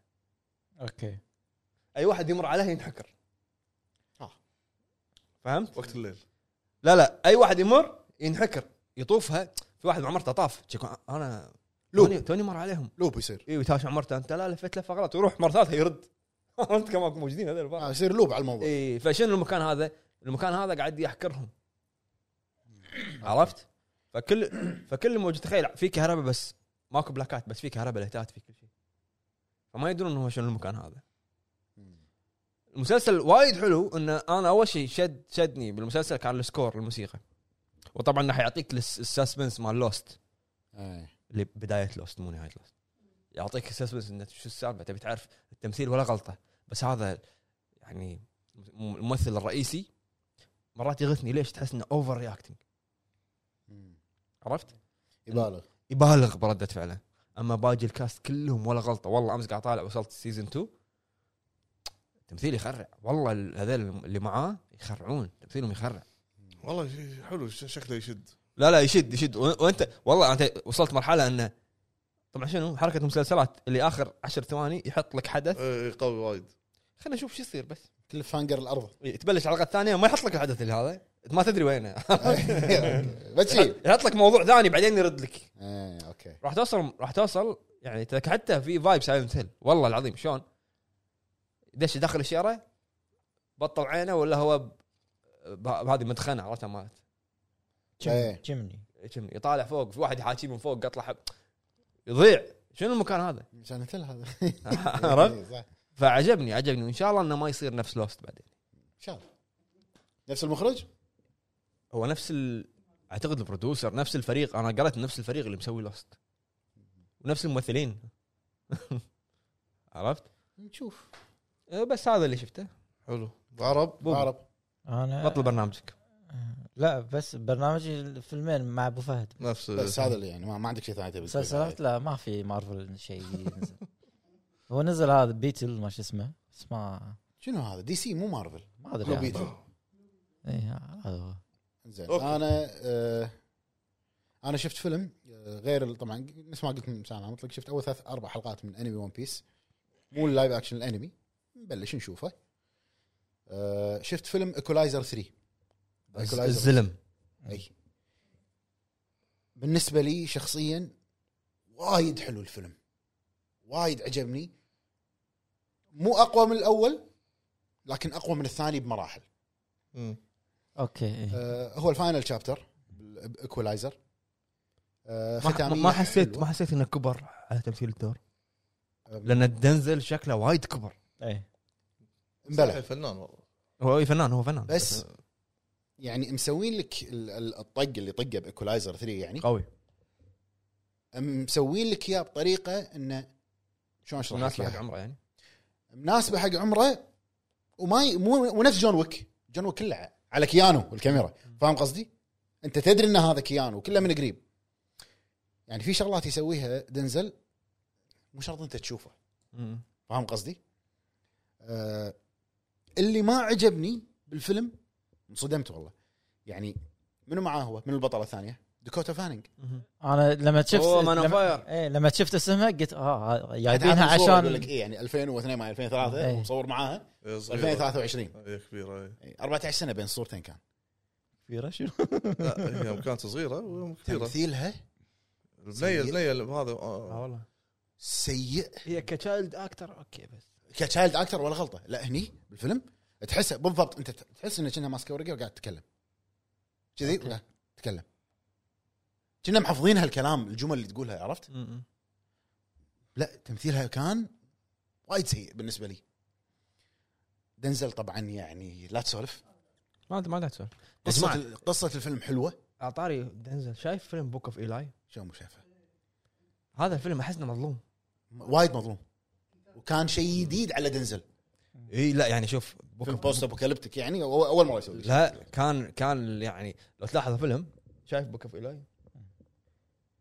Speaker 4: اوكي
Speaker 1: اي واحد يمر عليه ينحكر
Speaker 3: آه.
Speaker 1: فهمت
Speaker 2: وقت الليل
Speaker 1: لا لا اي واحد يمر ينحكر يطوفها في واحد مع مرته طاف تشيكون، انا
Speaker 3: لوب.
Speaker 1: توني توني مر عليهم
Speaker 3: لوب يصير
Speaker 1: اي ويتهاوش مع مرته انت لا لفيت لفه غلط ويروح مره ثالثه يرد انت كمان موجودين هذول البعض.
Speaker 3: آه يصير لوب على الموضوع
Speaker 1: اي فشنو المكان هذا؟ المكان هذا قاعد يحكرهم عرفت؟ فكل فكل اللي موجود تخيل في كهرباء بس ماكو بلاكات بس في كهرباء لايتات في كل شيء فما يدرون هو شنو المكان هذا المسلسل وايد حلو انه انا اول شيء شد شدني بالمسلسل كان السكور الموسيقى وطبعا راح يعطيك الس- السسبنس مال لوست
Speaker 3: إيه.
Speaker 1: اللي بدايه لوست مو نهايه لوست يعطيك سسبنس انه شو السالفه تبي تعرف التمثيل ولا غلطه بس هذا يعني م- الممثل الرئيسي مرات يغثني ليش تحس انه اوفر رياكتنج
Speaker 3: مم.
Speaker 1: عرفت؟
Speaker 3: يبالغ
Speaker 1: يبالغ برده فعله اما باقي الكاست كلهم ولا غلطه والله امس قاعد طالع وصلت سيزون 2 تمثيل يخرع والله ال- هذول اللي معاه يخرعون تمثيلهم يخرع
Speaker 2: والله شي- حلو ش- شكله يشد
Speaker 1: لا لا يشد يشد و- وانت والله انت وصلت مرحله انه طبعا شنو حركه المسلسلات اللي اخر عشر ثواني يحط لك حدث
Speaker 2: إيه، قوي وايد
Speaker 1: خلينا نشوف شو يصير بس
Speaker 3: كلف هانجر الارض
Speaker 1: إيه، تبلش الحلقه الثانيه ما يحط لك الحدث اللي هذا ما تدري وينه
Speaker 3: إيه. بتشيل
Speaker 1: يحط لك موضوع ثاني بعدين يرد لك
Speaker 3: ايه اوكي
Speaker 1: راح توصل راح توصل يعني تك- حتى في فايب سايلنت هيل والله العظيم شلون دش داخل الشارع بطل عينه ولا هو ب- ب- بهذه مدخنه عرفتها مالت
Speaker 3: إيه.
Speaker 4: جمني
Speaker 1: كم يطالع فوق في واحد يحاكيه من فوق قطله حب يضيع شنو المكان هذا؟
Speaker 3: مشان مثل هذا
Speaker 1: عرفت؟
Speaker 3: إيه، صح.
Speaker 1: فعجبني عجبني وان شاء الله انه ما يصير نفس لوست بعدين
Speaker 3: ان شاء الله نفس المخرج؟
Speaker 1: هو نفس ال... اعتقد البرودوسر نفس الفريق انا قرأت نفس الفريق اللي مسوي لوست ونفس الممثلين عرفت؟
Speaker 3: نشوف
Speaker 1: أه، بس هذا اللي شفته
Speaker 2: حلو عرب
Speaker 1: بوب
Speaker 3: عرب
Speaker 4: انا
Speaker 1: بطل برنامجك
Speaker 4: لا بس برنامجي الفيلمين مع ابو فهد
Speaker 2: نفس
Speaker 3: بس هذا اللي يعني ما, ما عندك شيء ثاني تبي تضيفه.
Speaker 4: مسلسلات لا ما في مارفل شيء ينزل. هو نزل هذا بيتل ما شو اسمه بس ما
Speaker 3: شنو هذا دي سي مو مارفل
Speaker 4: ما ادري
Speaker 3: لو
Speaker 4: يعني.
Speaker 3: بيتل.
Speaker 4: إيه، هذا هو
Speaker 3: زين
Speaker 2: أوكي.
Speaker 3: انا آه انا شفت فيلم آه، غير ال- طبعا مثل ما قلت من ساعه مطلق شفت اول ثلاث اربع حلقات من انمي ون بيس مو اللايف اكشن الانمي نبلش نشوفه آه شفت فيلم ايكولايزر 3 Equalizer.
Speaker 1: الزلم
Speaker 3: اي بالنسبه لي شخصيا وايد حلو الفيلم وايد عجبني مو اقوى من الاول لكن اقوى من الثاني بمراحل
Speaker 2: مم.
Speaker 4: اوكي إيه.
Speaker 3: آه هو الفاينل شابتر بايكولايزر آه
Speaker 1: ما,
Speaker 3: ختامية
Speaker 1: ما حسيت
Speaker 3: حلوة.
Speaker 1: ما حسيت انه كبر على تمثيل الدور
Speaker 3: أم.
Speaker 1: لان دنزل شكله وايد كبر
Speaker 4: إيه.
Speaker 3: مبلى
Speaker 2: صحيح فنان والله
Speaker 1: هو فنان هو فنان
Speaker 3: بس يعني مسوين لك ال- ال- الطق اللي طقه بايكولايزر 3 يعني
Speaker 1: قوي
Speaker 3: مسوين لك اياه بطريقه انه شلون اشرح
Speaker 1: الناس
Speaker 3: لك
Speaker 1: حق
Speaker 3: إياها؟
Speaker 1: عمره يعني
Speaker 3: مناسبه حق عمره وما ي... مو ونفس جون ويك جون ويك كله على كيانو الكاميرا فاهم قصدي؟ انت تدري ان هذا كيانو كله من قريب يعني في شغلات يسويها دنزل مو شرط انت تشوفه
Speaker 1: مم.
Speaker 3: فاهم قصدي؟ آه اللي ما عجبني بالفيلم انصدمت والله يعني منو معاه هو؟ منو البطله الثانيه؟ ديكوتا فانينج
Speaker 1: مم.
Speaker 4: انا لما شفت
Speaker 1: هو Man on
Speaker 4: لما,
Speaker 1: Fire.
Speaker 4: إيه لما شفت اسمها قلت اه جايبينها
Speaker 3: عاد صور يقول
Speaker 4: عشان
Speaker 3: لك ايه يعني 2002 مع 2003
Speaker 4: إيه.
Speaker 3: ومصور معاها
Speaker 2: إيه، صغيرة.
Speaker 3: 2023
Speaker 2: هي كبيره هي.
Speaker 3: إيه، 14 سنه بين الصورتين كان
Speaker 4: كبيره شنو
Speaker 2: لا، هي يوم كانت صغيره ويوم كبيره
Speaker 3: تمثيلها
Speaker 2: البنيه البنيه اللي هذا
Speaker 1: اه
Speaker 2: آه.
Speaker 1: والله
Speaker 3: سيء
Speaker 1: هي كتشايلد اكتر اوكي بس
Speaker 3: كتشايلد اكتر ولا غلطه لا هني بالفيلم تحسه بالضبط انت تحس انه كأنها ماسكه ورقه وقاعد تتكلم كذي وقاعد تتكلم كنا محافظين هالكلام الجمل اللي تقولها عرفت؟ لا تمثيلها كان وايد سيء بالنسبه لي دنزل طبعا يعني لا تسولف
Speaker 1: ما ما لا تسولف
Speaker 3: قصه
Speaker 1: اسمع.
Speaker 3: ال- قصه الفيلم حلوه
Speaker 1: اعطاري دنزل شايف فيلم بوك اوف ايلاي
Speaker 3: شو مو شايفه
Speaker 1: هذا الفيلم احس انه مظلوم
Speaker 3: وايد مظلوم وكان شيء جديد على دنزل
Speaker 1: اي لا يعني شوف
Speaker 3: فيلم بوست ابوكاليبتيك يعني أو- اول مره يسوي شيء.
Speaker 1: لا كان كان يعني لو تلاحظ الفيلم شايف بوك اوف ايلاي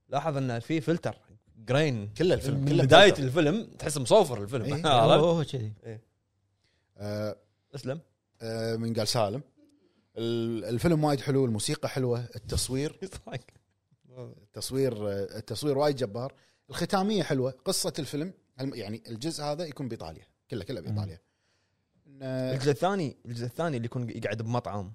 Speaker 1: لاحظ ان في فلتر جرين
Speaker 3: كله الفيلم
Speaker 1: من
Speaker 3: كله
Speaker 1: بدايه
Speaker 3: فلتر.
Speaker 1: الفيلم تحس مصوفر الفيلم
Speaker 3: إيه.
Speaker 1: عرفت؟
Speaker 4: هو كذي
Speaker 3: آه،
Speaker 1: اسلم
Speaker 3: آه، من قال سالم ال- الفيلم وايد حلو الموسيقى حلوه التصوير
Speaker 1: يصحك.
Speaker 3: التصوير آه، التصوير وايد جبار الختاميه حلوه قصه الفيلم الم- يعني الجزء هذا يكون بايطاليا كله كله بايطاليا إن-
Speaker 1: الجزء الثاني الجزء الثاني اللي يكون يقعد بمطعم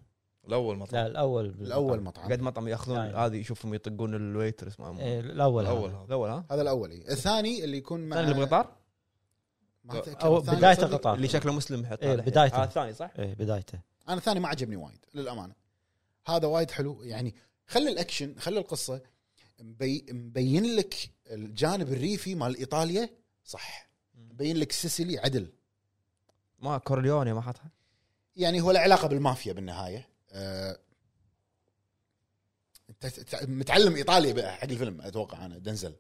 Speaker 2: الاول مطلع
Speaker 4: لا الاول
Speaker 3: الاول
Speaker 1: قاعد
Speaker 3: مطعم
Speaker 1: مطعم ياخذون
Speaker 4: يعني.
Speaker 1: هذه يشوفهم يطقون الويتر اسمه
Speaker 4: إيه، الاول
Speaker 2: الاول
Speaker 4: الاول
Speaker 2: هذا.
Speaker 1: الاول ها
Speaker 3: هذا الاول إيه. الثاني اللي يكون مع
Speaker 1: الثاني اللي بقطار
Speaker 3: ما أتذكر.
Speaker 4: أو
Speaker 3: الثاني
Speaker 4: بداية
Speaker 3: صدق-
Speaker 4: القطار.
Speaker 1: اللي شكله مسلم حتى
Speaker 4: إيه،
Speaker 1: على حيل.
Speaker 4: بدايته.
Speaker 1: هذا الثاني صح؟
Speaker 4: ايه بدايته
Speaker 3: انا الثاني ما عجبني وايد للامانه هذا وايد حلو يعني خلي الاكشن خلي القصه مبي مبين لك الجانب الريفي مال ايطاليا صح مبين لك سيسيلي عدل
Speaker 1: ما كورليوني ما حطها
Speaker 3: يعني هو له علاقه بالمافيا بالنهايه آه، انت تت- متعلم ايطاليا بقى حق الفيلم اتوقع انا دنزل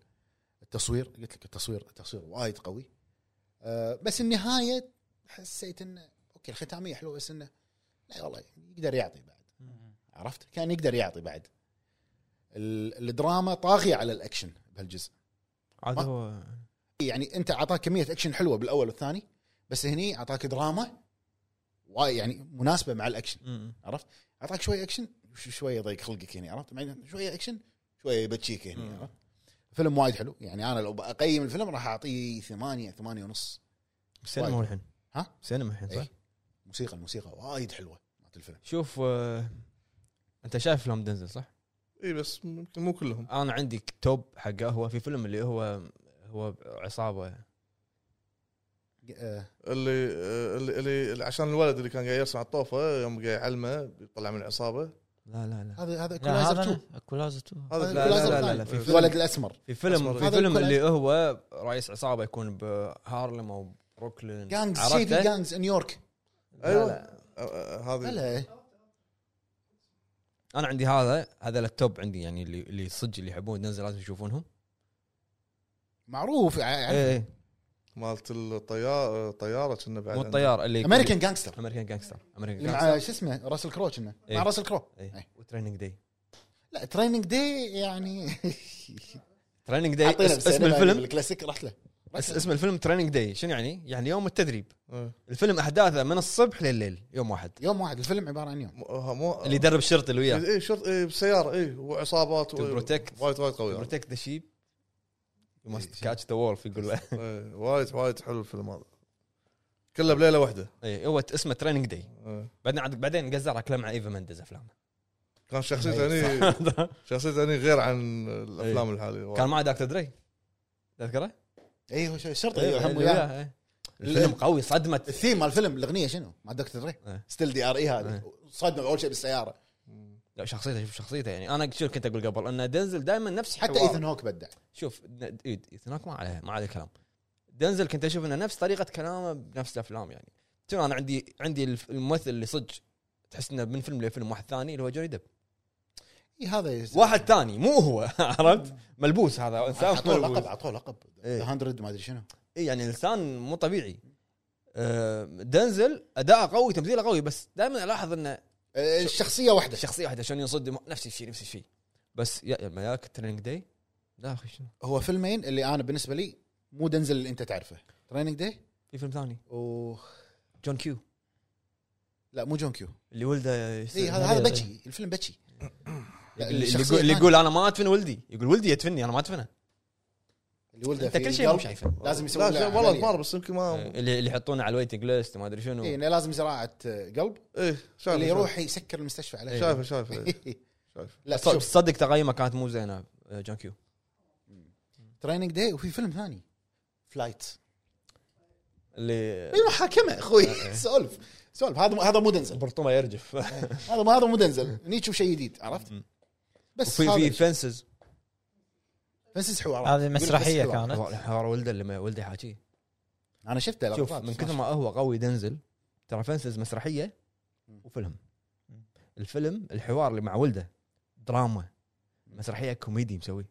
Speaker 3: التصوير قلت لك التصوير التصوير وايد قوي آه، بس النهايه حسيت انه اوكي الختاميه حلوه بس انه لا والله يقدر يعطي بعد عرفت كان يقدر يعطي بعد ال- الدراما طاغيه على الاكشن بهالجزء
Speaker 1: عاد
Speaker 3: ما-
Speaker 1: هو
Speaker 3: يعني انت اعطاك كميه اكشن حلوه بالاول والثاني بس هني اعطاك دراما واي- يعني مناسبه مع الاكشن
Speaker 1: مم.
Speaker 3: عرفت اعطاك شويه اكشن وش- شويه ضيق خلقك هنا عرفت بعدين شويه اكشن شويه يبتشيك
Speaker 1: مم.
Speaker 3: هنا عرفت فيلم وايد حلو يعني انا لو بقيم الفيلم راح اعطيه ثمانية ثمانية ونص
Speaker 1: سينما
Speaker 3: وايد.
Speaker 1: هو الحين
Speaker 3: ها؟
Speaker 1: سينما الحين صح؟
Speaker 3: إيه. موسيقى الموسيقى وايد حلوه مالت الفيلم
Speaker 1: شوف آه، انت شايف فيلم دنزل صح؟
Speaker 2: اي إيه، بس ممكن مو كلهم
Speaker 1: انا عندي توب حقه هو في فيلم اللي هو هو عصابه
Speaker 3: آه،
Speaker 2: اللي اللي, اللي اللي عشان الولد اللي كان قاعد يرسم على الطوفه يوم قاعد يعلمه يطلع من العصابه
Speaker 1: لا لا لا
Speaker 3: هذا هذا
Speaker 4: لا
Speaker 3: كولايزر 2
Speaker 4: هذا اكولايزر 2
Speaker 2: هذا أيوة.
Speaker 1: لا لا لا, لا, لا,
Speaker 3: الثاني.
Speaker 1: في
Speaker 3: الولد
Speaker 1: فيلم
Speaker 3: الاسمر
Speaker 1: في فيلم
Speaker 2: أصبر.
Speaker 1: في
Speaker 3: هذا
Speaker 1: فيلم
Speaker 3: الكل
Speaker 1: اللي هو رئيس عصابه يكون بهارلم او بروكلين
Speaker 3: جانجز سي في
Speaker 1: عرفته؟
Speaker 3: جانجز نيويورك
Speaker 1: لا،
Speaker 2: ايوه
Speaker 1: لا.
Speaker 2: آه، آه، هذه
Speaker 3: هلا
Speaker 1: انا عندي هذا هذا التوب عندي يعني اللي اللي صدق اللي يحبون دنزل لازم يشوفونهم
Speaker 3: معروف يعني
Speaker 1: ايه
Speaker 2: مالت الطياره الطياره كنا بعد
Speaker 1: مو الطيار اللي
Speaker 3: امريكان جانجستر
Speaker 1: امريكان جانجستر امريكان
Speaker 3: اللي
Speaker 1: جانجستر
Speaker 3: مع شو اسمه راسل كرو كنا
Speaker 1: إيه.
Speaker 3: مع راسل كرو إيه.
Speaker 1: وتريننج داي
Speaker 3: لا تريننج دي يعني
Speaker 1: تريننج داي
Speaker 3: حاطينه
Speaker 1: إيه،
Speaker 3: يعني
Speaker 1: اسم
Speaker 3: بالسينما
Speaker 1: الفيلم
Speaker 3: بالكلاسيك رحت له
Speaker 1: اس- اسم الفيلم تريننج داي شنو يعني؟ يعني يوم التدريب
Speaker 2: إيه.
Speaker 1: الفيلم احداثه من الصبح لليل يوم واحد
Speaker 3: يوم واحد الفيلم عباره عن يوم
Speaker 2: مو- آه، مو
Speaker 1: اللي يدرب الشرطي اللي وياه
Speaker 2: اي شرط اي بسياره اي وعصابات
Speaker 1: To
Speaker 2: و-
Speaker 1: protect.
Speaker 2: وايد وايد قوي
Speaker 1: protect the sheep you must
Speaker 3: إيه.
Speaker 1: catch the wolf يقول له
Speaker 2: إيه، وايد وايد حلو الفيلم هذا كله بليله واحده
Speaker 1: اي إيه، هو اسمه تريننج داي
Speaker 2: إيه.
Speaker 1: بعدين عاد- بعدين قزرها كله مع ايفا مندز افلامه
Speaker 2: كان
Speaker 1: إيه،
Speaker 2: شخصيته هني شخصيته هني غير عن الافلام الحاليه وايد.
Speaker 1: كان معه دكتور دري تذكره؟
Speaker 3: اي هو شو- شرطي
Speaker 1: إيه،
Speaker 3: أيوة، هم
Speaker 1: اللي
Speaker 3: وياه.
Speaker 1: وياه، إيه. الفيلم قوي صدمه
Speaker 3: الثيم مال الفيلم الاغنيه شنو؟ مع دكتور دري
Speaker 1: إيه.
Speaker 3: ستيل دي ار اي E هذه
Speaker 1: إيه.
Speaker 3: صدمه اول شيء بالسياره
Speaker 1: لا شخصيته شوف شخصيته يعني انا شو كنت اقول قبل ان دنزل دائما نفس
Speaker 3: حتى
Speaker 1: حوار.
Speaker 3: ايثن هوك بدع
Speaker 1: شوف د- إيد- هناك ما عليه ما عليه كلام دنزل كنت اشوف انه نفس طريقه كلامه بنفس الافلام يعني شنو انا عندي عندي الف- الممثل اللي صدق تحس انه من فيلم لفيلم واحد ثاني اللي هو جوني ديب
Speaker 3: اي إيه، هذا يس-
Speaker 1: واحد ثاني مو هو عرفت ملبوس هذا انسان
Speaker 3: عطوه لقب
Speaker 1: ملبوس
Speaker 3: عطوه لقب
Speaker 1: إيه.
Speaker 3: 100 ما ادري شنو
Speaker 1: إيه يعني انسان مو طبيعي آه، دنزل اداءه قوي تمثيله قوي بس دائما الاحظ انه
Speaker 3: آه، الشخصيه واحده
Speaker 1: شخصيه واحده عشان ينصدم نفس الشيء نفس الشيء بس يا لما ياك تريننج داي لا اخي شنو
Speaker 3: هو فيلمين اللي انا بالنسبه لي مو دنزل اللي انت تعرفه تريننج داي
Speaker 1: في فيلم ثاني
Speaker 3: و
Speaker 1: جون كيو
Speaker 3: لا مو جون كيو
Speaker 1: اللي ولده يصير-
Speaker 3: اي هذا هذا بكي الفيلم بكي لا،
Speaker 1: اللي
Speaker 3: الشخصية
Speaker 1: يقول اللي
Speaker 3: الثانية.
Speaker 1: يقول انا ما ادفن ولدي يقول ولدي يدفني انا ما ادفنه
Speaker 3: اللي ولده
Speaker 1: انت
Speaker 3: في
Speaker 1: كل شيء مو
Speaker 3: قلب.
Speaker 1: شايفه آه،
Speaker 3: لازم يسوي
Speaker 2: لا
Speaker 3: له
Speaker 2: شيء- والله
Speaker 3: عملية.
Speaker 2: كبار بس يمكن ما
Speaker 1: اللي اللي يحطونه على الويتنج ليست ما ادري شنو
Speaker 3: اي إيه، إنه لازم زراعه آه، قلب
Speaker 2: ايه شايفه
Speaker 3: اللي يروح يسكر المستشفى عليه
Speaker 2: شايفه شايفه شايفه.
Speaker 3: لا
Speaker 1: صد-
Speaker 3: شوف
Speaker 1: صدق تقييمه كانت مو زينه آه، جون كيو
Speaker 3: تريننج داي وفي فيلم ثاني فلايت
Speaker 1: اللي
Speaker 3: اي محاكمه اخوي سولف سولف هذا مو- هذا مو دنزل
Speaker 1: برطومه يرجف
Speaker 3: هذا ما هذا مو دنزل هني تشوف شيء جديد عرفت بس
Speaker 1: وفي
Speaker 3: هذا
Speaker 1: في فنسز
Speaker 3: بس حوارات
Speaker 4: هذه
Speaker 3: يقول لك بس
Speaker 4: مسرحيه
Speaker 3: حوارات.
Speaker 4: كانت
Speaker 1: حوار ولده لما ولده يحاكيه
Speaker 3: انا شفته لقطات
Speaker 1: شوف من كثر ما هو قوي دنزل ترى فنسز مسرحيه وفيلم الفيلم الحوار اللي مع ولده دراما مسرحيه كوميدي مسوي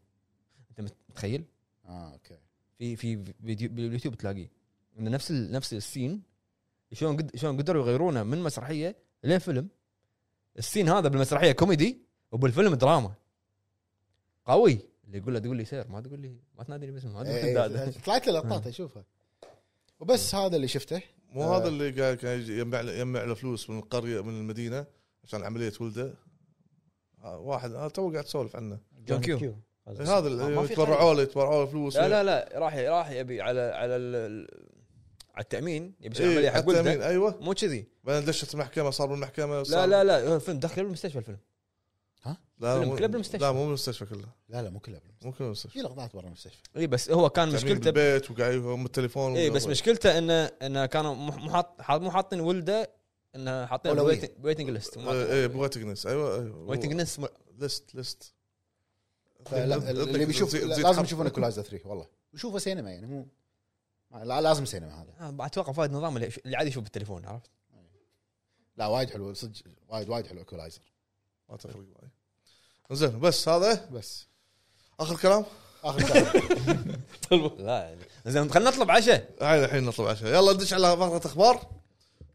Speaker 1: انت مت- متخيل
Speaker 3: اه اوكي
Speaker 1: في في فيديو باليوتيوب تلاقيه انه نفس ال... نفس السين شلون قد... شلون قدروا يغيرونه من مسرحيه لفيلم السين هذا بالمسرحيه كوميدي وبالفيلم دراما قوي اللي يقول له تقول لي سير ما تقول لي ما تناديني باسمه ما تقول لي
Speaker 3: إيه،
Speaker 1: داد.
Speaker 3: طلعت لي لقطات اشوفها وبس هذا اللي شفته
Speaker 2: مو
Speaker 3: آه.
Speaker 2: هذا اللي قال كان يجي يجمع له- يجمع له فلوس من القريه من المدينه عشان عمليه ولده آه، واحد انا تو قاعد اسولف عنه
Speaker 1: جون كيو.
Speaker 2: هذا
Speaker 1: ما
Speaker 2: اللي
Speaker 1: في
Speaker 2: يتبرعوا له يتبرعوا له فلوس
Speaker 1: لا لا لا راح راح يبي على على ال... ال- على التامين يبي يسوي عمليه
Speaker 2: إيه
Speaker 1: حق
Speaker 2: حتى
Speaker 1: ولده
Speaker 2: مين ايوه
Speaker 1: مو كذي
Speaker 2: بعدين دشت المحكمه صار بالمحكمه
Speaker 1: لا
Speaker 2: صار-
Speaker 1: لا لا فيلم دخل المستشفى الفيلم
Speaker 2: لا
Speaker 1: فيلم
Speaker 2: مو-
Speaker 1: كله بالمستشفى.
Speaker 2: لا مو بالمستشفى كله
Speaker 3: لا لا مو كلها بالمستشفى.
Speaker 2: مو كله بالمستشفى
Speaker 3: في لقطات برا المستشفى
Speaker 1: اي إيه، بس هو كان مشكلته
Speaker 2: بالبيت وقاعد يهم التليفون
Speaker 1: اي إيه، بس مشكلته انه انه كانوا مو- مو حاط- حاط- مو حاطين ولده انه حاطين
Speaker 3: أولوية.
Speaker 1: ويتنج ليست
Speaker 2: اي ابغى تقنس ايوه ايوه
Speaker 1: ويتنج ليست
Speaker 2: ليست ليست
Speaker 3: فلا-
Speaker 2: أنت-
Speaker 3: اللي
Speaker 2: أنت
Speaker 3: بيشوف
Speaker 2: زي- زي
Speaker 3: لازم
Speaker 2: تحط-
Speaker 3: يشوفون ايكولايزر 3 والله وشوفه سينما يعني مو لا لازم سينما هذا
Speaker 1: اتوقع آه، فايد نظام اللي اللي عادي يشوف بالتليفون عرفت
Speaker 3: لا وايد حلو صدق وايد وايد حلو ايكولايزر
Speaker 2: ما تفرق معي زين بس هذا
Speaker 3: بس
Speaker 2: اخر كلام
Speaker 3: اخر كلام.
Speaker 1: لا يعني. زين خلينا نطلب عشاء
Speaker 2: هاي الحين نطلب عشاء يلا ندش على فقره اخبار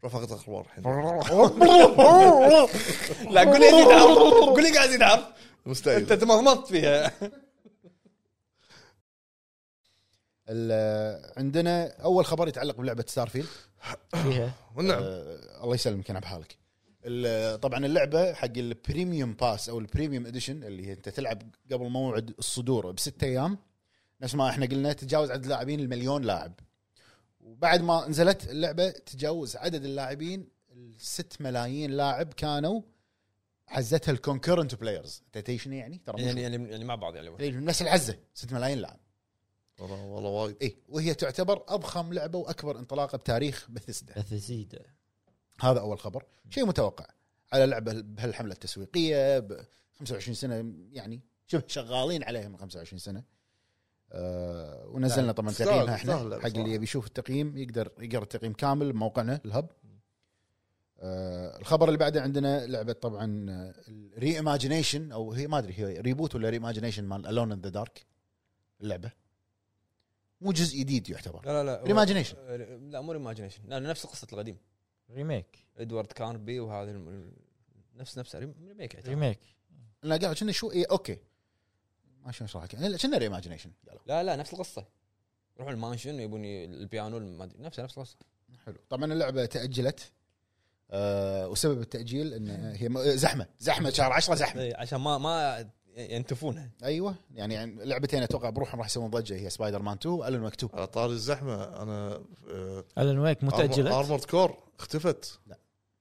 Speaker 2: روح فقره اخبار الحين
Speaker 1: لا قول لي يزيد عرض قول لي قاعد يزيد عرض انت
Speaker 2: مستعد
Speaker 1: تمضمضت فيها
Speaker 3: ال- عندنا اول خبر يتعلق بلعبه ستارفيلد
Speaker 4: فيها
Speaker 2: والنعم
Speaker 3: آه، الله يسلمك انا بحالك ال- طبعا اللعبه حق البريميوم باس او البريميوم اديشن اللي هي انت تلعب قبل موعد الصدور بست ايام نفس ما احنا قلنا تتجاوز عدد اللاعبين المليون لاعب وبعد ما نزلت اللعبه تجاوز عدد اللاعبين الست ملايين لاعب كانوا حزتها الكونكورنت بلايرز انت تدري شنو يعني ترى مو
Speaker 1: يعني يعني يعني مع بعض يعني
Speaker 3: شنو. نفس الحزه 6 ملايين لاعب
Speaker 2: والله والله وايد
Speaker 3: اي وهي تعتبر اضخم لعبه واكبر انطلاقه بتاريخ بثيسدا
Speaker 4: بثيسيدا
Speaker 3: هذا اول خبر شيء متوقع على لعبه بهالحمله التسويقيه ب 25 سنه يعني شبه شغالين عليها من 25 سنه آه ونزلنا طبعا
Speaker 2: تستاهل-
Speaker 3: تقييمها احنا
Speaker 2: تستاهل
Speaker 3: حق اللي
Speaker 2: بصراحة.
Speaker 3: يبي يشوف التقييم يقدر يقرا التقييم كامل بموقعنا الهب آه الخبر اللي بعده عندنا لعبه طبعا الري ايماجينيشن او هي ما ادري هي ريبوت ولا ري ايماجينيشن مال الون ان ذا دارك اللعبه مو جزء جديد يعتبر
Speaker 1: لا لا لا
Speaker 3: Reimagination.
Speaker 1: لا مو ريماجينيشن لا نفس قصه القديم
Speaker 4: ريميك
Speaker 1: ادوارد كاربي وهذا الم- ال- نفس نفس ريميك يعتبر.
Speaker 4: ريميك
Speaker 3: انا قاعد كنا شو إيه اوكي ما شلون اشرح لك يعني كنا ري ايماجينيشن قالوا
Speaker 1: لا لا نفس القصه يروحون المانشن يبون ي- البيانو ما ادري نفسه نفس القصه
Speaker 3: حلو طبعا اللعبه تاجلت آه وسبب التاجيل ان هي م- زحمه زحمه شهر 10 زحمه
Speaker 1: إيه، عشان ما ما ينتفونها
Speaker 3: ايوه يعني يعني لعبتين اتوقع بروحهم راح يسوون ضجه هي سبايدر مان 2 والن مكتوب
Speaker 2: على طاري الزحمه انا آه،
Speaker 4: الن ويك متاجله
Speaker 2: ارمورد كور اختفت
Speaker 3: لا.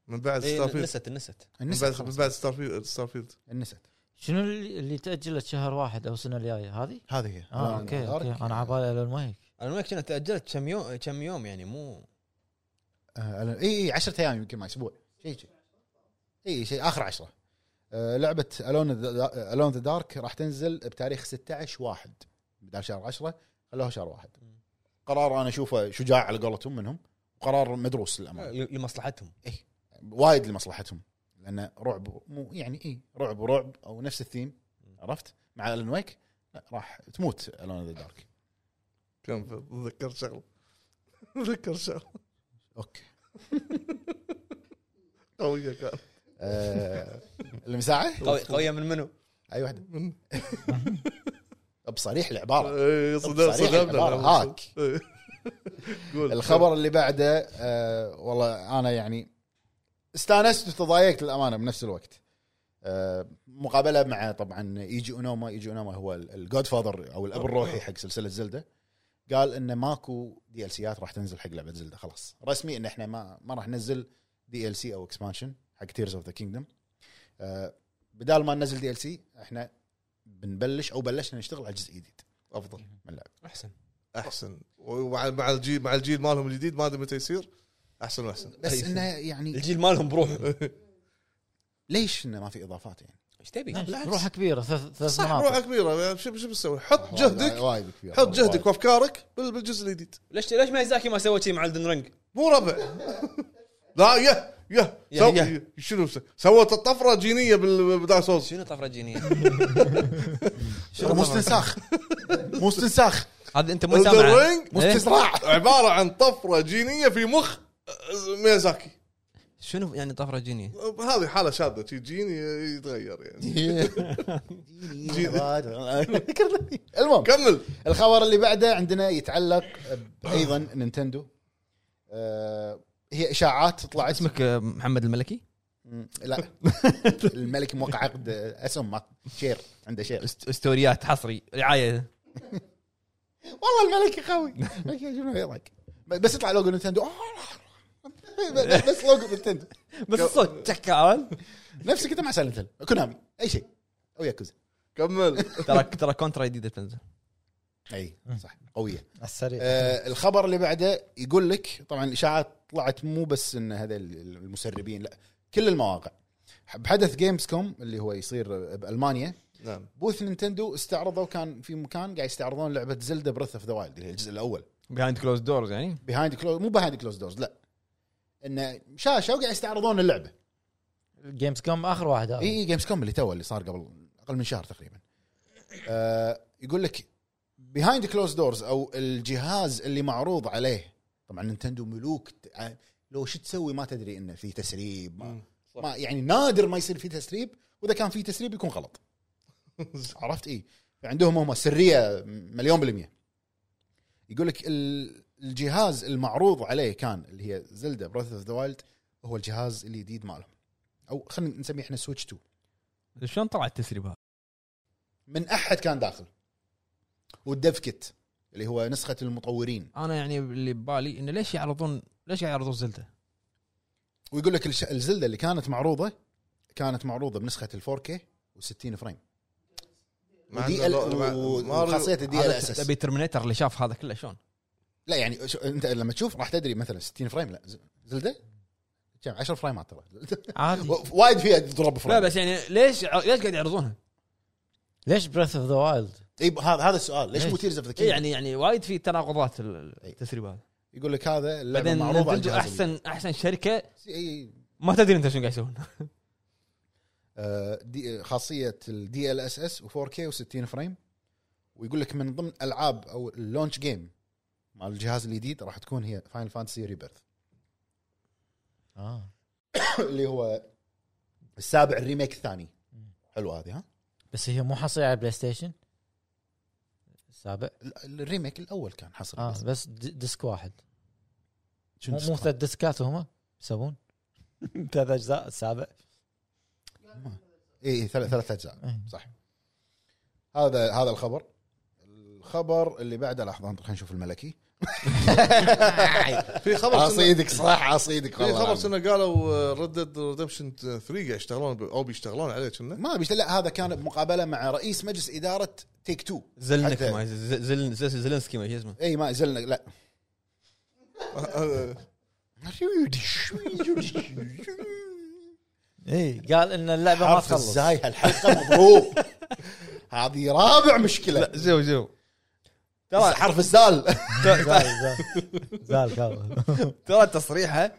Speaker 2: من بعد
Speaker 1: إيه،
Speaker 2: ستار فيلد
Speaker 1: نست نست
Speaker 2: من
Speaker 3: النست
Speaker 2: بعد من
Speaker 3: خلاص.
Speaker 2: بعد ستار فيلد ستار فيلد
Speaker 3: النست
Speaker 4: شنو اللي اللي تاجلت شهر واحد او السنه الجايه هذه؟
Speaker 3: هذه هي
Speaker 4: اه اوكي اوكي انا على بالي الن ويك
Speaker 1: انا وياك كنا تاجلت كم يوم كم يوم يعني مو
Speaker 3: اي اي 10 ايام يمكن ما اسبوع شيء شيء اي شيء اخر 10 آه لعبه الون الون ذا دارك راح تنزل بتاريخ 16 1 بدال شهر 10 خلوها شهر 1 قرار انا اشوفه شجاع على قولتهم منهم قرار مدروس للامانه
Speaker 1: لمصلحتهم
Speaker 3: وايد لمصلحتهم لان رعب مو يعني اي رعب ورعب او نفس الثيم عرفت مع الن ويك لا، راح تموت الون ذا دارك
Speaker 2: كان تذكر شغله تذكر شغله
Speaker 3: اوكي
Speaker 2: قويه كان
Speaker 3: آه المساعه
Speaker 1: قوي قويه من منو؟
Speaker 3: اي واحده بصريح العباره
Speaker 2: إيه، صدم-
Speaker 3: آه. صريح
Speaker 2: صدمنا
Speaker 3: العبارة،
Speaker 2: نعم.
Speaker 3: هاك.
Speaker 2: إيه. قول
Speaker 3: الخبر اللي بعده آه والله انا يعني استانست وتضايقت للامانه بنفس الوقت آه مقابله مع طبعا ايجي اونوما ايجي اونوما هو الجود فاذر او الاب الروحي حق سلسله زلده قال انه ماكو دي ال سيات راح تنزل حق لعبه زلده خلاص رسمي ان احنا ما ما راح ننزل دي ال سي او اكسبانشن حق تيرز اوف ذا كينجدم آه، بدال ما ننزل دي ال سي احنا بنبلش او بلشنا نشتغل على جزء جديد
Speaker 2: افضل
Speaker 3: من اللعبه
Speaker 1: احسن
Speaker 2: احسن ومع مع الجيل مع الجيل مالهم الجديد ما ادري متى يصير احسن واحسن
Speaker 3: بس انه يعني
Speaker 1: الجيل مالهم بروح
Speaker 3: ليش انه ما في اضافات يعني
Speaker 1: ايش تبي؟
Speaker 2: بالعكس.
Speaker 4: روحه كبيره ثلاث ثلاث
Speaker 2: صح روحه
Speaker 4: مناطق
Speaker 2: كبيره شو شو بتسوي؟ حط
Speaker 3: وايد-
Speaker 2: جهدك
Speaker 3: وايد كبير
Speaker 2: حط جهدك وافكارك بال- بالجزء الجديد
Speaker 1: ليش ليش مايزاكي ما سوى شيء مع الدن رينج؟
Speaker 2: مو ربع لا يه يه
Speaker 1: يه-
Speaker 2: سو-
Speaker 1: يه.
Speaker 2: شنو س- سوت طفره جينيه بال- بدارك سولز
Speaker 1: شنو طفره جينيه؟
Speaker 3: ترى مو استنساخ مو استنساخ
Speaker 1: هذا انت مو إيه؟
Speaker 2: Elden
Speaker 1: سامع
Speaker 2: Ring
Speaker 3: مو إيه؟ استسراع
Speaker 2: عباره عن طفره جينيه في مخ آه، ميازاكي
Speaker 1: شنو يعني طفره جينيه؟
Speaker 2: هذه حاله شاذه شي جيني يتغير يعني
Speaker 3: المهم
Speaker 2: كمل
Speaker 3: الخبر اللي بعده عندنا يتعلق ايضا نينتندو آه، هي اشاعات طلعت
Speaker 1: اسمك آه، محمد الملكي؟
Speaker 3: مم، لا الملك موقع عقد اسهم ما شير عنده شير
Speaker 1: است- استوريات حصري رعايه
Speaker 3: والله الملك قوي الملك شنو غيرك بس يطلع لوجو نينتندو آه، بس لوجو نينتندو
Speaker 1: بس الصوت تك عوال.
Speaker 3: نفسك انت مع سايلنت هيل كونامي اي شيء او ياكوزا
Speaker 2: كمل
Speaker 1: ترى ترى كونترا جديده بتنزل
Speaker 3: اي صح قويه
Speaker 4: على السريع
Speaker 3: آه، الخبر اللي بعده يقول لك طبعا الاشاعات طلعت مو بس ان هذا المسربين لا كل المواقع بحدث جيمز كوم اللي هو يصير بالمانيا
Speaker 2: نعم
Speaker 3: بوث نينتندو استعرضوا كان في مكان قاعد يستعرضون لعبه زلدا بريث اوف ذا وايلد اللي هي الجزء الاول
Speaker 1: بيهايند كلوز دورز يعني
Speaker 3: بيهايند كلوز مو بيهايند كلوز دورز لا انه شاشه وقاعد يستعرضون اللعبه
Speaker 4: جيمز كوم اخر واحد هذا.
Speaker 3: اي اي جيمز كوم اللي تو اللي صار قبل اقل من شهر تقريبا آه يقول لك بيهايند كلوز دورز او الجهاز اللي معروض عليه طبعا نينتندو ملوك تع- لو شو تسوي ما تدري انه في تسريب ما, ما يعني نادر ما يصير في تسريب واذا كان في تسريب يكون غلط عرفت اي عندهم هم سريه مليون بالميه يقول لك ال- الجهاز المعروض عليه كان اللي هي زلدا براذ اوف ذا وايلد هو الجهاز الجديد مالهم او خلينا نسميه احنا سويتش 2
Speaker 1: شلون طلع التسريب هذا؟
Speaker 3: من احد كان داخل والديف كيت اللي هو نسخه المطورين
Speaker 1: انا يعني اللي ببالي انه ليش يعرضون ليش قاعد يعرضون زلده؟
Speaker 3: ويقول لك الش- الزلده اللي كانت معروضه كانت معروضه بنسخه ال 4K و60 فريم
Speaker 2: مع
Speaker 3: ودي
Speaker 2: إنه
Speaker 3: ال
Speaker 2: لو- مع- ماريو-
Speaker 3: وخاصيه الدي ال اس اس
Speaker 1: ابي ترمينيتر اللي شاف هذا كله شلون؟
Speaker 3: لا يعني شو- انت لما تشوف راح تدري مثلا 60 فريم لا ز- زلده كم 10 فريمات ترى
Speaker 4: عادي
Speaker 3: وايد فيها دروب فريم
Speaker 1: لا بس يعني ليش ليش قاعد يعرضونها؟
Speaker 3: إيه،
Speaker 4: ليش بريث اوف ذا وايلد؟
Speaker 3: إي، ب- هذا هذا السؤال ليش
Speaker 4: ليش؟
Speaker 3: مو تيرز اوف
Speaker 1: إيه
Speaker 3: ذا
Speaker 1: يعني يعني وايد في تناقضات ال- التسريب هذا
Speaker 3: يقول لك هذا اللعبه
Speaker 1: بعدين
Speaker 3: معروضه إيه. على
Speaker 1: نينتندو
Speaker 3: الجهاز الجديد.
Speaker 1: احسن احسن شركه
Speaker 3: اي
Speaker 1: ما تدري انت شنو قاعد يسوون
Speaker 3: آه، دي خاصيه الدي ال اس اس و4K و60 فريم ويقول لك من ضمن العاب او اللونش جيم مع الجهاز الجديد راح تكون هي فاينل فانتسي ريبيرث
Speaker 4: اه
Speaker 3: اللي هو السابع الريميك الثاني حلو هذه ها
Speaker 4: بس هي مو حصريه على بلاي ستيشن السابع
Speaker 3: ال- الريميك الاول كان حصري
Speaker 4: اه
Speaker 3: بس.
Speaker 4: بس د- ديسك واحد
Speaker 3: شنو
Speaker 4: مو مو ثلاث ديسكات هم يسوون ثلاث اجزاء السابع
Speaker 3: اي إيه، ثلاث ثلاث اجزاء
Speaker 4: إيه.
Speaker 3: صح هذا هذا الخبر الخبر اللي بعده لحظه خلينا نشوف الملكي
Speaker 2: في خبر سنة-
Speaker 3: اصيدك صح
Speaker 4: إيه،
Speaker 3: اصيدك
Speaker 2: في
Speaker 3: والله
Speaker 2: خبر
Speaker 3: العظيم.
Speaker 2: سنه قالوا آه، ريد ريدمشن 3 قاعد يشتغلون ب- او بيشتغلون عليه كنا
Speaker 3: ما بيشت... لا هذا كان بمقابله مع رئيس مجلس اداره تيك تو
Speaker 1: زلنك
Speaker 3: حتى-
Speaker 1: ما زل- زل- زل- زلنسكي ما شو اسمه
Speaker 3: اي إيه، ما زلنا لا إيه.
Speaker 4: اي قال ان اللعبه ما
Speaker 3: حرف
Speaker 4: تخلص
Speaker 3: الزاي هالحلقه مضروب هذه رابع مشكله
Speaker 1: زو زو
Speaker 3: ترى حرف الزال
Speaker 4: زال زال- زال قال.
Speaker 1: ترى تصريحه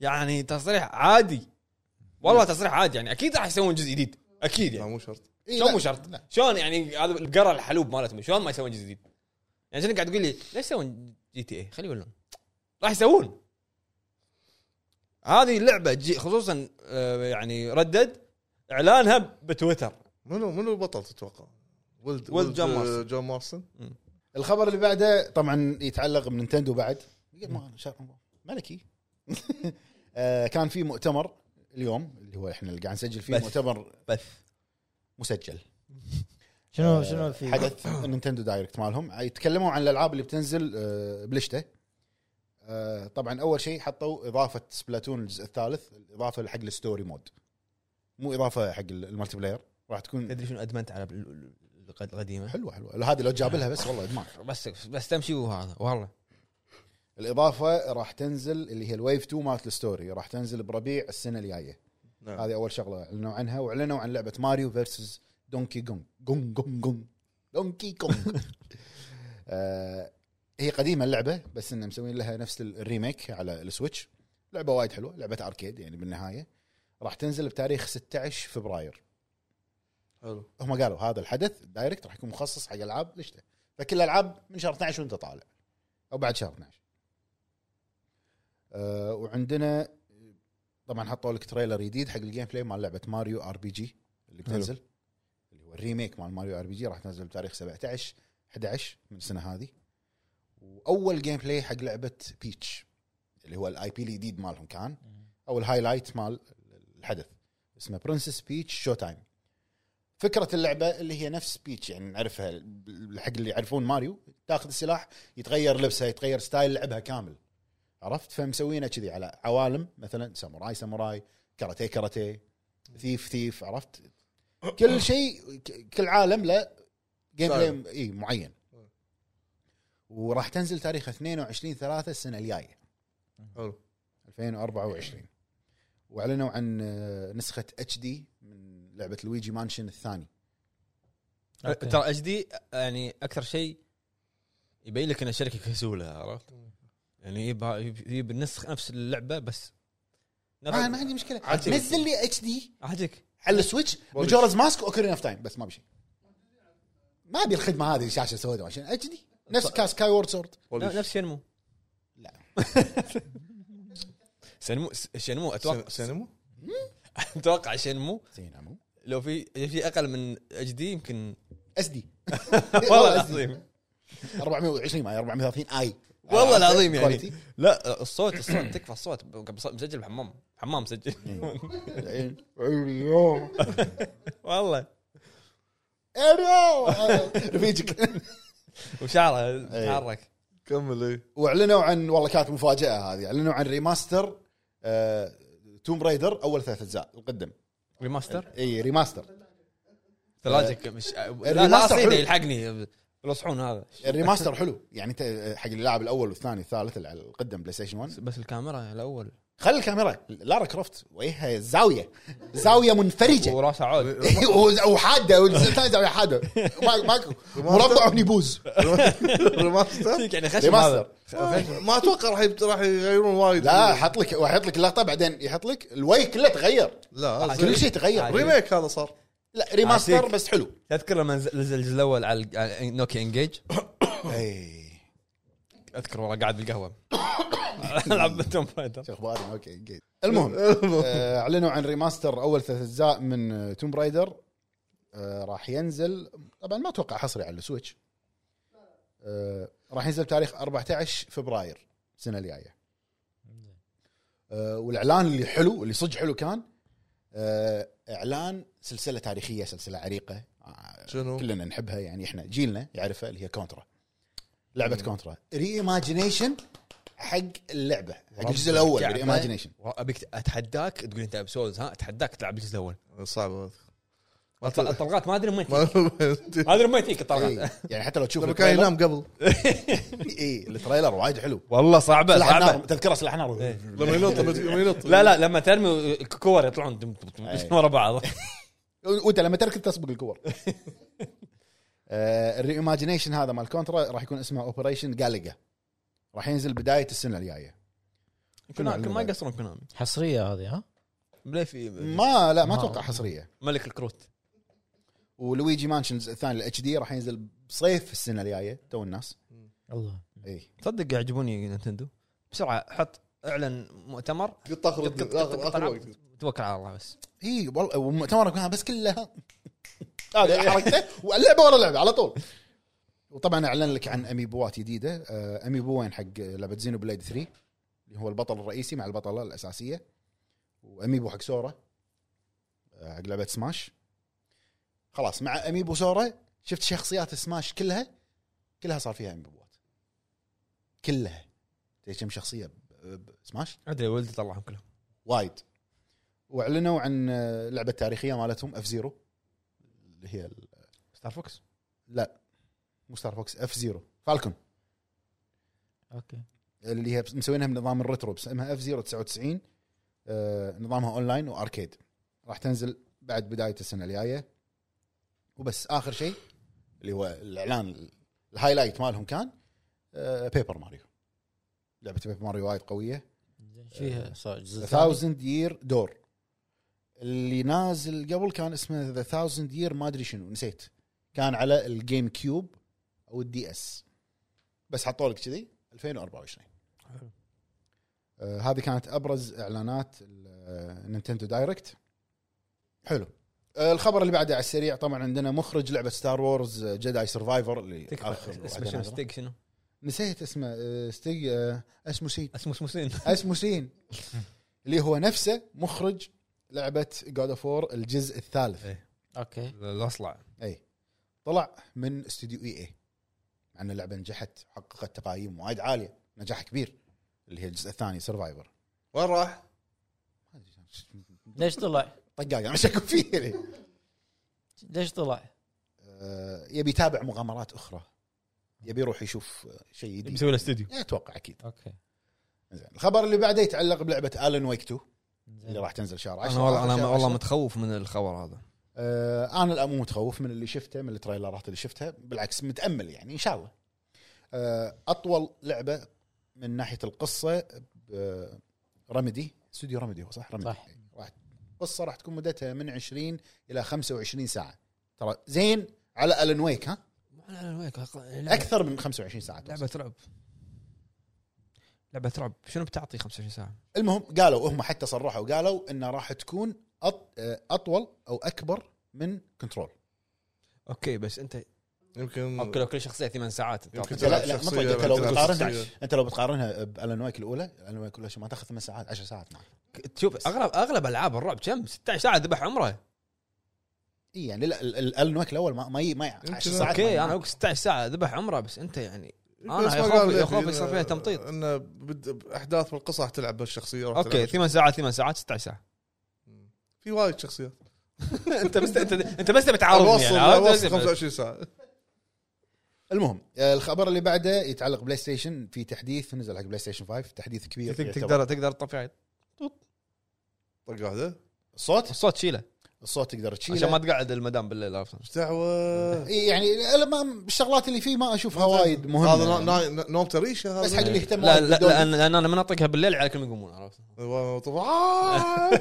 Speaker 1: يعني تصريح عادي والله تصريح عادي يعني اكيد راح يسوون جزء جديد اكيد
Speaker 2: لا
Speaker 1: يعني
Speaker 2: مو شرط
Speaker 3: إي،
Speaker 1: شلون
Speaker 3: إيه، لا.
Speaker 1: مو شرط شلون يعني هذا القرا الحلوب مالتهم شلون ما يسوون جزء جديد يعني شنو قاعد تقول لي ليش يسوون جي تي اي خليه يولون راح يسوون هذه اللعبه جي خصوصا آه، يعني ردد اعلانها بتويتر
Speaker 2: منو منو البطل تتوقع؟ ولد
Speaker 1: ولد جون مارسون.
Speaker 2: جون مارسون
Speaker 3: الخبر اللي بعده طبعا يتعلق بنينتندو بعد ما- شا- ملكي آه، كان في مؤتمر اليوم اللي هو احنا اللي قاعد نسجل فيه
Speaker 1: بث.
Speaker 3: مؤتمر
Speaker 1: بث
Speaker 3: مسجل
Speaker 4: شنو شنو في
Speaker 3: آه، حدث النينتندو دايركت مالهم آه، يتكلموا عن الالعاب اللي بتنزل آه، بلشتة آه، طبعا اول شيء حطوا اضافه سبلاتون الجزء الثالث اضافه حق الستوري مود مو اضافه حق المالتي بلاير راح تكون
Speaker 1: تدري شنو ادمنت على ال- ال- ال- القديمه
Speaker 3: حلوه حلوه هذه لو جاب لها بس والله ادمان
Speaker 1: بس بس تمشي وهذا والله
Speaker 3: الاضافه راح تنزل اللي هي الويف 2 مالت الستوري راح تنزل بربيع السنه الجايه
Speaker 2: نعم
Speaker 3: هذه اول شغله اعلنوا عنها واعلنوا عن لعبه ماريو فيرسز دونكي كونغ كونغ كونغ كونغ دونكي كونغ آه هي قديمه اللعبه بس انهم مسوين لها نفس الريميك على السويتش لعبه وايد حلوه لعبه اركيد يعني بالنهايه راح تنزل بتاريخ 16 فبراير
Speaker 2: حلو
Speaker 3: هم قالوا هذا الحدث دايركت راح يكون مخصص حق العاب لشته فكل الالعاب من شهر 12 وانت طالع او بعد شهر 12 آه وعندنا طبعا حطوا لك تريلر جديد حق الجيم بلاي مال لعبه ماريو ار بي جي اللي
Speaker 1: حلو.
Speaker 3: بتنزل اللي هو الريميك مال ماريو ار بي جي راح تنزل بتاريخ 17 11 من السنه هذه واول جيم بلاي حق لعبه بيتش اللي هو الاي بي الجديد مالهم كان او الهايلايت مال الحدث اسمه برنسس بيتش شو تايم فكره اللعبه اللي هي نفس بيتش يعني نعرفها حق اللي يعرفون ماريو تاخذ السلاح يتغير لبسها يتغير ستايل لعبها كامل عرفت فمسوينها كذي على عوالم مثلا ساموراي ساموراي كاراتيه كاراتيه ثيف ثيف عرفت كل شيء ك- كل عالم له جيم
Speaker 2: ستايل.
Speaker 3: بلاي اي معين وراح تنزل تاريخ 22 3 السنه الجايه
Speaker 2: حلو
Speaker 3: 2024 واعلنوا عن آه، نسخه اتش دي من لعبه لويجي مانشن الثاني
Speaker 4: أوكي.
Speaker 1: ترى اتش دي يعني اكثر شيء يبين لك ان الشركه كسوله عرفت؟ يعني يجيب يجيب النسخ نفس اللعبه بس
Speaker 3: ما ما عندي مشكله
Speaker 1: عجيب.
Speaker 3: نزل لي اتش دي
Speaker 1: عاجبك
Speaker 3: على السويتش
Speaker 2: بولش.
Speaker 3: مجورز ماسك واوكرين اوف تايم بس ما بشيء ما ابي الخدمه هذه الشاشه سوداء عشان اتش دي نفس كاس سكاي وورد سورد
Speaker 1: لا، نفس شنمو
Speaker 3: لا.
Speaker 1: شنمو شنمو اتوقع
Speaker 2: سينما
Speaker 1: اتوقع شنمو
Speaker 3: زين عمو
Speaker 1: لو في في اقل من اتش دي يمكن
Speaker 3: اس دي
Speaker 1: والله العظيم
Speaker 3: 420 ما هي 430 اي
Speaker 1: والله العظيم يعني.
Speaker 3: Quality.
Speaker 1: لا الصوت الصوت تكفى الصوت مسجل بحمام حمام مسجل
Speaker 3: إيه. أيوه.
Speaker 1: والله
Speaker 3: أيوه. رفيجك
Speaker 1: وشعره
Speaker 3: إيه.
Speaker 1: تحرك
Speaker 2: كمل اي
Speaker 3: واعلنوا عن والله كانت مفاجاه هذه اعلنوا عن ريماستر آه، توم رايدر اول ثلاث اجزاء القدم
Speaker 1: ريماستر
Speaker 3: اي ريماستر
Speaker 1: ثلاجك مش آه، لا لا
Speaker 3: آه، الريماستر
Speaker 1: صيده
Speaker 3: حلو.
Speaker 1: يلحقني بالصحون هذا
Speaker 3: الريماستر حلو يعني انت آه، حق اللاعب الاول والثاني والثالث اللي على القدم بلاي ستيشن 1
Speaker 1: بس الكاميرا الاول
Speaker 3: خلي الكاميرا لارا كروفت وجهها زاويه زاويه منفرجه
Speaker 1: وراسه عود
Speaker 3: وز- وحاده والثاني زاويه حاده ما- ماكو مربع ونيبوز
Speaker 2: ريماستر آه،
Speaker 1: يعني خشم
Speaker 3: ريماستر
Speaker 1: هذا
Speaker 2: ما اتوقع راح يبت- راح يغيرون وايد
Speaker 3: لا حط لك يحط لك اللقطه بعدين يحط لك الوي كله تغير
Speaker 2: لا
Speaker 3: آه، كل
Speaker 2: زين.
Speaker 3: شيء تغير
Speaker 1: عجيب.
Speaker 2: ريميك هذا صار
Speaker 3: لا ريماستر
Speaker 1: عجيب.
Speaker 3: بس حلو
Speaker 1: تذكر لما نزل نزل الجزء الاول على ال- على نوكيا انجيج
Speaker 3: اي
Speaker 1: اذكر والله قاعد بالقهوه العب
Speaker 3: Mm.
Speaker 1: توم رايدر
Speaker 3: شو اخبارنا اوكي جيد المهم آه، اعلنوا عن ريماستر اول ثلاث اجزاء من آه، توم برايدر آه، راح ينزل طبعا ما اتوقع حصري على السويتش آه، راح ينزل بتاريخ 14 فبراير السنه الجايه آه، والاعلان اللي حلو اللي صدق حلو كان آه، اعلان سلسله تاريخيه سلسله عريقه آه،
Speaker 2: شنو؟
Speaker 3: كلنا نحبها يعني احنا جيلنا يعرفها اللي هي كونترا لعبه كونترا ري ايماجينيشن حق اللعبه حق الجزء الاول ري ايماجينيشن
Speaker 1: ابيك اتحداك تقول انت ابسولز ها اتحداك تلعب الجزء الاول
Speaker 2: صعب
Speaker 1: الط- الطلقات ما ادري من وين تجي.
Speaker 2: هذا
Speaker 1: ما ادري من وين تجيك
Speaker 3: إيه،
Speaker 1: الطلقات
Speaker 3: يعني حتى لو تشوف
Speaker 2: لما كان
Speaker 3: التريلر-
Speaker 2: ينام قبل
Speaker 3: اي التريلر وايد حلو
Speaker 1: والله صعبه
Speaker 3: سلاح النار
Speaker 1: صعبه
Speaker 3: تذكره سلاح نار
Speaker 2: لما ينط لما ينط
Speaker 1: لا لا لما ترمي كور يطلعون دم- دم- دم-
Speaker 3: أي.
Speaker 1: ورا بعض
Speaker 3: وانت لما تركض تسبق الكور آه، الري ايماجينيشن هذا مال كونترا راح يكون اسمه اوبريشن جالجا راح ينزل بدايه السنه الجايه
Speaker 1: كنا- ما يقصرون كونامي
Speaker 4: حصريه هذه ها
Speaker 1: بلاي في
Speaker 2: إيه.
Speaker 3: ما لا ما
Speaker 4: ما-
Speaker 3: اتوقع حصريه
Speaker 1: ملك الكروت
Speaker 3: ولويجي مانشن الجزء الثاني الاتش دي راح ينزل بصيف السنه الجايه تو الناس إيه.
Speaker 4: الله
Speaker 2: إيه.
Speaker 3: اي
Speaker 1: تصدق يعجبوني نتندو بسرعه حط اعلن مؤتمر
Speaker 2: قط اخر اخر اخر وقت
Speaker 1: توكل على الله بس
Speaker 3: اي والله ومؤتمر كان بس كلها هذا حركته واللعبه ورا لعبه على طول وطبعا اعلن لك عن اميبوات جديده آه، اميبوين حق لعبه زينو بليد 3 اللي هو البطل الرئيسي مع البطله الاساسيه واميبو حق سورا آه، حق لعبه سماش خلاص مع اميبو سورا شفت شخصيات سماش كلها كلها صار فيها اميبوات كلها تدري كم شخصيه ب- ب- بسماش
Speaker 1: ادري ولدي طلعهم كلهم
Speaker 3: وايد واعلنوا عن آه، لعبه تاريخيه مالتهم اف زيرو اللي هي ال-
Speaker 1: ستار فوكس
Speaker 3: لا مو ستار فوكس اف زيرو فالكون
Speaker 4: اوكي
Speaker 3: اللي هي مسوينها بنظام الريترو بس اسمها اف زيرو 99 آه، نظامها اونلاين واركيد راح تنزل بعد بدايه السنه الجايه وبس اخر شيء اللي هو الاعلان الهايلايت مالهم كان آه، بيبر ماريو لعبه بيبر ماريو وايد قويه
Speaker 4: زين فيها صار جزء ثاني.
Speaker 3: 1000 يير دور اللي نازل قبل كان اسمه ذا 1000 يير ما ادري شنو نسيت كان على الجيم كيوب او الدي اس بس حطوا لك كذي 2024
Speaker 1: حلو.
Speaker 3: آه هذه كانت ابرز اعلانات آه، نينتندو دايركت حلو آه الخبر اللي بعده على السريع طبعا عندنا مخرج لعبه ستار وورز جداي سرفايفر آه، اللي
Speaker 1: تكفى
Speaker 3: آخر
Speaker 1: اسمه
Speaker 3: واحدة
Speaker 1: شنو
Speaker 3: نازلة.
Speaker 1: ستيك شنو؟
Speaker 3: نسيت اسمه آه ستيج آه اسمه سيج
Speaker 1: اسمه اسمه سين
Speaker 3: اسمه سين اللي هو نفسه مخرج لعبه جود اوف وور الجزء الثالث
Speaker 1: إيه.
Speaker 4: اوكي
Speaker 1: لا اصلع
Speaker 3: اي طلع من استوديو اي اي مع ان اللعبه نجحت حققت تقايم وايد عاليه نجاح كبير اللي هي الجزء الثاني سرفايفر
Speaker 2: وين راح؟
Speaker 4: ليش طلع؟
Speaker 3: طقاق انا شكو فيه يعني.
Speaker 4: ليش طلع؟
Speaker 3: آه، يبي يتابع مغامرات اخرى يبي يروح يشوف آه، شيء جديد
Speaker 1: مسوي له استوديو
Speaker 3: اتوقع اكيد
Speaker 4: اوكي
Speaker 3: زين الخبر اللي بعده يتعلق بلعبه الن ويك 2 اللي
Speaker 4: زين
Speaker 3: راح تنزل شهر 10
Speaker 1: انا نعم. والله
Speaker 3: آخر
Speaker 1: انا
Speaker 3: شهر
Speaker 1: والله
Speaker 3: 10.
Speaker 1: متخوف من الخبر هذا
Speaker 3: آه انا الان مو متخوف من اللي شفته من التريلرات اللي شفتها بالعكس متامل يعني ان شاء الله آه اطول لعبه من ناحيه القصه رمدي استوديو رمدي هو صح رمدي
Speaker 4: صح.
Speaker 3: راح القصه راح تكون مدتها من 20 الى 25 ساعه ترى زين على الن ويك ها
Speaker 1: اكثر
Speaker 3: اكثر من 25 ساعه توصل.
Speaker 1: لعبه رعب لعبه رعب شنو بتعطي 25 ساعه؟
Speaker 3: المهم قالوا هم حتى صرحوا قالوا انها راح تكون أط... آه، اطول او اكبر من كنترول
Speaker 1: اوكي بس انت
Speaker 2: يمكن
Speaker 1: اوكي لو كل شخصيه ثمان ساعات
Speaker 2: يمكن
Speaker 1: تعطي-
Speaker 3: لا، لا،
Speaker 2: تلعب
Speaker 3: ما
Speaker 2: شخصية،
Speaker 3: تقدر،
Speaker 2: بعدين
Speaker 3: لو
Speaker 2: تلعب
Speaker 3: بتقارنها
Speaker 2: شخصية.
Speaker 3: انت لو بتقارنها بالن ويك الاولى الن ويك الاولى شو ما تاخذ ثمان ساعات 10 ساعات معك
Speaker 1: شوف اغلب اغلب العاب الرعب كم 16 ساعه ذبح عمره
Speaker 3: اي يعني لا ال- ال- الن ويك الاول ما ما ي- ما ي- 10
Speaker 2: يمكن
Speaker 3: ساعات
Speaker 1: اوكي
Speaker 3: ما
Speaker 1: انا
Speaker 3: يمنعك.
Speaker 1: اقول 16 ساعه ذبح عمره بس انت يعني
Speaker 2: بس
Speaker 1: انا
Speaker 2: ما
Speaker 1: أخاف-
Speaker 2: قال لي
Speaker 1: أخاف
Speaker 2: في-
Speaker 1: يصير فيها تمطيط.
Speaker 2: انه بد- احداث والقصه راح تلعب بالشخصيه راح
Speaker 1: اوكي
Speaker 2: تلعب
Speaker 1: ثمان ساعات ثمان ساعات 16 ساعه
Speaker 2: في وايد شخصيات
Speaker 1: انت بس انت انت بس بتعارضني
Speaker 2: اوصل
Speaker 1: يعني
Speaker 2: اوصل
Speaker 1: عرفت؟
Speaker 2: 25 ساعه
Speaker 3: المهم آه، الخبر اللي بعده يتعلق بلاي ستيشن في تحديث نزل حق بلاي ستيشن 5 تحديث كبير
Speaker 1: تقدر-
Speaker 3: يعتبر.
Speaker 1: تقدر تقدر تطفي عيد.
Speaker 2: طق واحده
Speaker 3: الصوت
Speaker 1: الصوت شيله
Speaker 3: الصوت تقدر
Speaker 1: عشان ما
Speaker 3: تشيله
Speaker 1: تقعد المدام بالليل عرفت؟
Speaker 2: ايش دعوه
Speaker 3: إي، يعني لا، ما- الشغلات اللي فيه ما اشوفها وايد
Speaker 2: هذا
Speaker 3: مهمه
Speaker 2: نو-
Speaker 3: يعني.
Speaker 2: ناي- ن- نوم تريشه هذا
Speaker 3: بس حق اللي يهتم
Speaker 1: لا
Speaker 3: وايد
Speaker 1: لا
Speaker 3: بالدولة.
Speaker 1: لان لان انا من اطقها بالليل على كلهم يقومون عرفت؟
Speaker 2: والله طب- آه.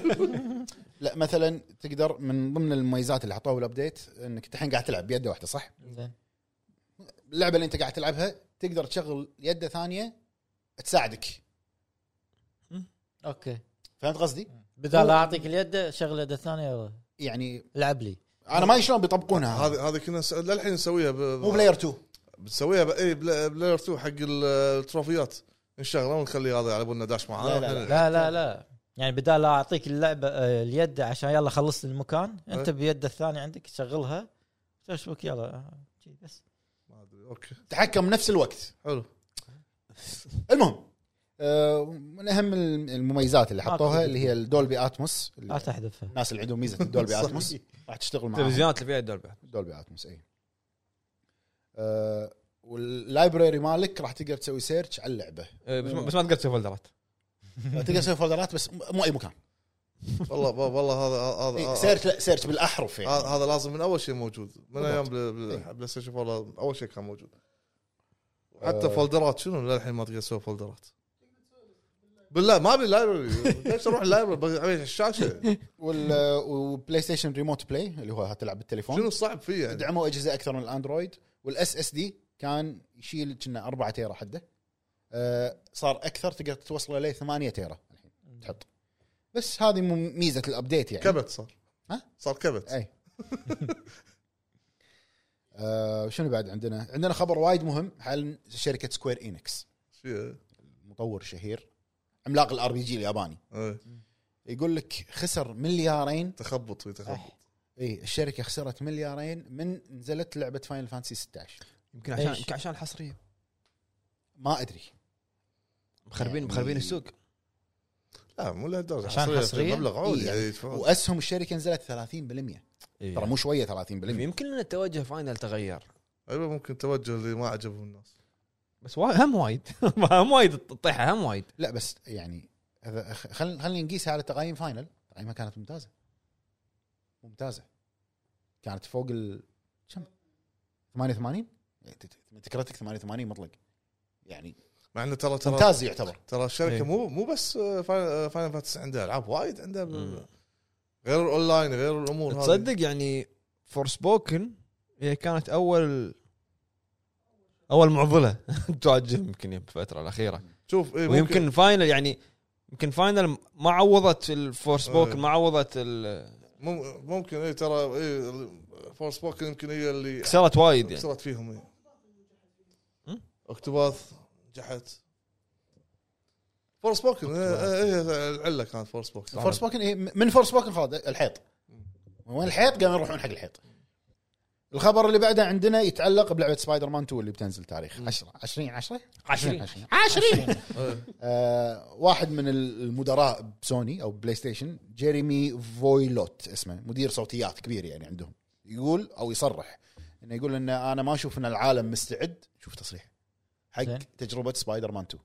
Speaker 3: لا مثلا تقدر من ضمن المميزات اللي حطوها بالابديت انك أنت الحين قاعد تلعب بيده واحده صح؟
Speaker 4: زين
Speaker 3: اللعبه اللي انت قاعد تلعبها تقدر تشغل يده ثانيه تساعدك
Speaker 4: اوكي
Speaker 3: فهمت قصدي؟
Speaker 4: بدال لا اعطيك اليد شغله يد الثانيه يلا
Speaker 3: يعني
Speaker 4: العب لي
Speaker 3: انا ما أدري شلون بيطبقونها هذه
Speaker 2: هذه هذه كنا نس- للحين نسويها ب-
Speaker 3: مو بلاير 2
Speaker 2: بنسويها ب- اي بلا- بلاير 2 حق ال- التروفيات نشغله ونخلي هذا على بالنا داش معاه
Speaker 3: لا، لا، لا.
Speaker 4: لا لا لا يعني بدال لا اعطيك اللعبه آه، اليد عشان يلا خلصت المكان انت بيد الثانيه عندك تشغلها تشبك يلا آه، شي بس
Speaker 2: ما أدري، اوكي
Speaker 3: تحكم نفس الوقت
Speaker 2: حلو
Speaker 3: المهم آه، من اهم المميزات اللي حطوها
Speaker 4: أوكي.
Speaker 3: اللي هي الدولبي اتموس
Speaker 4: لا
Speaker 3: اللي-
Speaker 4: تحذفها
Speaker 3: الناس اللي عندهم ميزه الدولبي
Speaker 2: صحيح.
Speaker 3: اتموس راح تشتغل معاهم
Speaker 1: التلفزيونات اللي فيها الدور بعد
Speaker 3: دولبي اتموس اي آه، واللايبرري مالك راح تقدر تسوي سيرش على اللعبه
Speaker 1: إيه، بس ما- بس ما تقدر تسوي فولدرات
Speaker 3: تقدر تسوي فولدرات بس مو اي مكان
Speaker 2: والله والله هذا هذا
Speaker 3: إي،
Speaker 2: هذا-
Speaker 3: سيرش لا سيرش بالاحرف يعني
Speaker 2: هذا هذا لازم من اول شيء موجود من
Speaker 3: بالضبط.
Speaker 2: ايام بل-
Speaker 3: إيه.
Speaker 2: بل- بلاي ستيشن 4 اول شيء كان موجود
Speaker 3: آه.
Speaker 2: حتى فولدرات شنو للحين ما تقدر تسوي فولدرات بالله ما ابي اللايبرري ليش اروح اللايبرري على الشاشه
Speaker 3: وال وبلاي ستيشن ريموت بلاي اللي هو تلعب بالتليفون
Speaker 2: شنو الصعب فيه يعني
Speaker 3: دعموا اجهزه اكثر من الاندرويد والاس اس دي كان يشيل كنا 4 تيرا حده آه، صار اكثر تقدر توصله ل 8 تيرا الحين تحط بس هذه مم- ميزه الابديت يعني
Speaker 2: كبت صار
Speaker 3: ها؟ إيه.
Speaker 2: صار كبت
Speaker 3: اي آه، شنو بعد عندنا؟ عندنا خبر وايد مهم عن شركه سكوير انكس
Speaker 2: شي- إيه.
Speaker 3: مطور شهير عملاق الار بي جي الياباني
Speaker 2: إيه.
Speaker 3: يقول لك خسر مليارين
Speaker 2: تخبط في
Speaker 3: إيه.
Speaker 2: تخبط
Speaker 4: أح.
Speaker 3: اي الشركه خسرت مليارين من نزلت لعبه فاينل فانسي 16
Speaker 1: يمكن عشان
Speaker 4: ليش؟
Speaker 1: يمكن عشان الحصريه
Speaker 3: ما يعني ادري
Speaker 1: مخربين مخربين السوق
Speaker 2: لا مو لهالدرجه
Speaker 4: عشان
Speaker 2: حصرية
Speaker 4: حصرية؟
Speaker 2: مبلغ عود
Speaker 3: إيه.
Speaker 2: يعني يدفعون.
Speaker 3: واسهم الشركه نزلت 30% ترى
Speaker 1: إيه.
Speaker 3: مو شويه 30%
Speaker 1: يمكن ان التوجه فاينل تغير
Speaker 2: ايوه ممكن توجه اللي ما عجبهم الناس
Speaker 1: بس وا- هم وايد هم وايد الطيحه هم وايد
Speaker 3: لا بس يعني هذا خلينا خلينا نقيسها على تقايم فاينل تقايمها كانت ممتازه ممتازه كانت فوق ال كم 88 يعني ت- ت- تكرتك 88 مطلق يعني
Speaker 2: مع انه ترى ترى
Speaker 3: ممتاز يعتبر
Speaker 2: ترى
Speaker 1: إيه.
Speaker 2: الشركه مو مو بس آه، فاينل فانتسي عندها العاب وايد عندها
Speaker 1: مم.
Speaker 2: ب- غير الاونلاين غير الامور هذه.
Speaker 1: تصدق يعني فورس بوكن هي كانت اول اول معضله تعجب يمكن بالفتره الاخيره
Speaker 2: شوف إيه
Speaker 1: ويمكن فاينل يعني يمكن فاينل ما عوضت الفورس بوكن
Speaker 2: إيه.
Speaker 1: ما عوضت ال-
Speaker 2: مم- ممكن اي ترى اي فورس بوكن يمكن هي اللي
Speaker 1: كسرت وايد يعني
Speaker 2: كسرت فيهم إيه.
Speaker 1: مم؟
Speaker 2: اكتوباث جحت فورس بوكن اي العله إيه، كانت فورس بوكن
Speaker 3: فورس بوكن إيه، من فورس بوكن خلاص الحيط وين الحيط قاموا يروحون حق الحيط الخبر اللي بعده عندنا يتعلق بلعبه سبايدر مان 2 اللي بتنزل تاريخ 10 20 10
Speaker 1: عشرين
Speaker 3: 20
Speaker 2: إيه.
Speaker 3: آه، واحد من المدراء بسوني او بلاي ستيشن جيريمي فويلوت اسمه مدير صوتيات كبير يعني عندهم يقول او يصرح انه يقول ان انا ما اشوف ان العالم مستعد شوف تصريح حق
Speaker 4: زين.
Speaker 3: تجربه سبايدر مان 2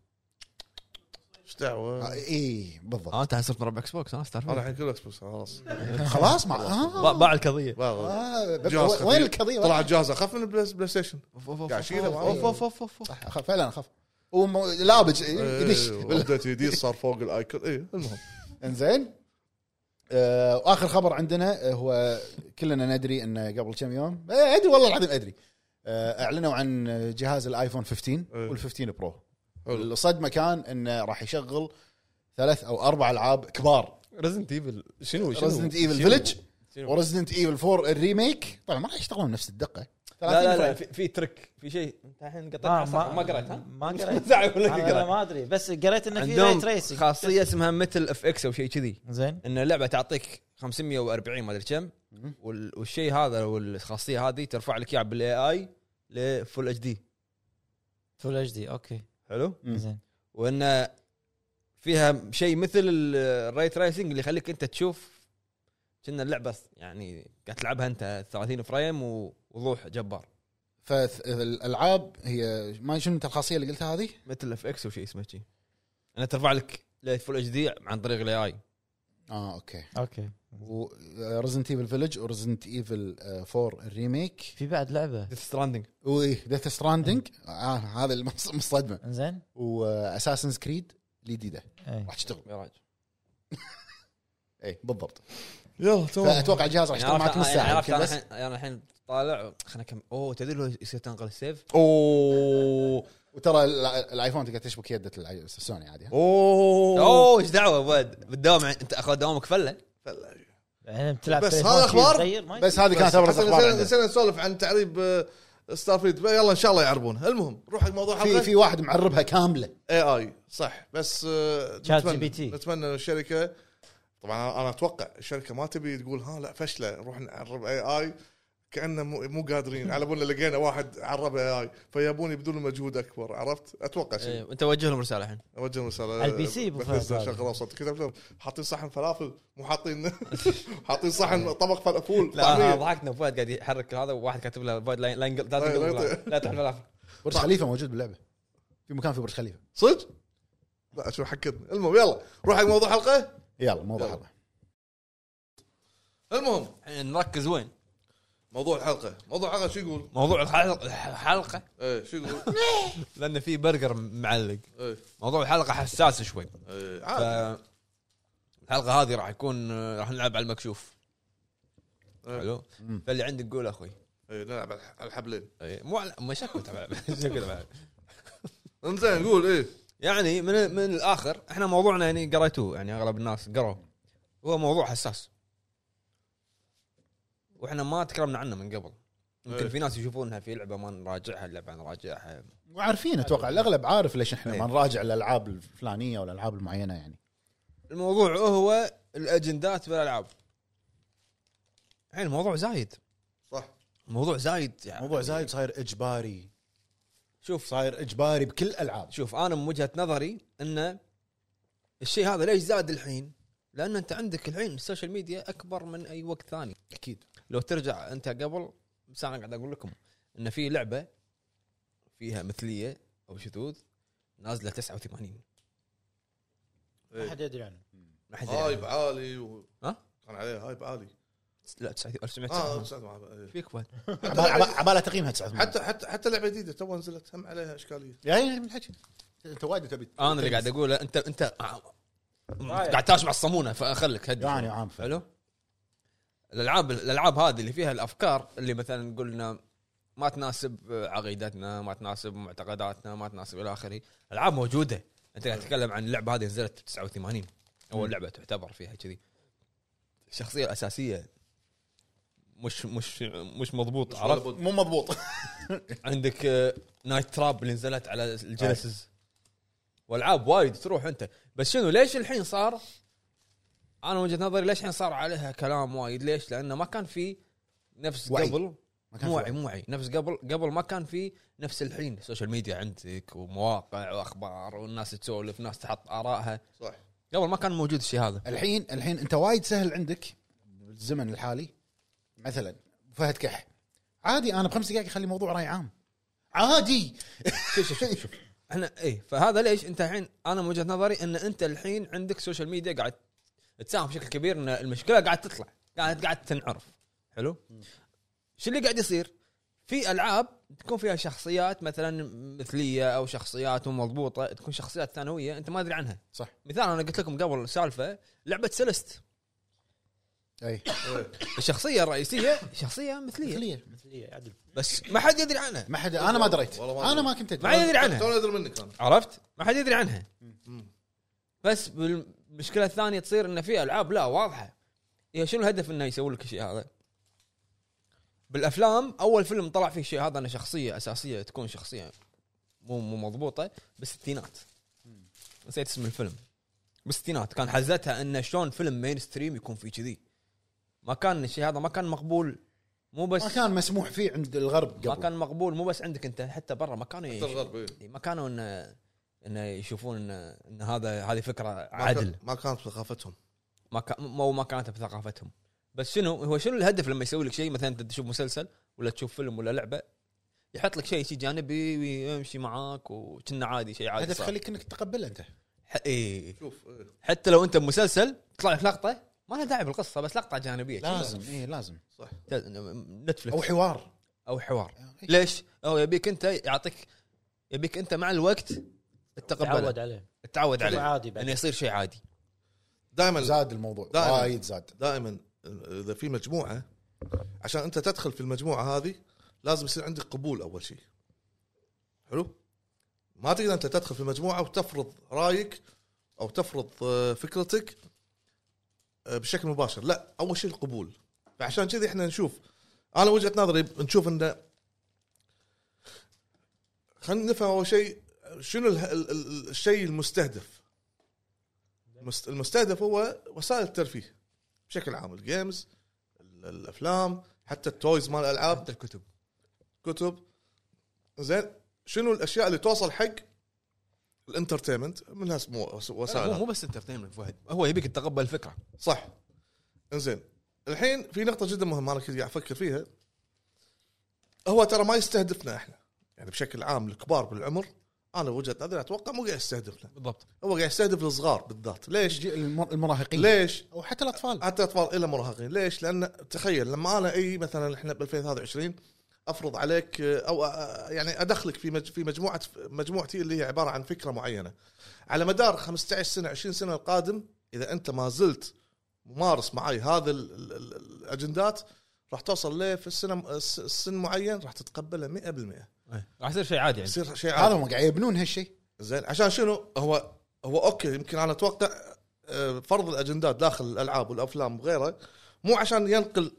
Speaker 2: ايش دعوه
Speaker 3: آه،
Speaker 1: إيه.
Speaker 3: اي بالضبط
Speaker 4: آه،
Speaker 1: اه انت صرت رب اكس بوكس ها تعرف
Speaker 2: انا الحين كله اكس بوكس خلاص
Speaker 1: إيه.
Speaker 3: خلاص مع آه.
Speaker 1: باع القضيه
Speaker 2: بابا.
Speaker 3: آه، ب-
Speaker 2: جهاز خفيف.
Speaker 3: وين القضيه
Speaker 2: طلع الجهاز اخف من البلاي بلاي ستيشن قاعد أشيله معاي.
Speaker 1: اوف اوف اوف اوف
Speaker 3: صح اخاف فعلا اخاف هو مو- لابج
Speaker 2: إيه،
Speaker 3: يدش
Speaker 2: ابديت جديد صار فوق الايكون اي المهم
Speaker 3: انزين آه، واخر خبر عندنا آه، هو كلنا ندري انه قبل كم يوم آه، ادري والله العظيم ادري آه، اعلنوا عن جهاز الايفون 15
Speaker 2: إيه.
Speaker 3: وال15 برو
Speaker 2: حلو.
Speaker 3: الصدمه كان انه راح يشغل ثلاث او اربع العاب كبار
Speaker 1: ريزنت ايفل شنو شنو
Speaker 3: ريزدنت ايفل
Speaker 1: شنو؟
Speaker 3: فيلج
Speaker 1: شنو؟
Speaker 3: وريزدنت ايفل 4 الريميك طبعا ما راح يشتغلون نفس الدقه
Speaker 1: لا لا لا
Speaker 3: فريم.
Speaker 1: في, في ترك في شيء انت الحين قطعت
Speaker 4: آه، ما-
Speaker 1: حصر، ما قريت ها؟
Speaker 4: ما قريت
Speaker 1: زعل يقول لك
Speaker 4: أنا- انا
Speaker 1: قريت
Speaker 4: ما ادري بس قريت انه في ري
Speaker 1: عندهم
Speaker 4: تريسنج
Speaker 1: خاصيه اسمها متل اف اكس او شيء كذي
Speaker 4: زين
Speaker 1: ان اللعبه تعطيك 540 ما ادري كم
Speaker 3: مم.
Speaker 1: وال- والشيء هذا والخاصيه هذه ترفع لك اياها بالاي اي لفول اتش دي
Speaker 4: فول اتش دي اوكي
Speaker 1: حلو
Speaker 3: مم.
Speaker 4: زين
Speaker 1: وان فيها شيء مثل الري تريسنج اللي يخليك انت تشوف كنا اللعبه يعني قاعد تلعبها انت 30 فريم ووضوح جبار
Speaker 3: فالالعاب هي ما شنو انت الخاصيه اللي قلتها هذه
Speaker 1: مثل اف اكس او شيء اسمه شيء انا ترفع لك لفول اتش دي عن طريق الاي اي
Speaker 3: اه اوكي
Speaker 4: اوكي
Speaker 3: وريزنت ايفل فيلج وريزنت ايفل 4 الريميك
Speaker 4: في بعد لعبه
Speaker 1: ديث ستراندنج
Speaker 3: وي ديث ستراندنج آه هذا اللي مص- آه، مصدمه
Speaker 4: زين إيه.
Speaker 3: واساسنز كريد الجديده
Speaker 4: اي
Speaker 3: راح تشتغل
Speaker 1: ميراج
Speaker 3: اي بالضبط
Speaker 2: يلا تمام
Speaker 3: فاتوقع الجهاز راح
Speaker 1: يعني
Speaker 3: يشتغل طيب، معك
Speaker 1: عرفت-
Speaker 3: نص
Speaker 1: يعني
Speaker 3: ساعه
Speaker 1: عرفت
Speaker 3: يمكن
Speaker 1: انا
Speaker 3: بس
Speaker 1: الحين انا الحين طالع خلنا كم اوه تدري لو يصير تنقل السيف
Speaker 2: اوه
Speaker 3: وترى الع- الايفون تقدر تشبك يده الع- السوني عادي ها؟
Speaker 2: اوه
Speaker 1: اوه ايش دعوه بود بالدوام عن- انت اخذ دوامك فله
Speaker 4: يعني بتلعب
Speaker 2: بس
Speaker 4: تليفون
Speaker 2: هذا
Speaker 4: شي
Speaker 2: أخبار؟
Speaker 4: صغير ما
Speaker 3: بس هذه كانت ابرز
Speaker 2: حسن،
Speaker 3: اخبار
Speaker 2: نسينا-
Speaker 3: عندنا.
Speaker 2: نسينا نسولف عن تعريب ستار فيلد يلا ان شاء الله يعربونها المهم نروح حق موضوع
Speaker 3: في
Speaker 2: حلقه
Speaker 3: في واحد معربها كامله
Speaker 2: اي اي صح بس آه،
Speaker 4: Chat
Speaker 2: نتمنى-
Speaker 4: GPT.
Speaker 2: نتمنى إن الشركه طبعا أنا- انا اتوقع الشركه ما تبي تقول ها لا فشله نروح نعرب اي اي كانه مو مو قادرين على بالنا لقينا واحد عرب اي اي فيبون يبذلون مجهود اكبر عرفت؟ اتوقع شيء
Speaker 1: إيه، انت وجه لهم رساله الحين
Speaker 2: اوجه رساله
Speaker 4: على البي سي أبو
Speaker 2: بثزة
Speaker 4: فهد هذا.
Speaker 2: شغله وصلت كتبت لهم حاطين صحن فلافل مو حاطين حاطين صحن طبق فلافل
Speaker 1: لا
Speaker 2: طعمية.
Speaker 1: انا ضحكنا فؤاد قاعد يحرك هذا وواحد كاتب له فؤاد لا لا ينقل- لا
Speaker 2: لا
Speaker 1: تنقل
Speaker 2: يط-
Speaker 1: الغلاف، لا تحمل الغلاف.
Speaker 3: برج خليفه موجود باللعبه في مكان في برج خليفه
Speaker 2: صدق؟ لا شو حكتني المهم يلا روح حق موضوع حلقه
Speaker 3: يلا موضوع
Speaker 2: يلا.
Speaker 3: حلقه
Speaker 2: المهم
Speaker 1: الحين إيه، نركز وين؟
Speaker 2: موضوع الحلقه موضوع الحلقه شو يقول؟
Speaker 1: موضوع الحلقه الحلقه
Speaker 2: ايه شو يقول؟
Speaker 1: لان في برجر معلق
Speaker 2: ايه
Speaker 1: موضوع الحلقه حساس شوي
Speaker 2: ايه
Speaker 1: ف-
Speaker 2: عادي.
Speaker 1: الحلقه هذه راح يكون راح نلعب على المكشوف
Speaker 2: إيه.
Speaker 1: حلو فاللي عندك قول اخوي
Speaker 2: ايه نلعب على الح- على الحبلين
Speaker 1: إيه، مو على مش أكو تبع- مش أكو تبع.
Speaker 2: انزين قول ايه
Speaker 1: يعني من من الاخر احنا موضوعنا يعني قريتوه يعني اغلب الناس قروا هو موضوع حساس واحنا ما تكلمنا عنه من قبل يمكن
Speaker 2: إيه.
Speaker 1: في ناس يشوفونها في لعبه ما نراجعها اللعبه نراجعها
Speaker 3: وعارفين اتوقع الاغلب عارف ليش احنا
Speaker 1: إيه.
Speaker 3: ما نراجع الالعاب الفلانيه ولا الالعاب المعينه يعني
Speaker 1: الموضوع هو الاجندات بالالعاب الحين الموضوع زايد
Speaker 2: صح
Speaker 1: الموضوع زايد يعني
Speaker 3: موضوع زايد صاير اجباري
Speaker 1: شوف
Speaker 3: صاير اجباري بكل الالعاب
Speaker 1: شوف انا من وجهه نظري ان الشيء هذا ليش زاد الحين؟ لان انت عندك الحين السوشيال ميديا اكبر من اي وقت ثاني
Speaker 3: اكيد
Speaker 1: لو ترجع انت قبل بس انا قاعد اقول لكم ان في لعبه فيها مثليه او شذوذ نازله 89
Speaker 4: حد يدري عنه
Speaker 1: ما حد يدري
Speaker 2: إيه. هايب
Speaker 1: عنها.
Speaker 2: عالي و...
Speaker 1: ها؟
Speaker 2: كان عليه هايب عالي
Speaker 1: لا 1900
Speaker 2: اه
Speaker 1: 1900
Speaker 2: 900.
Speaker 1: فيك فهد
Speaker 3: عبالة- عبالة- عبالة تقييمها 900
Speaker 2: حتى حتى حتى لعبه جديده تو نزلت هم عليها اشكاليه
Speaker 3: يعني من الحكي انت وايد تبي
Speaker 1: انا اللي قاعد اقوله انت انت آه، قاعد تاش مع الصمونه فخلك هدي
Speaker 3: يعني عام فهد.
Speaker 1: حلو الالعاب الالعاب هذه اللي فيها الافكار اللي مثلا قلنا ما تناسب عقيدتنا ما تناسب معتقداتنا ما تناسب الى اخره العاب موجوده انت قاعد تتكلم عن اللعبه هذه نزلت 89 اول لعبه تعتبر فيها كذي الشخصيه الاساسيه مش مش مش مضبوط عرفت
Speaker 3: مو مضبوط
Speaker 1: عندك آه، نايت تراب اللي نزلت على الجينيسيس والعاب وايد تروح انت بس شنو ليش الحين صار انا من وجهه نظري ليش الحين صار عليها كلام وايد ليش لانه ما كان في نفس
Speaker 3: وعي.
Speaker 1: قبل
Speaker 3: ما كان
Speaker 1: مو
Speaker 3: في
Speaker 1: وعي مو وعي نفس قبل قبل ما كان في نفس الحين سوشيال ميديا عندك ومواقع واخبار والناس تسولف ناس تحط ارائها
Speaker 2: صح
Speaker 1: قبل ما كان موجود الشيء هذا
Speaker 3: الحين الحين انت وايد سهل عندك بالزمن الحالي مثلا فهد كح عادي انا بخمس دقائق اخلي موضوع راي عام عادي
Speaker 1: شوف شوف شوف شوف احنا ايه فهذا ليش انت الحين انا من وجهه نظري ان انت الحين عندك سوشيال ميديا قاعد تساهم بشكل كبير ان المشكله قاعد تطلع قاعد قاعد تنعرف حلو شو اللي قاعد يصير في العاب تكون فيها شخصيات مثلا مثليه او شخصيات مو مضبوطه تكون شخصيات ثانويه انت ما ادري عنها
Speaker 3: صح.
Speaker 1: مثال انا قلت لكم قبل سالفه لعبه سيلست
Speaker 3: اي
Speaker 2: إيه.
Speaker 1: الشخصيه الرئيسيه شخصيه مثليه
Speaker 3: خليه
Speaker 4: مثلية إيه، عدل
Speaker 1: بس ما حد يدري عنها
Speaker 3: ما حد انا ما دريت
Speaker 2: والله ما
Speaker 3: انا ما كنت
Speaker 1: ما
Speaker 3: ادري
Speaker 1: يدري عنها
Speaker 2: تو ادري منك انا
Speaker 1: عرفت؟ ما حد يدري عنها
Speaker 2: مم.
Speaker 1: بس المشكله الثانيه تصير ان في العاب لا واضحه هي شنو الهدف انه يسوي لك الشيء هذا؟ بالافلام اول فيلم طلع فيه الشيء هذا انه شخصيه اساسيه تكون شخصيه مو مو مضبوطه بالستينات نسيت اسم الفيلم بالستينات كان حزتها انه شلون فيلم مين ستريم يكون فيه كذي ما كان الشيء هذا ما كان مقبول مو بس
Speaker 3: ما كان مسموح فيه عند الغرب قبل
Speaker 1: ما كان مقبول مو بس عندك انت حتى برا ما كانوا
Speaker 2: حتى الغرب إيه.
Speaker 1: إي، ما كانوا انه انه يشوفون انه ان هذا هذه فكره
Speaker 2: ما
Speaker 1: عادل
Speaker 2: كان- ما كانت بثقافتهم
Speaker 1: ما كان مو ما كانت بثقافتهم بس شنو هو شنو الهدف لما يسوي لك شيء مثلا انت تشوف مسلسل ولا تشوف فيلم ولا لعبه يحط لك شيء شيء جانبي ويمشي معاك وكنا عادي شيء عادي
Speaker 3: هدف
Speaker 1: صار.
Speaker 3: خليك انك تتقبله انت
Speaker 1: ح- إي.
Speaker 2: شوف إيه.
Speaker 1: حتى لو انت مسلسل تطلع لك لقطه ما لها داعي بالقصه بس لقطه جانبيه
Speaker 3: لازم اي لازم او
Speaker 1: نتفلكس
Speaker 3: حوار
Speaker 1: او حوار
Speaker 3: إيه.
Speaker 1: ليش؟ هو يبيك انت يعطيك يبيك انت مع الوقت
Speaker 4: تعود
Speaker 1: تتقبل
Speaker 4: عليه
Speaker 1: تعود
Speaker 2: يعني
Speaker 4: شوف
Speaker 1: عليه
Speaker 4: عادي
Speaker 1: انه
Speaker 4: بعد
Speaker 1: يصير شيء عادي
Speaker 2: دائما
Speaker 3: زاد الموضوع
Speaker 2: دائماً.
Speaker 3: وايد زاد
Speaker 2: دائما اذا في مجموعه عشان انت تدخل في المجموعه هذه لازم يصير عندك قبول اول شيء حلو ما تقدر انت تدخل في المجموعه وتفرض رايك او تفرض آه، فكرتك آه، بشكل مباشر لا اول شيء القبول فعشان كذي احنا نشوف انا وجهه نظري نشوف انه خلينا نفهم اول شيء شنو اله- ال- ال- الشيء المستهدف المست- المستهدف هو وسائل الترفيه بشكل عام الجيمز ال- الافلام حتى التويز مال الالعاب
Speaker 1: حتى الكتب
Speaker 2: كتب زين شنو الاشياء اللي توصل حق الانترتينمنت منها سمو-
Speaker 1: هو
Speaker 2: وسائل
Speaker 1: مو بس انترتينمنت فهد هو يبيك تتقبل الفكره
Speaker 2: صح انزين الحين في نقطة جدا مهمة أنا كنت قاعد أفكر فيها هو ترى ما يستهدفنا إحنا يعني بشكل عام الكبار بالعمر أنا وجهة نظري أتوقع مو قاعد يستهدفنا
Speaker 1: بالضبط
Speaker 2: هو قاعد يستهدف الصغار بالذات ليش؟
Speaker 3: الج- المر- المراهقين
Speaker 2: ليش؟
Speaker 3: او حتى الاطفال
Speaker 1: آه.
Speaker 2: حتى اطفال الى مراهقين ليش؟ لان تخيل لما انا اي مثلا احنا ب 2023 افرض عليك او أ- أ- يعني ادخلك في مج- في مجموعه مجموعتي اللي هي عباره عن فكره معينه على مدار 15 سنه 20 سنه القادم اذا انت ما زلت ممارس معي هذا ال- ال- ال- الاجندات راح توصل ليه في السنه س- سن معين راح تتقبله 100%
Speaker 1: راح يصير شيء عادي يعني
Speaker 2: يصير شيء
Speaker 3: هذا
Speaker 2: عادي
Speaker 3: هم قاعد يبنون هالشيء
Speaker 2: زين عشان شنو هو هو اوكي يمكن انا اتوقع آه، فرض الاجندات داخل الالعاب والافلام وغيره مو عشان ينقل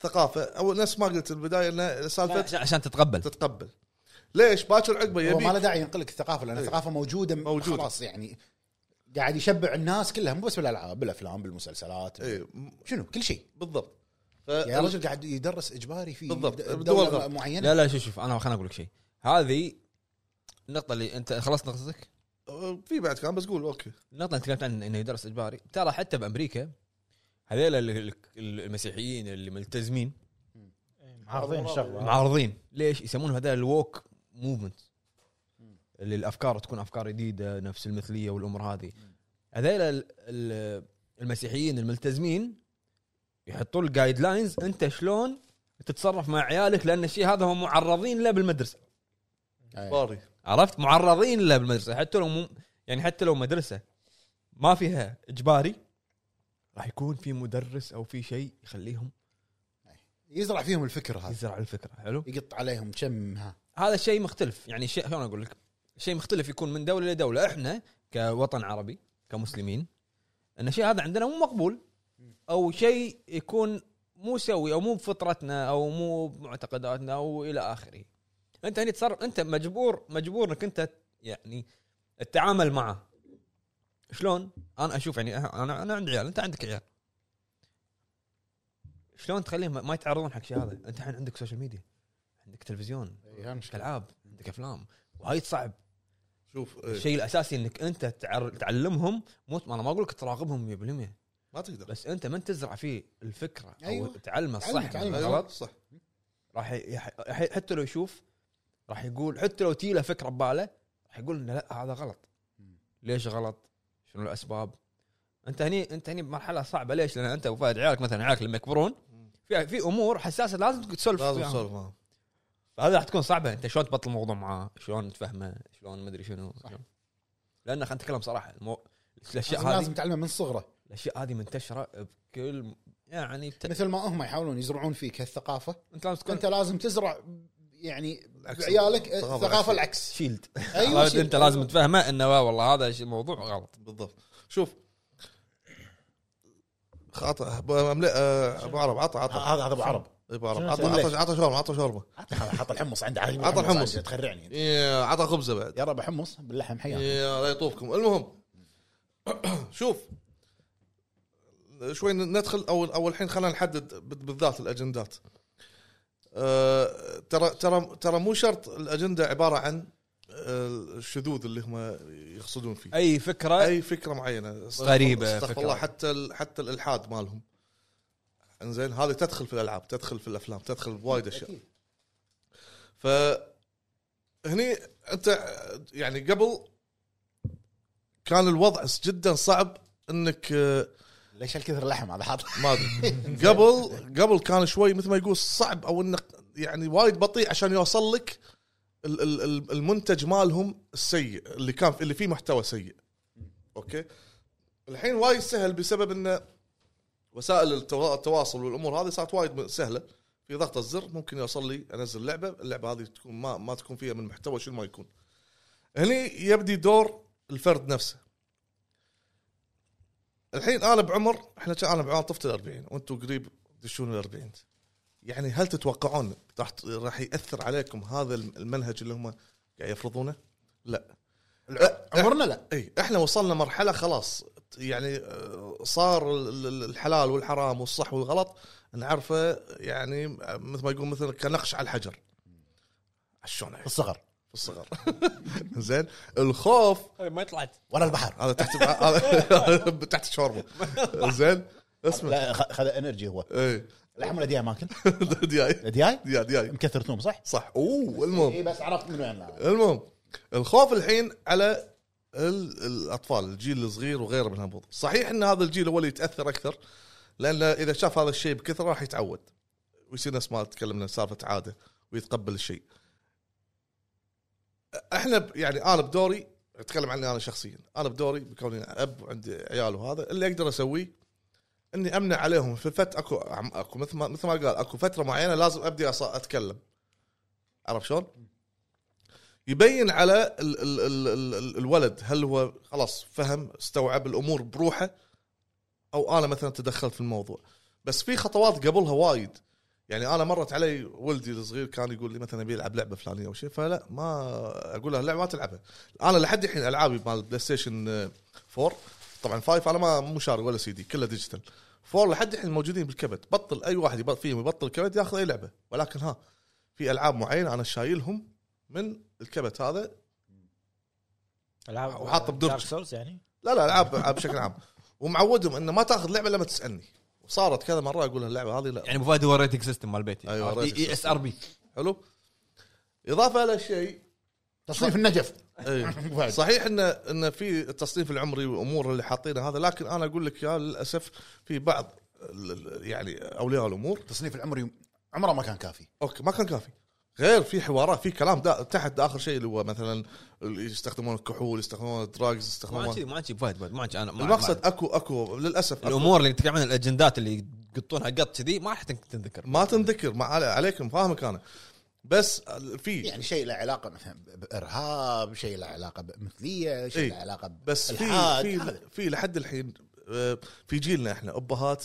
Speaker 2: ثقافه او نفس ما قلت البدايه انه سالفه
Speaker 1: عشان- عشان تتقبل
Speaker 2: تتقبل ليش باكر عقبه
Speaker 3: هو ما له
Speaker 2: يبي
Speaker 3: داعي ينقلك الثقافه لان
Speaker 2: إيه.
Speaker 3: الثقافه موجوده موجوده
Speaker 2: موجودة.
Speaker 3: خلاص يعني قاعد يشبع الناس كلها مو بس بالالعاب بالافلام بالمسلسلات
Speaker 2: إيه، م-
Speaker 3: شنو كل شيء
Speaker 2: بالضبط ف-
Speaker 3: يا رجل قاعد يدرس اجباري في
Speaker 2: بالضبط.
Speaker 3: د-
Speaker 2: بدول
Speaker 3: دوله
Speaker 2: غرب.
Speaker 3: معينه
Speaker 1: لا لا شوف شوف انا خليني اقول لك شيء هذه النقطة اللي انت خلصت نقطتك؟
Speaker 2: آه، في بعد كلام بس قول اوكي
Speaker 1: النقطة اللي تكلمت عنها انه يدرس اجباري ترى حتى بامريكا هذيل ال- ال- المسيحيين اللي ملتزمين
Speaker 4: إيه، معارضين الشغله
Speaker 1: معارضين ليش يسمونهم هذا الووك موفمنت اللي الافكار تكون افكار جديدة نفس المثلية والامور هذه هذيل ال- ال- المسيحيين الملتزمين يحطون الجايد لاينز انت شلون تتصرف مع عيالك لان الشيء هذا هم معرضين له بالمدرسه
Speaker 3: أي.
Speaker 2: باري
Speaker 1: عرفت معرضين له بالمدرسه حتى لو مو يعني حتى لو مدرسه ما فيها اجباري راح يكون في مدرس او في شيء يخليهم
Speaker 3: إيه. يزرع فيهم الفكر هذا
Speaker 1: يزرع الفكره حلو
Speaker 3: يقط عليهم كم ها
Speaker 1: هذا شيء مختلف يعني شيء شلون اقول لك شيء مختلف يكون من دوله لدوله احنا كوطن عربي كمسلمين ان الشيء هذا عندنا مو مقبول او شيء يكون مو سوي او مو بفطرتنا او مو بمعتقداتنا او الى اخره انت هني تصرف انت مجبور مجبور انك انت يعني التعامل معه شلون انا اشوف يعني انا انا عندي عيال انت عندك عيال شلون تخليهم ما- ما يتعرضون حق شيء هذا انت الحين عندك سوشيال ميديا عندك تلفزيون
Speaker 3: إي، ها
Speaker 1: عندك
Speaker 3: مشكله
Speaker 1: العاب عندك افلام وهايد صعب
Speaker 2: شوف إيه.
Speaker 1: الشيء الاساسي انك انت تعر... تعلمهم مو انا ما اقول لك تراقبهم 100%
Speaker 2: ما تقدر
Speaker 1: بس انت من تزرع فيه الفكره او
Speaker 3: أيوة.
Speaker 1: تعلمه
Speaker 3: تعلمه،
Speaker 1: الصح من
Speaker 3: تعلمه.
Speaker 1: الغلط
Speaker 2: أيوة، صح
Speaker 1: راح ي... يح- يح- حتى لو يشوف راح يقول حتى لو تي له فكره بباله راح يقول إن لا هذا غلط ليش غلط؟ شنو الاسباب؟ انت هني انت هني بمرحله صعبه ليش؟ لان انت وفهد عيالك مثلا عيالك لما يكبرون في في امور حساسه لازم تسولف
Speaker 2: لازم
Speaker 1: فيها.
Speaker 3: يعني.
Speaker 2: تسولف معهم
Speaker 1: فهذا راح تكون صعبه انت شلون تبطل الموضوع معاه شلون تفهمه شلون مدري شنو
Speaker 3: صح.
Speaker 1: شلون. لان خلينا نتكلم صراحه المو... الاشياء
Speaker 3: لازم,
Speaker 1: هذه
Speaker 3: لازم تعلمه من صغره
Speaker 1: الاشياء هذه منتشره بكل يعني بت...
Speaker 3: مثل ما هم يحاولون يزرعون فيك هالثقافه
Speaker 1: انت لازم
Speaker 3: انت
Speaker 1: تكون
Speaker 3: لازم تزرع يعني
Speaker 2: العكس.
Speaker 3: بعيالك
Speaker 2: الثقافة
Speaker 3: الثقافه العكس
Speaker 1: شيلد
Speaker 3: ايوه شيء.
Speaker 1: انت لازم تفهمه انه والله هذا شيء- الموضوع غلط
Speaker 2: بالضبط شوف خاطئ ب- أملا- آه، ابو عرب عطى عطى
Speaker 3: هذا هذا ابو عرب
Speaker 2: ابو عرب
Speaker 4: شنو
Speaker 2: عطى عطى
Speaker 4: نسوي؟
Speaker 2: عطى شوربه عطى شوربه
Speaker 3: عطى حط الحمص عنده
Speaker 2: عطى الحمص.
Speaker 3: تخرعني انت.
Speaker 2: إيه، عطى خبزه بعد
Speaker 3: يا رب حمص باللحم حياك
Speaker 2: يا لا يطوفكم المهم شوف شوي ندخل اول اول الحين خلينا نحدد بال- بالذات الاجندات أه، ترى ترى ترى مو شرط الاجنده عباره عن أه، الشذوذ اللي هم يقصدون فيه
Speaker 1: اي فكره
Speaker 2: اي فكره معينه استغفر-
Speaker 1: غريبة
Speaker 2: استغفر
Speaker 1: فكرة.
Speaker 2: الله حتى ال- حتى الالحاد مالهم انزين هذه تدخل في الالعاب تدخل في الافلام تدخل بوايد اشياء
Speaker 3: أكيد.
Speaker 2: ف هني انت يعني قبل كان الوضع جدا صعب انك آه،
Speaker 3: ليش هالكثر لحم هذا حاط
Speaker 2: ما ادري قبل قبل كان شوي مثل ما يقول صعب او انك يعني وايد بطيء عشان يوصل لك ال- ال- ال- المنتج مالهم السيء اللي كان اللي فيه محتوى سيء اوكي الحين وايد سهل بسبب ان وسائل التوا- التواصل والامور هذه صارت وايد م- سهله في ضغط الزر ممكن يوصل لي انزل لعبه اللعبه هذه تكون ما ما تكون فيها من محتوى شنو ما يكون هني يبدي دور الفرد نفسه الحين انا بعمر احنا كان- انا بعمر طفت ال 40 وانتم قريب تدشون ال 40 يعني هل تتوقعون راح راح ياثر عليكم هذا الم- المنهج اللي هم قاعد يفرضونه؟ لا أ-
Speaker 3: عمرنا لا
Speaker 2: اي احنا وصلنا مرحله خلاص يعني آه، صار ال- ال- الحلال والحرام والصح والغلط نعرفه يعني مثل ما يقول مثلا كنقش على الحجر شلون
Speaker 3: في الصغر
Speaker 2: في الصغر زين الخوف
Speaker 1: ما طلعت
Speaker 3: ولا البحر
Speaker 2: هذا تحت هذا تحت الشوربه زين اسمع إيه.
Speaker 3: لا خ- خذ انرجي هو
Speaker 2: اي
Speaker 3: لحم ولا دياي ماكل
Speaker 2: دياي
Speaker 3: دياي
Speaker 2: دياي دياي
Speaker 3: مكثر ثوم صح؟
Speaker 2: صح اوه المهم
Speaker 3: اي بس عرفت من وين هذا.
Speaker 2: المهم الخوف الحين على ال- الاطفال الجيل الصغير وغيره من هالموضوع صحيح ان هذا الجيل هو اللي يتاثر اكثر لان اذا شاف هذا الشيء بكثره راح يتعود ويصير نفس ما تكلمنا سالفه عاده ويتقبل الشيء احنا ب- يعني انا بدوري اتكلم عني انا شخصيا انا بدوري بكوني اب وعندي عيال وهذا اللي اقدر اسويه اني امنع عليهم في فتره اكو اكو مثل ما مثل ما قال اكو فتره معينه لازم ابدي أص- اتكلم عرفت شلون؟ يبين على ال ال ال ال ال الولد هل هو خلاص فهم استوعب الامور بروحه او انا مثلا تدخلت في الموضوع بس في خطوات قبلها وايد يعني انا مرت علي ولدي الصغير كان يقول لي مثلا ابي العب لعبه فلانيه او شيء فلا ما اقول له لعبه ما تلعبها انا لحد الحين العابي مال بلاي ستيشن آه، 4 طبعا 5 انا ما مو شاري ولا سي دي كله ديجيتال 4 لحد الحين موجودين بالكبت بطل اي واحد يبط فيهم يبطل الكبت ياخذ اي لعبه ولكن ها في العاب معينه انا شايلهم من الكبت هذا
Speaker 4: العاب
Speaker 2: وحاط بدرج.
Speaker 4: Dark Souls يعني
Speaker 2: لا لا العاب العاب بشكل عام ومعودهم انه ما تاخذ لعبه لما تسالني وصارت كذا مره اقول اللعبه هذه لا
Speaker 1: يعني ابو فهد هو الريتنج سيستم مال بيتي E
Speaker 2: أيوة، rating
Speaker 1: اي اس ار بي
Speaker 2: حلو اضافه الى شيء
Speaker 3: تصنيف النجف
Speaker 1: إيه.
Speaker 2: أي. صحيح ان ان في التصنيف العمري والامور اللي حاطينها هذا لكن انا اقول لك يا للاسف في بعض ال- ال- يعني اولياء الامور
Speaker 3: تصنيف العمري عمره ما كان كافي
Speaker 2: اوكي ما كان كافي غير في حوارات في كلام دا تحت دا اخر شيء اللي هو مثلا اللي يستخدمون الكحول يستخدمون الدراجز
Speaker 1: ما عاد
Speaker 2: يستخدمون
Speaker 1: شي- ما عاد شي فايد بعد ما عاد شي، انا ما-
Speaker 2: المقصد اكو اكو للاسف
Speaker 1: ما-
Speaker 2: أكو
Speaker 1: الامور اللي تتكلم عن الاجندات اللي يقطونها قط كذي ما راح تن- تنذكر
Speaker 2: ما تنذكر ما علي- عليكم فاهمك انا بس في
Speaker 3: يعني شيء له علاقه مثلا بارهاب شيء له علاقه بمثليه شيء
Speaker 2: إيه.
Speaker 3: له علاقه
Speaker 2: بس في
Speaker 3: بالإلحاد،
Speaker 2: في
Speaker 3: هذا.
Speaker 2: في لحد الحين آه، في جيلنا احنا ابهات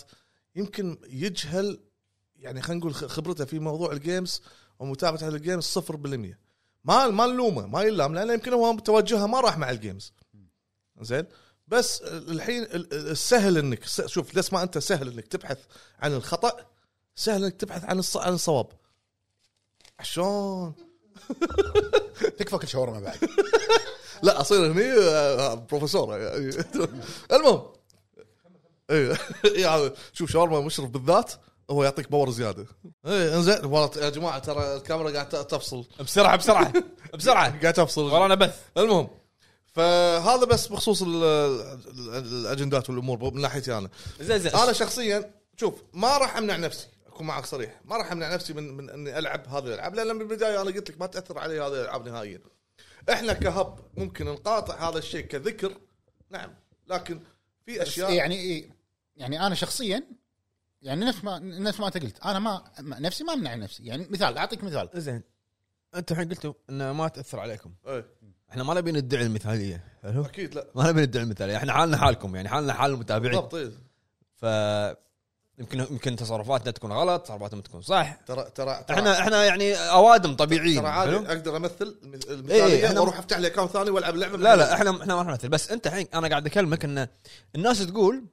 Speaker 2: يمكن يجهل يعني خلينا نقول خ- خبرته في موضوع الجيمز ومتابعه على الجيمز 0% ما ما نلومه ما يلام لانه يمكن هو توجهه ما راح مع الجيمز زين بس الحين ال- ال- السهل انك س- شوف ليش ما انت سهل انك تبحث عن الخطا سهل انك تبحث عن الص- عن الصواب عشان
Speaker 3: تكفى كل شاورما بعد
Speaker 2: لا اصير هني آه، بروفيسور يعني. المهم ايه يعني شوف شاورما مشرف بالذات هو يعطيك باور زياده ايه انزين والله يا جماعه ترى الكاميرا قاعد ت- تفصل
Speaker 1: بسرعه بسرعه بسرعه
Speaker 2: قاعد تفصل
Speaker 1: ورانا بث
Speaker 2: المهم فهذا بس بخصوص ال- ال- الاجندات والامور من ناحيتي انا
Speaker 1: زين زين
Speaker 2: انا شخصيا شوف ما راح امنع نفسي اكون معك صريح ما راح امنع نفسي من من اني العب هذه الالعاب لان بالبدايه انا قلت لك ما تاثر علي هذه الالعاب نهائيا احنا كهب ممكن نقاطع هذا الشيء كذكر نعم لكن في
Speaker 3: بس
Speaker 2: اشياء
Speaker 3: يعني إيه، يعني انا شخصيا يعني نفس ما نفس ما انت قلت انا ما ما- نفسي ما امنع نفسي يعني مثال اعطيك مثال
Speaker 1: زين انتم الحين قلتوا انه ما تاثر عليكم
Speaker 2: إيه،
Speaker 1: احنا ما نبي ندعي المثاليه حلو
Speaker 2: اكيد لا
Speaker 1: ما نبي ندعي المثاليه احنا حالنا حالكم يعني حالنا حال المتابعين
Speaker 2: بالضبط إيه.
Speaker 1: ف يمكن يمكن تصرفاتنا تكون غلط تصرفاتهم تكون صح
Speaker 2: ترى ترى ترى-
Speaker 1: احنا احنا يعني اوادم طبيعيين
Speaker 2: ترى عادي
Speaker 1: حلو؟
Speaker 2: اقدر امثل المث-
Speaker 1: إيه،
Speaker 2: المثاليه
Speaker 1: إحنا-
Speaker 2: واروح افتح لي اكونت ثاني والعب لعبه
Speaker 1: لا لا احنا احنا ما راح نمثل بس انت الحين انا قاعد اكلمك ان الناس تقول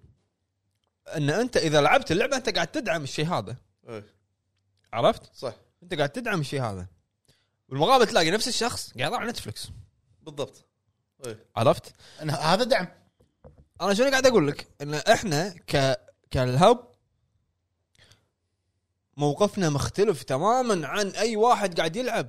Speaker 1: ان انت اذا لعبت اللعبه انت قاعد تدعم الشيء هذا
Speaker 2: إيه،
Speaker 1: عرفت؟
Speaker 2: صح
Speaker 1: انت قاعد تدعم الشيء هذا بالمقابل تلاقي نفس الشخص قاعد يلعب على نتفلكس
Speaker 2: بالضبط إيه.
Speaker 1: عرفت؟
Speaker 3: أنا هذا دعم
Speaker 1: انا شنو قاعد اقول لك؟ ان احنا ك كالهب موقفنا مختلف تماما عن اي واحد قاعد يلعب.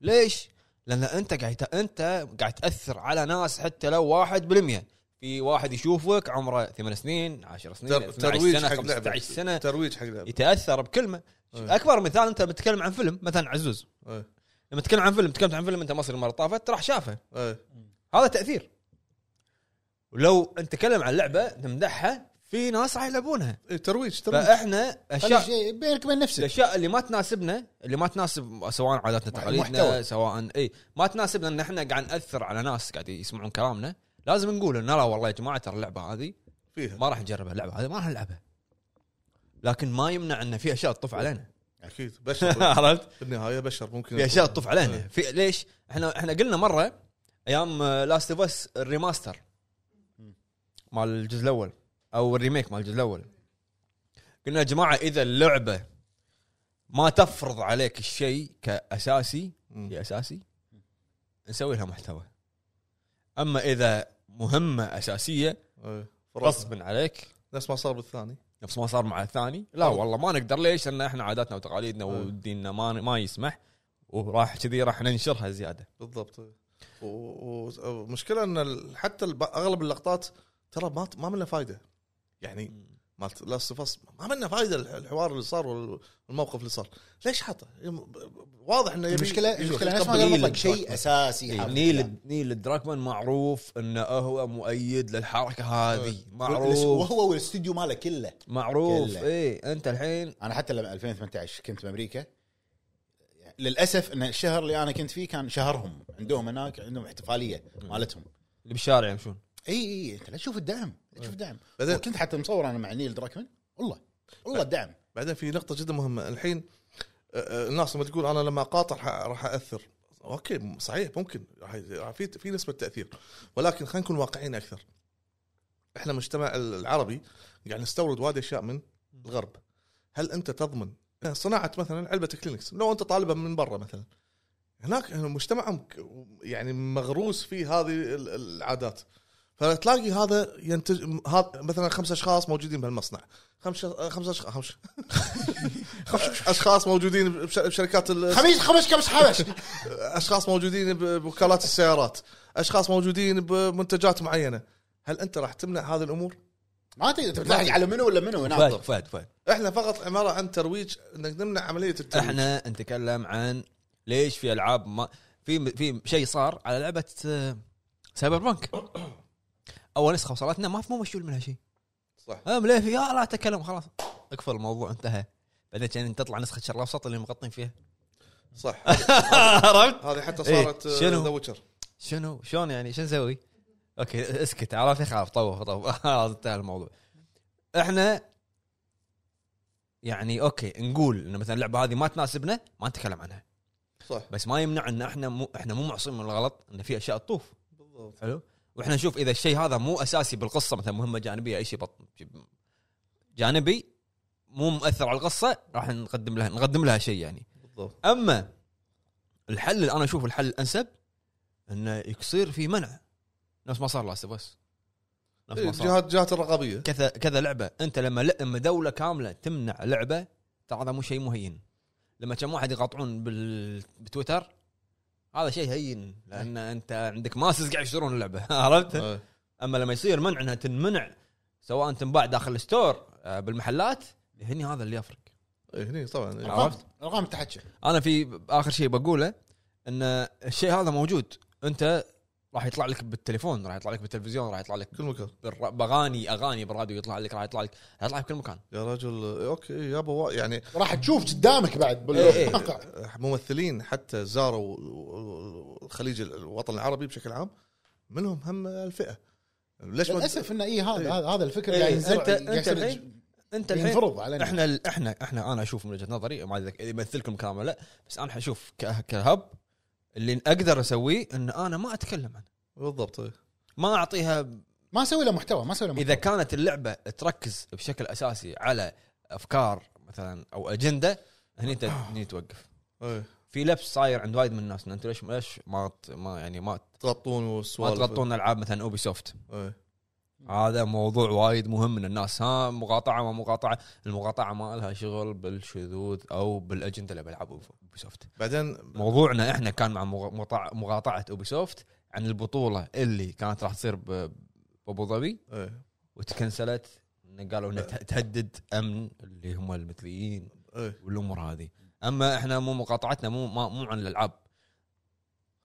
Speaker 1: ليش؟ لان انت قاعد انت قاعد تاثر على ناس حتى لو واحد بالمية في واحد يشوفك عمره ثمان سنين 10 سنين
Speaker 2: تر-
Speaker 1: 12
Speaker 2: ترويج
Speaker 1: سنه
Speaker 2: حق لعبه
Speaker 1: 15 سنه
Speaker 2: ترويج حق لعبه
Speaker 1: يتاثر بكلمه
Speaker 2: إيه.
Speaker 1: اكبر مثال انت بتتكلم عن فيلم مثلا عزوز
Speaker 2: إيه،
Speaker 1: لما تتكلم عن فيلم تكلمت عن فيلم انت مصري المره طافت راح شافه
Speaker 2: إيه.
Speaker 1: هذا تاثير ولو انت تكلم عن لعبه تمدحها في ناس راح يلعبونها
Speaker 2: إيه، ترويج ترويج
Speaker 1: فاحنا
Speaker 3: خلي
Speaker 1: اشياء
Speaker 3: شيء بينك وبين نفسك
Speaker 1: الاشياء اللي ما تناسبنا اللي ما تناسب سواء عاداتنا تقاليدنا
Speaker 3: محتوى.
Speaker 1: سواء اي ما تناسبنا ان احنا قاعد ناثر على ناس قاعد يسمعون كلامنا لازم نقول ان لا والله يا جماعه ترى اللعبه هذه
Speaker 2: فيها
Speaker 1: ما راح نجربها اللعبه هذه ما راح نلعبها لكن ما يمنع ان في اشياء تطف علينا
Speaker 2: اكيد بشر
Speaker 1: عرفت؟
Speaker 2: بالنهايه بشر ممكن
Speaker 1: في اشياء تطف علينا
Speaker 2: إيه.
Speaker 1: في ليش؟ احنا احنا قلنا مره ايام لاست اوف اس الريماستر مال الجزء الاول او الريميك مال الجزء الاول قلنا يا جماعه اذا اللعبه ما تفرض عليك الشيء كاساسي
Speaker 2: مم.
Speaker 1: هي اساسي نسوي لها محتوى اما اذا مهمه اساسيه
Speaker 2: إيه.
Speaker 1: غصبا عليك
Speaker 2: نفس ما صار بالثاني
Speaker 1: نفس ما صار مع الثاني لا والله ما نقدر ليش لان احنا عاداتنا وتقاليدنا
Speaker 2: أه.
Speaker 1: وديننا ما ما يسمح وراح كذي راح ننشرها زياده
Speaker 2: بالضبط إيه. و- و- ومشكلة ان ال- حتى الب- اغلب اللقطات ترى ما ما منها فايده يعني
Speaker 1: إيه،
Speaker 2: مالت لاست اوف ما منها فايده الح- الحوار اللي صار والموقف اللي صار ليش حاطه يم- واضح انه يبي-
Speaker 3: المشكله
Speaker 2: يبي
Speaker 3: المشكله نفس
Speaker 2: يقبل
Speaker 3: ما قال
Speaker 1: يقبل
Speaker 3: مطلق، شيء
Speaker 1: يقبل.
Speaker 3: اساسي حاطط إياه.
Speaker 1: نيل نيل دراكمان معروف انه هو مؤيد للحركه هذه معروف
Speaker 3: وهو والاستوديو ماله كله
Speaker 1: معروف
Speaker 3: كله.
Speaker 1: ايه انت الحين
Speaker 3: انا حتى لما 2018 كنت بامريكا للاسف ان الشهر اللي انا كنت فيه كان شهرهم عندهم هناك عندهم احتفاليه مالتهم
Speaker 1: اللي بالشارع يمشون
Speaker 3: اي اي انت لا تشوف الدعم لا تشوف الدعم
Speaker 2: بعدين-
Speaker 3: وكنت حتى مصور انا مع نيل دراكمان والله والله الدعم
Speaker 2: بعدين في نقطة جدا مهمة الحين آه، آه، الناس لما تقول انا لما اقاطع ح- راح اثر اوكي م- صحيح ممكن راح ي- راح في في نسبة تأثير ولكن خلينا نكون واقعيين اكثر احنا المجتمع ال- العربي قاعد نستورد وايد اشياء من الغرب هل انت تضمن صناعة مثلا علبة كلينكس لو انت طالبها من برا مثلا هناك مجتمعهم ك- يعني مغروس في هذه ال- ال- العادات فتلاقي هذا ينتج م- هذا مثلا خمس اشخاص موجودين بهالمصنع خمس خمس أشخ- خمس خمس اشخاص موجودين بش- بشركات ال-
Speaker 3: خميس خمس خمس حبش
Speaker 2: اشخاص موجودين ب- بوكالات السيارات اشخاص موجودين بمنتجات معينه هل انت راح تمنع هذه الامور
Speaker 3: ما تقدر أنت بتلحق على منو ولا منو نعم.
Speaker 1: فهد
Speaker 3: يناظر
Speaker 1: فهد فهد
Speaker 2: احنا فقط عباره عن ترويج انك نمنع عمليه الترويج
Speaker 1: احنا نتكلم عن ليش في العاب ما في في شيء صار على لعبه آه، سايبر بانك اول نسخه وصلتنا ما مو مشول منها شيء
Speaker 2: صح
Speaker 1: هم ليه في يا لا تكلم خلاص اقفل الموضوع انتهى بعدين كان تطلع نسخه شر الاوسط اللي مغطين فيها
Speaker 2: صح
Speaker 1: عرفت
Speaker 2: هذه حتى
Speaker 1: إيه.
Speaker 2: صارت آه،
Speaker 1: شنو؟
Speaker 2: ذا ويتشر
Speaker 1: شنو شلون يعني شو نسوي؟ اوكي اسكت عرفت خلاص طوف طوف خلاص انتهى الموضوع احنا يعني اوكي نقول ان مثلا اللعبه هذه ما تناسبنا ما نتكلم عنها
Speaker 2: صح
Speaker 1: بس ما يمنع ان احنا مو احنا مو معصومين من الغلط ان في اشياء تطوف
Speaker 2: بالضبط
Speaker 1: حلو واحنا نشوف اذا الشيء هذا مو اساسي بالقصه مثلا مهمه جانبيه اي شيء بط... جانبي مو مؤثر على القصه راح نقدم لها نقدم لها شيء يعني
Speaker 2: بالضبط
Speaker 1: اما الحل اللي انا اشوف الحل الانسب انه يصير في منع نفس ما صار لاست بس نفس ما
Speaker 2: إيه،
Speaker 1: صار
Speaker 2: جهات جهات الرقابيه
Speaker 1: كذا كذا لعبه انت لما لما دوله كامله تمنع لعبه ترى هذا مو شيء مهين لما كم واحد يقاطعون بال... بتويتر هذا شيء هين لان انت عندك ماسس قاعد يشترون اللعبه عرفت؟
Speaker 2: إيه.
Speaker 1: اما لما يصير منع انها تنمنع سواء تنباع داخل الستور آه، بالمحلات هني هذا اللي يفرق
Speaker 2: إيه، هني طبعا إيه.
Speaker 1: عرفت؟
Speaker 3: ارقام تحكي
Speaker 1: انا في اخر شيء بقوله ان الشيء هذا موجود انت راح يطلع لك بالتليفون راح يطلع لك بالتلفزيون راح يطلع لك
Speaker 2: كل مكان
Speaker 1: بالر- باغاني اغاني بالراديو يطلع لك راح يطلع لك راح يطلع بكل مكان
Speaker 2: يا رجل إيه، اوكي يابا وا- يعني آه،
Speaker 3: راح تشوف قدامك بعد
Speaker 1: إيه.
Speaker 3: بالواقع
Speaker 2: ممثلين حتى زاروا الخليج الوطن العربي بشكل عام منهم هم الفئه ليش ما
Speaker 3: للاسف انه اي هذا
Speaker 2: إيه.
Speaker 3: هذا- هذا الفكر
Speaker 1: إيه،
Speaker 3: قاعد ينزرع
Speaker 1: أنت-
Speaker 3: قاعد
Speaker 1: أنت
Speaker 3: يصير
Speaker 1: الحين- انت الحين
Speaker 3: ينفرض علينا
Speaker 1: احنا ال- احنا احنا انا اشوف من وجهه نظري ما أدري إذا يمثلكم كلام ولا لا بس انا حشوف ك- كهب اللي اقدر اسويه ان انا ما اتكلم عنه
Speaker 2: بالضبط إيه.
Speaker 1: ما اعطيها
Speaker 3: ما اسوي له محتوى ما اسوي له محتوى
Speaker 1: اذا كانت اللعبه تركز بشكل اساسي على افكار مثلا او اجنده هني انت هني توقف
Speaker 2: إيه.
Speaker 1: في لبس صاير عند وايد من الناس إن انتم ليش ليش ما ت- ما يعني ما
Speaker 2: تغطون
Speaker 1: ما
Speaker 2: والسوالف
Speaker 1: تغطون العاب مثلا اوبي سوفت
Speaker 2: إيه.
Speaker 1: هذا موضوع وايد مهم من الناس ها مقاطعه ما مقاطعه المقاطعه ما لها شغل بالشذوذ او بالاجنده اللي بلعب اوبي سوفت
Speaker 2: بعدين
Speaker 1: موضوعنا احنا كان مع مغ- مقاطعة- مقاطعه اوبي سوفت عن البطوله اللي كانت راح تصير ب- بابو ظبي
Speaker 2: إيه.
Speaker 1: وتكنسلت إن قالوا انها ته- تهدد امن اللي هم المثليين
Speaker 2: إيه.
Speaker 1: والامور هذه اما احنا مو مقاطعتنا مو ما- مو عن الالعاب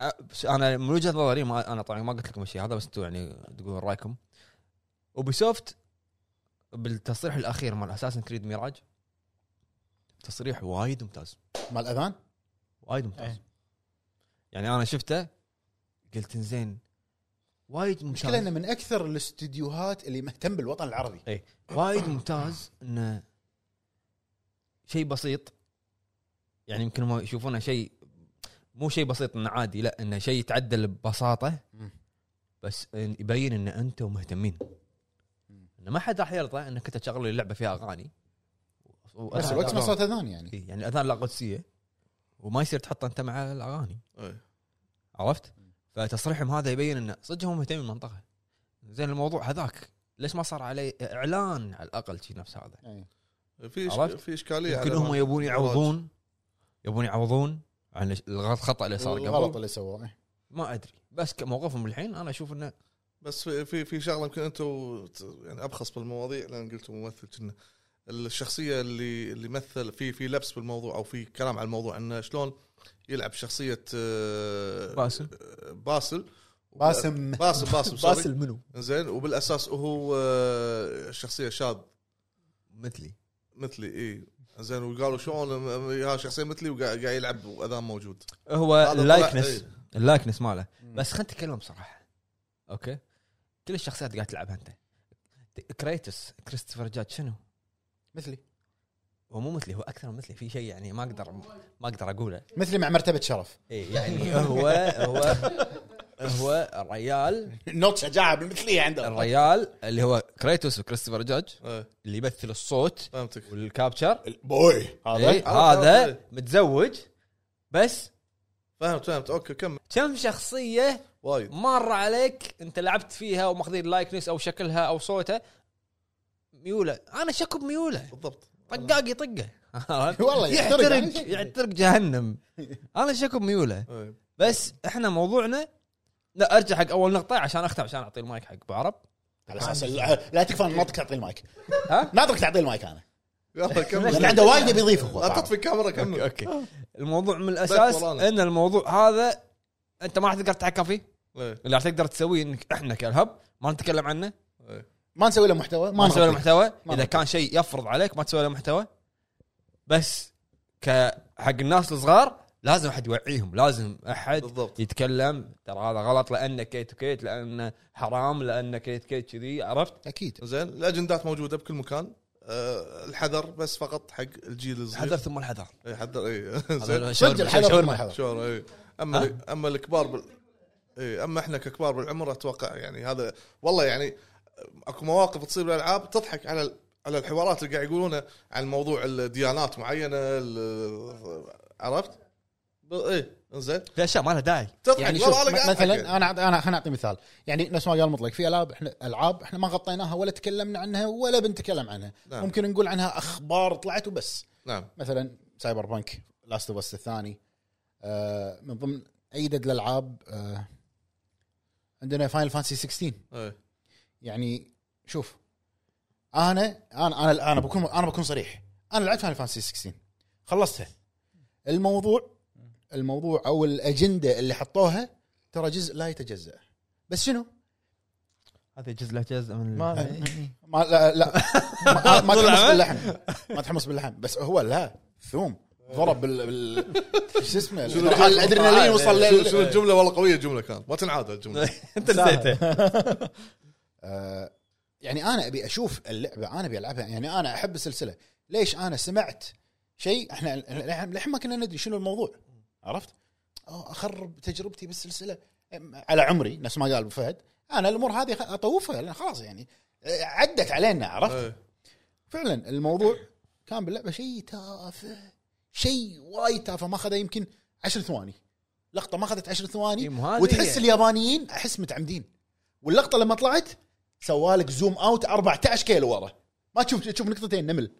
Speaker 1: أ- بس انا من وجهه نظري ما انا طبعا ما قلت لكم الشيء هذا بس انتم يعني تقولون رايكم وبيسوفت بالتصريح الاخير مال اساسن كريد ميراج تصريح وايد ممتاز
Speaker 3: مع الاذان
Speaker 1: وايد ممتاز
Speaker 4: إيه.
Speaker 1: يعني انا شفته قلت زين وايد
Speaker 3: المشكله
Speaker 1: ممتاز
Speaker 3: انه من اكثر الاستديوهات اللي مهتم بالوطن العربي
Speaker 1: وايد ممتاز انه شيء بسيط يعني يمكن هم يشوفونه شيء مو شيء بسيط انه عادي لا انه شيء يتعدل ببساطه
Speaker 3: مم.
Speaker 1: بس إن يبين ان انتم مهتمين
Speaker 3: مم.
Speaker 1: انه ما حد راح يرضى انك انت تشغل لي لعبه فيها اغاني و-
Speaker 3: بس
Speaker 1: وأذان-
Speaker 3: بالعكس ما
Speaker 1: أذان.
Speaker 3: صوت اذان يعني
Speaker 1: إي، يعني الاذان لا قدسيه وما يصير تحط انت مع الاغاني
Speaker 2: إيه.
Speaker 1: عرفت؟ فتصريحهم هذا يبين انه صدق هم مهتمين بالمنطقه زين الموضوع هذاك ليش ما صار عليه اعلان على الاقل شيء نفس هذا
Speaker 3: إيه.
Speaker 2: في إش-
Speaker 1: عرفت؟
Speaker 2: في اشكاليه
Speaker 1: يمكن
Speaker 2: على
Speaker 1: هم
Speaker 2: ما-
Speaker 1: يبون يعوضون يبون يعوضون عن الخطا اللي إيه، صار
Speaker 3: الغلط
Speaker 1: قبل
Speaker 3: اللي سواه إيه.
Speaker 1: ما ادري بس كموقفهم الحين انا اشوف انه
Speaker 2: بس في في, في شغله يمكن انتم ت- يعني ابخص بالمواضيع لان قلتوا ممثل كنا الشخصيه اللي اللي مثل في في لبس بالموضوع او في كلام على الموضوع انه شلون يلعب شخصيه آه،
Speaker 1: باسل.
Speaker 2: آه، باسل
Speaker 3: باسم
Speaker 2: باسم باسم باسل
Speaker 3: باسل منو؟
Speaker 2: زين وبالاساس هو آه، شخصيه شاذ
Speaker 1: مثلي
Speaker 2: مثلي اي زين وقالوا شلون م- م- ها شخصيه مثلي وقاعد قاعد يلعب واذان موجود
Speaker 1: هو
Speaker 2: هذا
Speaker 1: اللايكنس
Speaker 2: طلع- إيه.
Speaker 1: اللايكنس ماله
Speaker 3: مم.
Speaker 1: بس خلينا نتكلم بصراحه اوكي كل الشخصيات قاعد تلعبها انت كريتوس كريستوفر جاد شنو؟
Speaker 3: مثلي
Speaker 1: هو مو مثلي هو اكثر من مثلي في شيء يعني ما اقدر ما اقدر اقوله
Speaker 3: مثلي مع مرتبه شرف
Speaker 1: إيه يعني هو هو هو الريال
Speaker 3: نوت شجاعه بالمثليه عنده
Speaker 1: الريال اللي هو كريتوس وكريستوفر جاج
Speaker 2: إيه،
Speaker 1: اللي يمثل الصوت
Speaker 2: فهمتك
Speaker 1: والكابتشر
Speaker 3: بوي
Speaker 1: إيه
Speaker 3: هذا
Speaker 2: عرفت،
Speaker 1: هذا
Speaker 2: عرفت.
Speaker 1: متزوج بس
Speaker 2: فهمت فهمت اوكي كمل
Speaker 1: كم شخصيه
Speaker 2: وايد
Speaker 1: مر عليك انت لعبت فيها وماخذين لايكنس او شكلها او صوتها ميوله انا شكو بميوله
Speaker 2: بالضبط
Speaker 1: طقاق يطقه
Speaker 3: والله يحترق. يعني.
Speaker 1: يحترق يحترق جهنم انا شكو بميوله
Speaker 2: إيه.
Speaker 1: بس احنا موضوعنا لا ارجع حق اول نقطه عشان اختم عشان اعطي المايك حق ابو عرب
Speaker 3: على اساس لا- لا تكفى أنا ناطرك تعطي المايك
Speaker 1: ها؟
Speaker 3: ناطرك تعطي المايك انا
Speaker 2: يلا
Speaker 3: لان
Speaker 2: كمل
Speaker 3: عنده وايد يبي يضيف هو
Speaker 2: لا
Speaker 3: بعد.
Speaker 2: تطفي الكاميرا كمل
Speaker 1: اوكي اوكي الموضوع من الاساس ان الموضوع هذا انت ما راح تقدر تتحكم فيه
Speaker 2: إيه.
Speaker 1: اللي راح تقدر تسويه انك احنا كالهب ما نتكلم عنه
Speaker 3: ما نسوي له محتوى
Speaker 1: ما
Speaker 3: ما
Speaker 1: نسوي له
Speaker 3: نسوي
Speaker 1: محتوى اذا
Speaker 3: نغطيه.
Speaker 1: كان شيء يفرض عليك ما تسوي له محتوى بس ك حق الناس الصغار لازم احد يوعيهم لازم احد
Speaker 2: بالضبط.
Speaker 1: يتكلم ترى هذا غلط لانه كيت وكيت لانه حرام لانه كيت كيت كذي عرفت
Speaker 3: اكيد
Speaker 2: زين الاجندات موجوده بكل مكان أه الحذر بس فقط حق الجيل الصغير
Speaker 1: الحذر ثم الحذر
Speaker 2: إيه، حذر اي زين
Speaker 1: هذا
Speaker 3: صدق
Speaker 1: شاورما-
Speaker 3: الحلقه
Speaker 1: شاورما.
Speaker 3: شاورما
Speaker 2: شعور اي اما اما الكبار بال... اي اما احنا ككبار بالعمر اتوقع يعني هذا والله يعني اكو مواقف تصير بالالعاب تضحك على ال- على الحوارات اللي قاعد يقولونها عن موضوع الديانات معينه ال- عرفت؟ اي انزين
Speaker 1: في اشياء ما لها داعي
Speaker 2: تضحك
Speaker 3: يعني
Speaker 2: والله
Speaker 3: شوف
Speaker 2: أنا
Speaker 3: م-
Speaker 2: قاعد أضحك يعني.
Speaker 3: مثلا انا انا خليني اعطي مثال يعني نفس ما قال مطلق في العاب احنا العاب احنا ما غطيناها ولا تكلمنا عنها ولا بنتكلم عنها
Speaker 2: نعم.
Speaker 3: ممكن نقول عنها اخبار طلعت وبس
Speaker 2: نعم
Speaker 3: مثلا سايبر بانك لاست اوف اس الثاني آه من ضمن ايدد الالعاب آه عندنا فاينل فانسي 16
Speaker 2: إيه.
Speaker 3: يعني شوف انا انا انا انا بكون انا بكون صريح انا لعبت فاينل فانسي 16 خلصتها الموضوع الموضوع او الاجنده اللي حطوها ترى جزء لا يتجزا بس شنو؟
Speaker 1: هذا جزء له جزء من
Speaker 4: ما إيه.
Speaker 3: ما لا لا ما, ما تحمس باللحم ما تحمس باللحم بس هو لا ثوم ضرب بال, بال... شو اسمه الادرينالين وصل
Speaker 2: شنو- شنو
Speaker 3: لل...
Speaker 2: الجمله والله قويه الجمله كانت إيه. ما تنعاد الجمله
Speaker 3: إيه.
Speaker 1: انت نسيته
Speaker 3: آه، يعني انا ابي اشوف اللعبه انا ابي العبها يعني انا احب السلسله ليش انا سمعت شيء احنا للحين للحين ما كنا ندري شنو الموضوع عرفت؟ أوه، اخرب تجربتي بالسلسله أم، على عمري نفس ما قال ابو فهد انا الامور هذه خ- اطوفها لأن خلاص يعني آه، عدت علينا عرفت؟
Speaker 2: إيه.
Speaker 3: فعلا الموضوع كان باللعبه شيء تافه شيء وايد تافه ما اخذها يمكن عشر ثواني لقطه ما اخذت عشر ثواني
Speaker 1: إيه، مو هذه
Speaker 3: وتحس
Speaker 1: هي.
Speaker 3: اليابانيين احس متعمدين واللقطه لما طلعت سوالك زوم اوت 14 كيلو ورا ما تشوف تشوف نقطتين نمل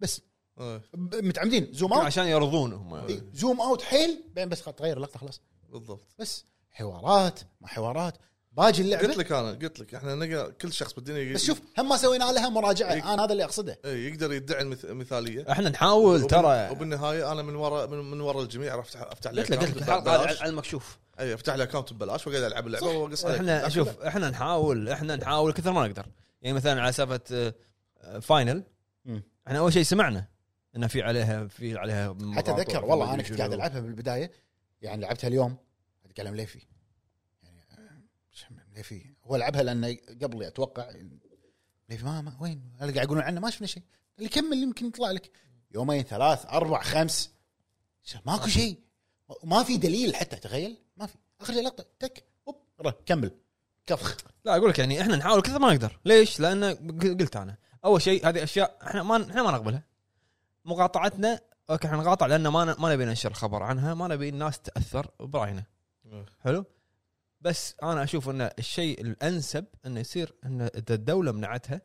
Speaker 3: بس
Speaker 2: إيه.
Speaker 3: ب- متعمدين زوم اوت
Speaker 1: عشان يرضونهم
Speaker 3: إي، زوم اوت حيل بعدين بس خلاص تغير اللقطه خلاص
Speaker 2: بالضبط
Speaker 3: بس حوارات ما حوارات باجي
Speaker 2: قلت
Speaker 3: اللعبه
Speaker 2: لك انا قلت لك احنا نقرا كل شخص بالدنيا
Speaker 3: بس شوف هم ما سوينا لها مراجعه انا هذا اللي اقصده
Speaker 2: إيه، يقدر يدعي المث- المثاليه
Speaker 1: احنا نحاول
Speaker 2: وبال-
Speaker 1: ترى
Speaker 2: وبالنهايه انا من ورا من, من ورا الجميع راح افتح افتح لي
Speaker 1: قلت لك قلت
Speaker 2: account
Speaker 1: لك الحلقه هذه
Speaker 2: ببلاش.
Speaker 1: على- على المكشوف
Speaker 2: اي افتح لي اكونت ببلاش واقعد العب اللعبه واقص عليك.
Speaker 1: احنا
Speaker 2: لكن
Speaker 1: شوف احنا نحاول احنا نحاول كثر ما نقدر يعني مثلا على سالفه آه، آه، فاينل
Speaker 3: مم.
Speaker 1: احنا اول شيء سمعنا ان في عليها في عليها
Speaker 3: حتى
Speaker 1: مقاطع
Speaker 3: اتذكر
Speaker 1: وفي
Speaker 3: والله
Speaker 1: مدري
Speaker 3: انا كنت
Speaker 1: شنو.
Speaker 3: قاعد العبها بالبدايه يعني لعبتها اليوم اتكلم ليه في يعني آه، شو- ليه في هو لعبها لانه قبلي اتوقع ليه في ما, ما وين انا قاعد يقولون عنه ما شفنا شيء اللي كمل يمكن يطلع لك يومين ثلاث اربع خمس شو- ماكو شيء ما في دليل حتى تخيل ما في اخر شيء لقطه تك اوب ره، كمل كفخ
Speaker 1: لا اقول لك يعني احنا نحاول كثر ما نقدر ليش؟ لان قلت انا اول شيء هذه اشياء احنا ما احنا ما نقبلها مقاطعتنا اوكي احنا نقاطع لان ما ن- ما نبي ننشر خبر عنها ما نبي الناس تاثر براينا حلو بس انا اشوف ان الشيء الانسب انه يصير ان اذا الدوله منعتها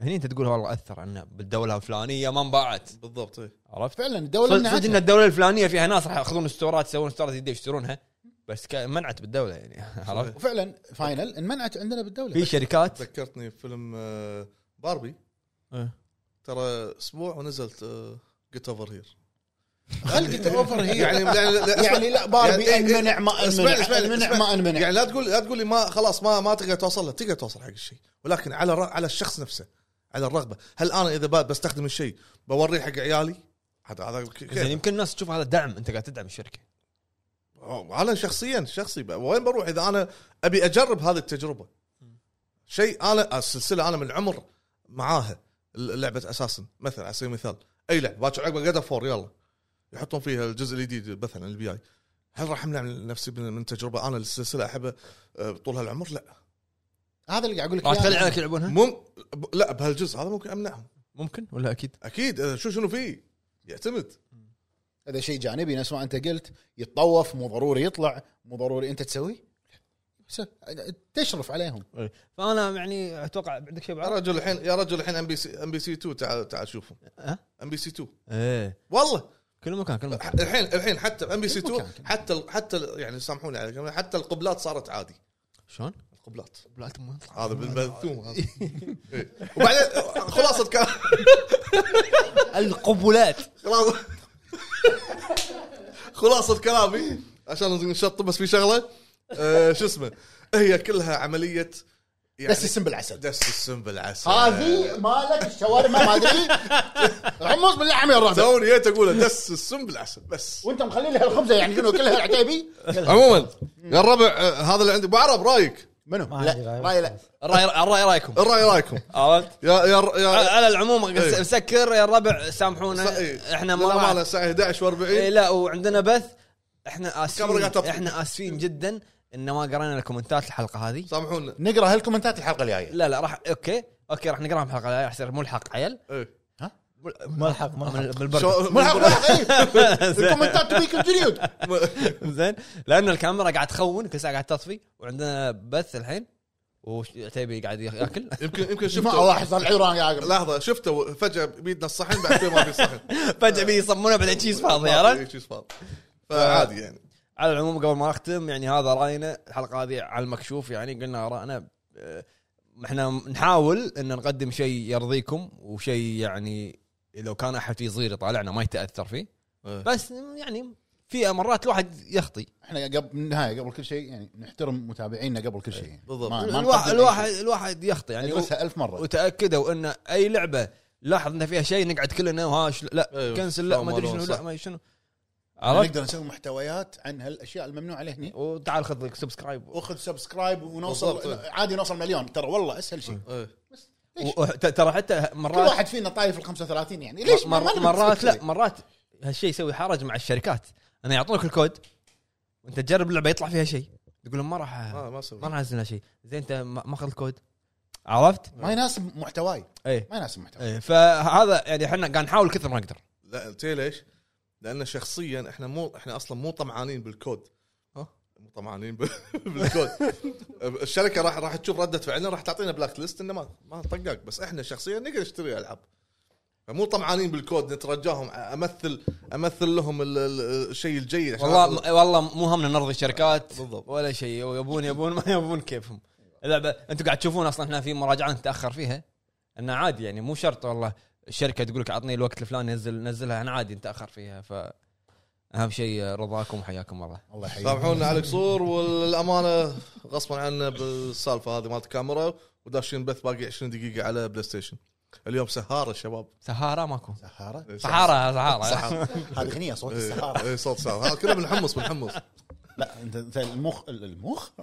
Speaker 1: هني انت تقول والله اثر عنا بالدوله الفلانيه ما انباعت
Speaker 2: بالضبط إيه. اي
Speaker 1: عرفت؟
Speaker 3: فعلا الدوله
Speaker 1: صدق
Speaker 3: منعتها.
Speaker 1: ان الدوله الفلانيه فيها ناس راح ياخذون ستورات يسوون ستورات جديده يشترونها بس ك- منعت بالدوله يعني عرفت؟
Speaker 3: وفعلا فاينل انمنعت عندنا بالدوله
Speaker 1: في شركات
Speaker 2: ذكرتني بفيلم آه، باربي
Speaker 1: إيه.
Speaker 2: ترى اسبوع ونزلت آه، جيت اوفر هير
Speaker 3: خلقت اوفر هي
Speaker 2: يعني
Speaker 3: يعني لا باربي انمنع ما
Speaker 2: اسمعني
Speaker 3: انمنع
Speaker 2: اسمعني
Speaker 3: انمنع ما انمنع
Speaker 2: يعني لا تقول لا تقول لي ما خلاص ما ما تقدر توصل له تقدر توصل حق الشيء ولكن على الر- على الشخص نفسه على الرغبه هل انا اذا ب- بستخدم الشيء بوريه حق عيالي هذا هذا كيف؟
Speaker 1: زين يمكن الناس تشوف هذا دعم انت قاعد تدعم الشركه
Speaker 2: انا شخصيا شخصي ب- وين بروح اذا انا ابي اجرب هذه التجربه شيء انا السلسله انا من العمر معاها ال- لعبه اساسن مثلا على سبيل المثال اي لعبه باكر عقب جاد فور يلا يحطون فيها الجزء الجديد مثلا البي اي هل راح امنع من نفسي من من تجربه انا السلسله احبها أه، طول هالعمر لا
Speaker 3: هذا اللي قاعد اقول لك
Speaker 1: راح تخلي
Speaker 3: إياه.
Speaker 1: عيالك يلعبونها
Speaker 2: مم ب- لا بهالجزء هذا ممكن امنعهم
Speaker 1: ممكن ولا اكيد
Speaker 2: اكيد أه، شو شنو فيه يعتمد
Speaker 3: هذا شيء جانبي نفس ما انت قلت يتطوف مو ضروري يطلع مو ضروري انت تسوي بس تشرف عليهم
Speaker 1: فانا يعني اتوقع عندك شيء
Speaker 2: يا
Speaker 1: بعرض
Speaker 2: رجل الحين يا رجل الحين ام بي سي ام بي سي 2 تعال تعال شوفهم
Speaker 1: أه؟
Speaker 2: ام بي سي 2
Speaker 1: ايه
Speaker 2: والله
Speaker 1: كل مكان كل مكان
Speaker 2: الحين الحين حتى ام بي سي
Speaker 3: كل
Speaker 2: 2
Speaker 3: مكان.
Speaker 2: حتى ال- حتى ال- يعني سامحوني على الكلمة، حتى القبلات صارت عادي
Speaker 1: شلون؟
Speaker 2: قبلات
Speaker 1: بلات ما يطلع
Speaker 2: هذا بالملثوم هذا إيه. وبعدين خلاصه كلام
Speaker 1: القبلات
Speaker 2: خلاص خلاصة كلامي عشان نشطب بس في شغله آه، شو اسمه هي كلها عملية يعني
Speaker 3: بس السم بالعسل
Speaker 2: دس آه، السم بالعسل
Speaker 3: هذه مالك الشاورما ما ادري حمص باللحم يا الرعد
Speaker 2: توني جيت اقوله دس السم بالعسل بس
Speaker 3: وانت مخلي لها الخبزه يعني شنو كلها العتيبي
Speaker 2: عموما يا الربع آه، هذا اللي عندي بعرب رايك
Speaker 3: منو؟
Speaker 4: ما
Speaker 3: لا
Speaker 4: أدري.
Speaker 3: راي لا
Speaker 1: الراي الراي رايكم
Speaker 2: الراي رايكم
Speaker 1: عرفت
Speaker 2: يا يا يا
Speaker 1: على العموم
Speaker 2: إيه.
Speaker 1: مسكر يا الربع سامحونا
Speaker 2: ص- إيه.
Speaker 1: احنا
Speaker 2: لا،
Speaker 1: ما
Speaker 2: ماله الساعه 11
Speaker 1: إيه
Speaker 2: و40
Speaker 1: لا وعندنا بث احنا
Speaker 2: كاميرا قاعدة
Speaker 1: اسفين
Speaker 2: تطفي. إيه.
Speaker 1: احنا اسفين جدا ان ما قرينا الكومنتات الحلقه هذه
Speaker 2: سامحونا
Speaker 3: نقرا هالكومنتات الحلقه الجايه
Speaker 1: لا لا راح اوكي اوكي راح نقراهم الحلقه الجاية، راح يصير ملحق عيل
Speaker 2: إيه.
Speaker 4: ملحق ملحق
Speaker 1: من- بالبركه
Speaker 2: شو-
Speaker 3: ملحق ملحق إيه. الكومنتات تبي كونتينيود
Speaker 1: زين لان الكاميرا قاعد تخون كل ساعه قاعد تطفي وعندنا بث الحين وعتيبي قاعد ياكل
Speaker 2: يمكن يمكن
Speaker 3: ما
Speaker 2: شفته
Speaker 3: واحد صار عيران يا عقل.
Speaker 2: لحظه شفته فجاه بيدنا الصحن بعد شوي ما في صحن إيه،
Speaker 1: فجاه بيصمونه بعدين شيء فاضي عرفت؟
Speaker 2: عرفت؟ فعادي يعني
Speaker 1: على العموم قبل ما اختم يعني هذا راينا الحلقه هذه على المكشوف يعني قلنا ارائنا آه، احنا نحاول ان نقدم شيء يرضيكم وشيء يعني لو كان احد فيه صغير يطالعنا ما يتاثر فيه
Speaker 2: إيه.
Speaker 1: بس يعني في مرات الواحد يخطي
Speaker 3: احنا قبل النهايه قبل كل شيء يعني نحترم متابعينا قبل كل شيء
Speaker 2: بالضبط.
Speaker 3: آه، ما- ما نقدم أي
Speaker 1: الواحد
Speaker 3: شيء.
Speaker 1: الواحد الواحد يخطي يعني و-
Speaker 3: ادرسها ألف مره
Speaker 1: وتاكدوا ان اي لعبه لاحظ ان فيها شيء نقعد كلنا وها شل- لا
Speaker 2: أيوة.
Speaker 1: كنسل لا ما ادري
Speaker 2: صح.
Speaker 1: شنو لا ما أدري شنو عرفت
Speaker 3: نقدر نسوي محتويات عن هالاشياء الممنوعه عليه هنا
Speaker 1: وتعال خذ لك سبسكرايب
Speaker 3: واخذ سبسكرايب
Speaker 2: بالضبط.
Speaker 3: ونوصل عادي نوصل مليون ترى والله اسهل شيء
Speaker 2: إيه.
Speaker 3: ليش؟
Speaker 1: و- ت- ترى حتى
Speaker 3: كل
Speaker 1: مرات
Speaker 3: واحد فينا طايف ال 35 يعني ليش ما- ما
Speaker 1: مر...
Speaker 3: نبي
Speaker 1: مرات
Speaker 3: نسوي
Speaker 1: لا
Speaker 3: كذي؟
Speaker 1: مرات هالشيء يسوي حرج مع الشركات انه يعطونك الكود وانت تجرب اللعبه يطلع فيها شيء تقول لهم ما راح
Speaker 3: آه.
Speaker 2: آه، ما ما
Speaker 1: ما
Speaker 2: سوي
Speaker 1: راح انزل شيء زين انت ما ما اخذ الكود عرفت؟
Speaker 3: ما يناسب محتواي
Speaker 1: اي
Speaker 3: ما يناسب محتواي
Speaker 1: إي، فهذا يعني احنا قاعد نحاول كثر ما نقدر
Speaker 2: لا تي ليش؟ لان شخصيا احنا مو احنا اصلا مو طمعانين بالكود
Speaker 1: ها؟
Speaker 2: مو طمعانين بال- بالكود الشركه راح راح تشوف رده فعلنا راح تعطينا بلاك ليست انه ما ما طقاق بس احنا شخصيا نقدر نشتري العاب فمو طمعانين بالكود نترجاهم امثل امثل لهم ال- ال- الشيء الجيد عشان
Speaker 1: والله
Speaker 2: ناخذ-
Speaker 1: والله مو همنا نرضي الشركات
Speaker 2: بالضبط.
Speaker 1: ولا شيء يبون يبون ما يبون كيفهم اللعبه انتم قاعد تشوفون اصلا احنا في مراجعه نتاخر فيها انه عادي يعني مو شرط والله الشركه تقول لك اعطني الوقت الفلاني نزل نزلها انا عادي نتاخر فيها ف اهم شيء رضاكم وحياكم الله
Speaker 3: الله يحييك
Speaker 2: سامحونا على القصور والامانه غصبا عنا بالسالفه هذه مالت الكاميرا وداشين بث باقي 20 دقيقه على بلاي ستيشن اليوم سهاره شباب
Speaker 1: سهاره ماكو
Speaker 3: سهاره
Speaker 1: سهاره سهاره
Speaker 3: هذه اغنيه صوت
Speaker 1: إيه.
Speaker 3: السهاره
Speaker 2: اي إيه، صوت سهاره هذا كله بالحمص بالحمص
Speaker 3: لا انت انت المخ المخ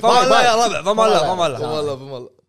Speaker 1: فما لا يا ربع فما لا فما لا
Speaker 2: والله والله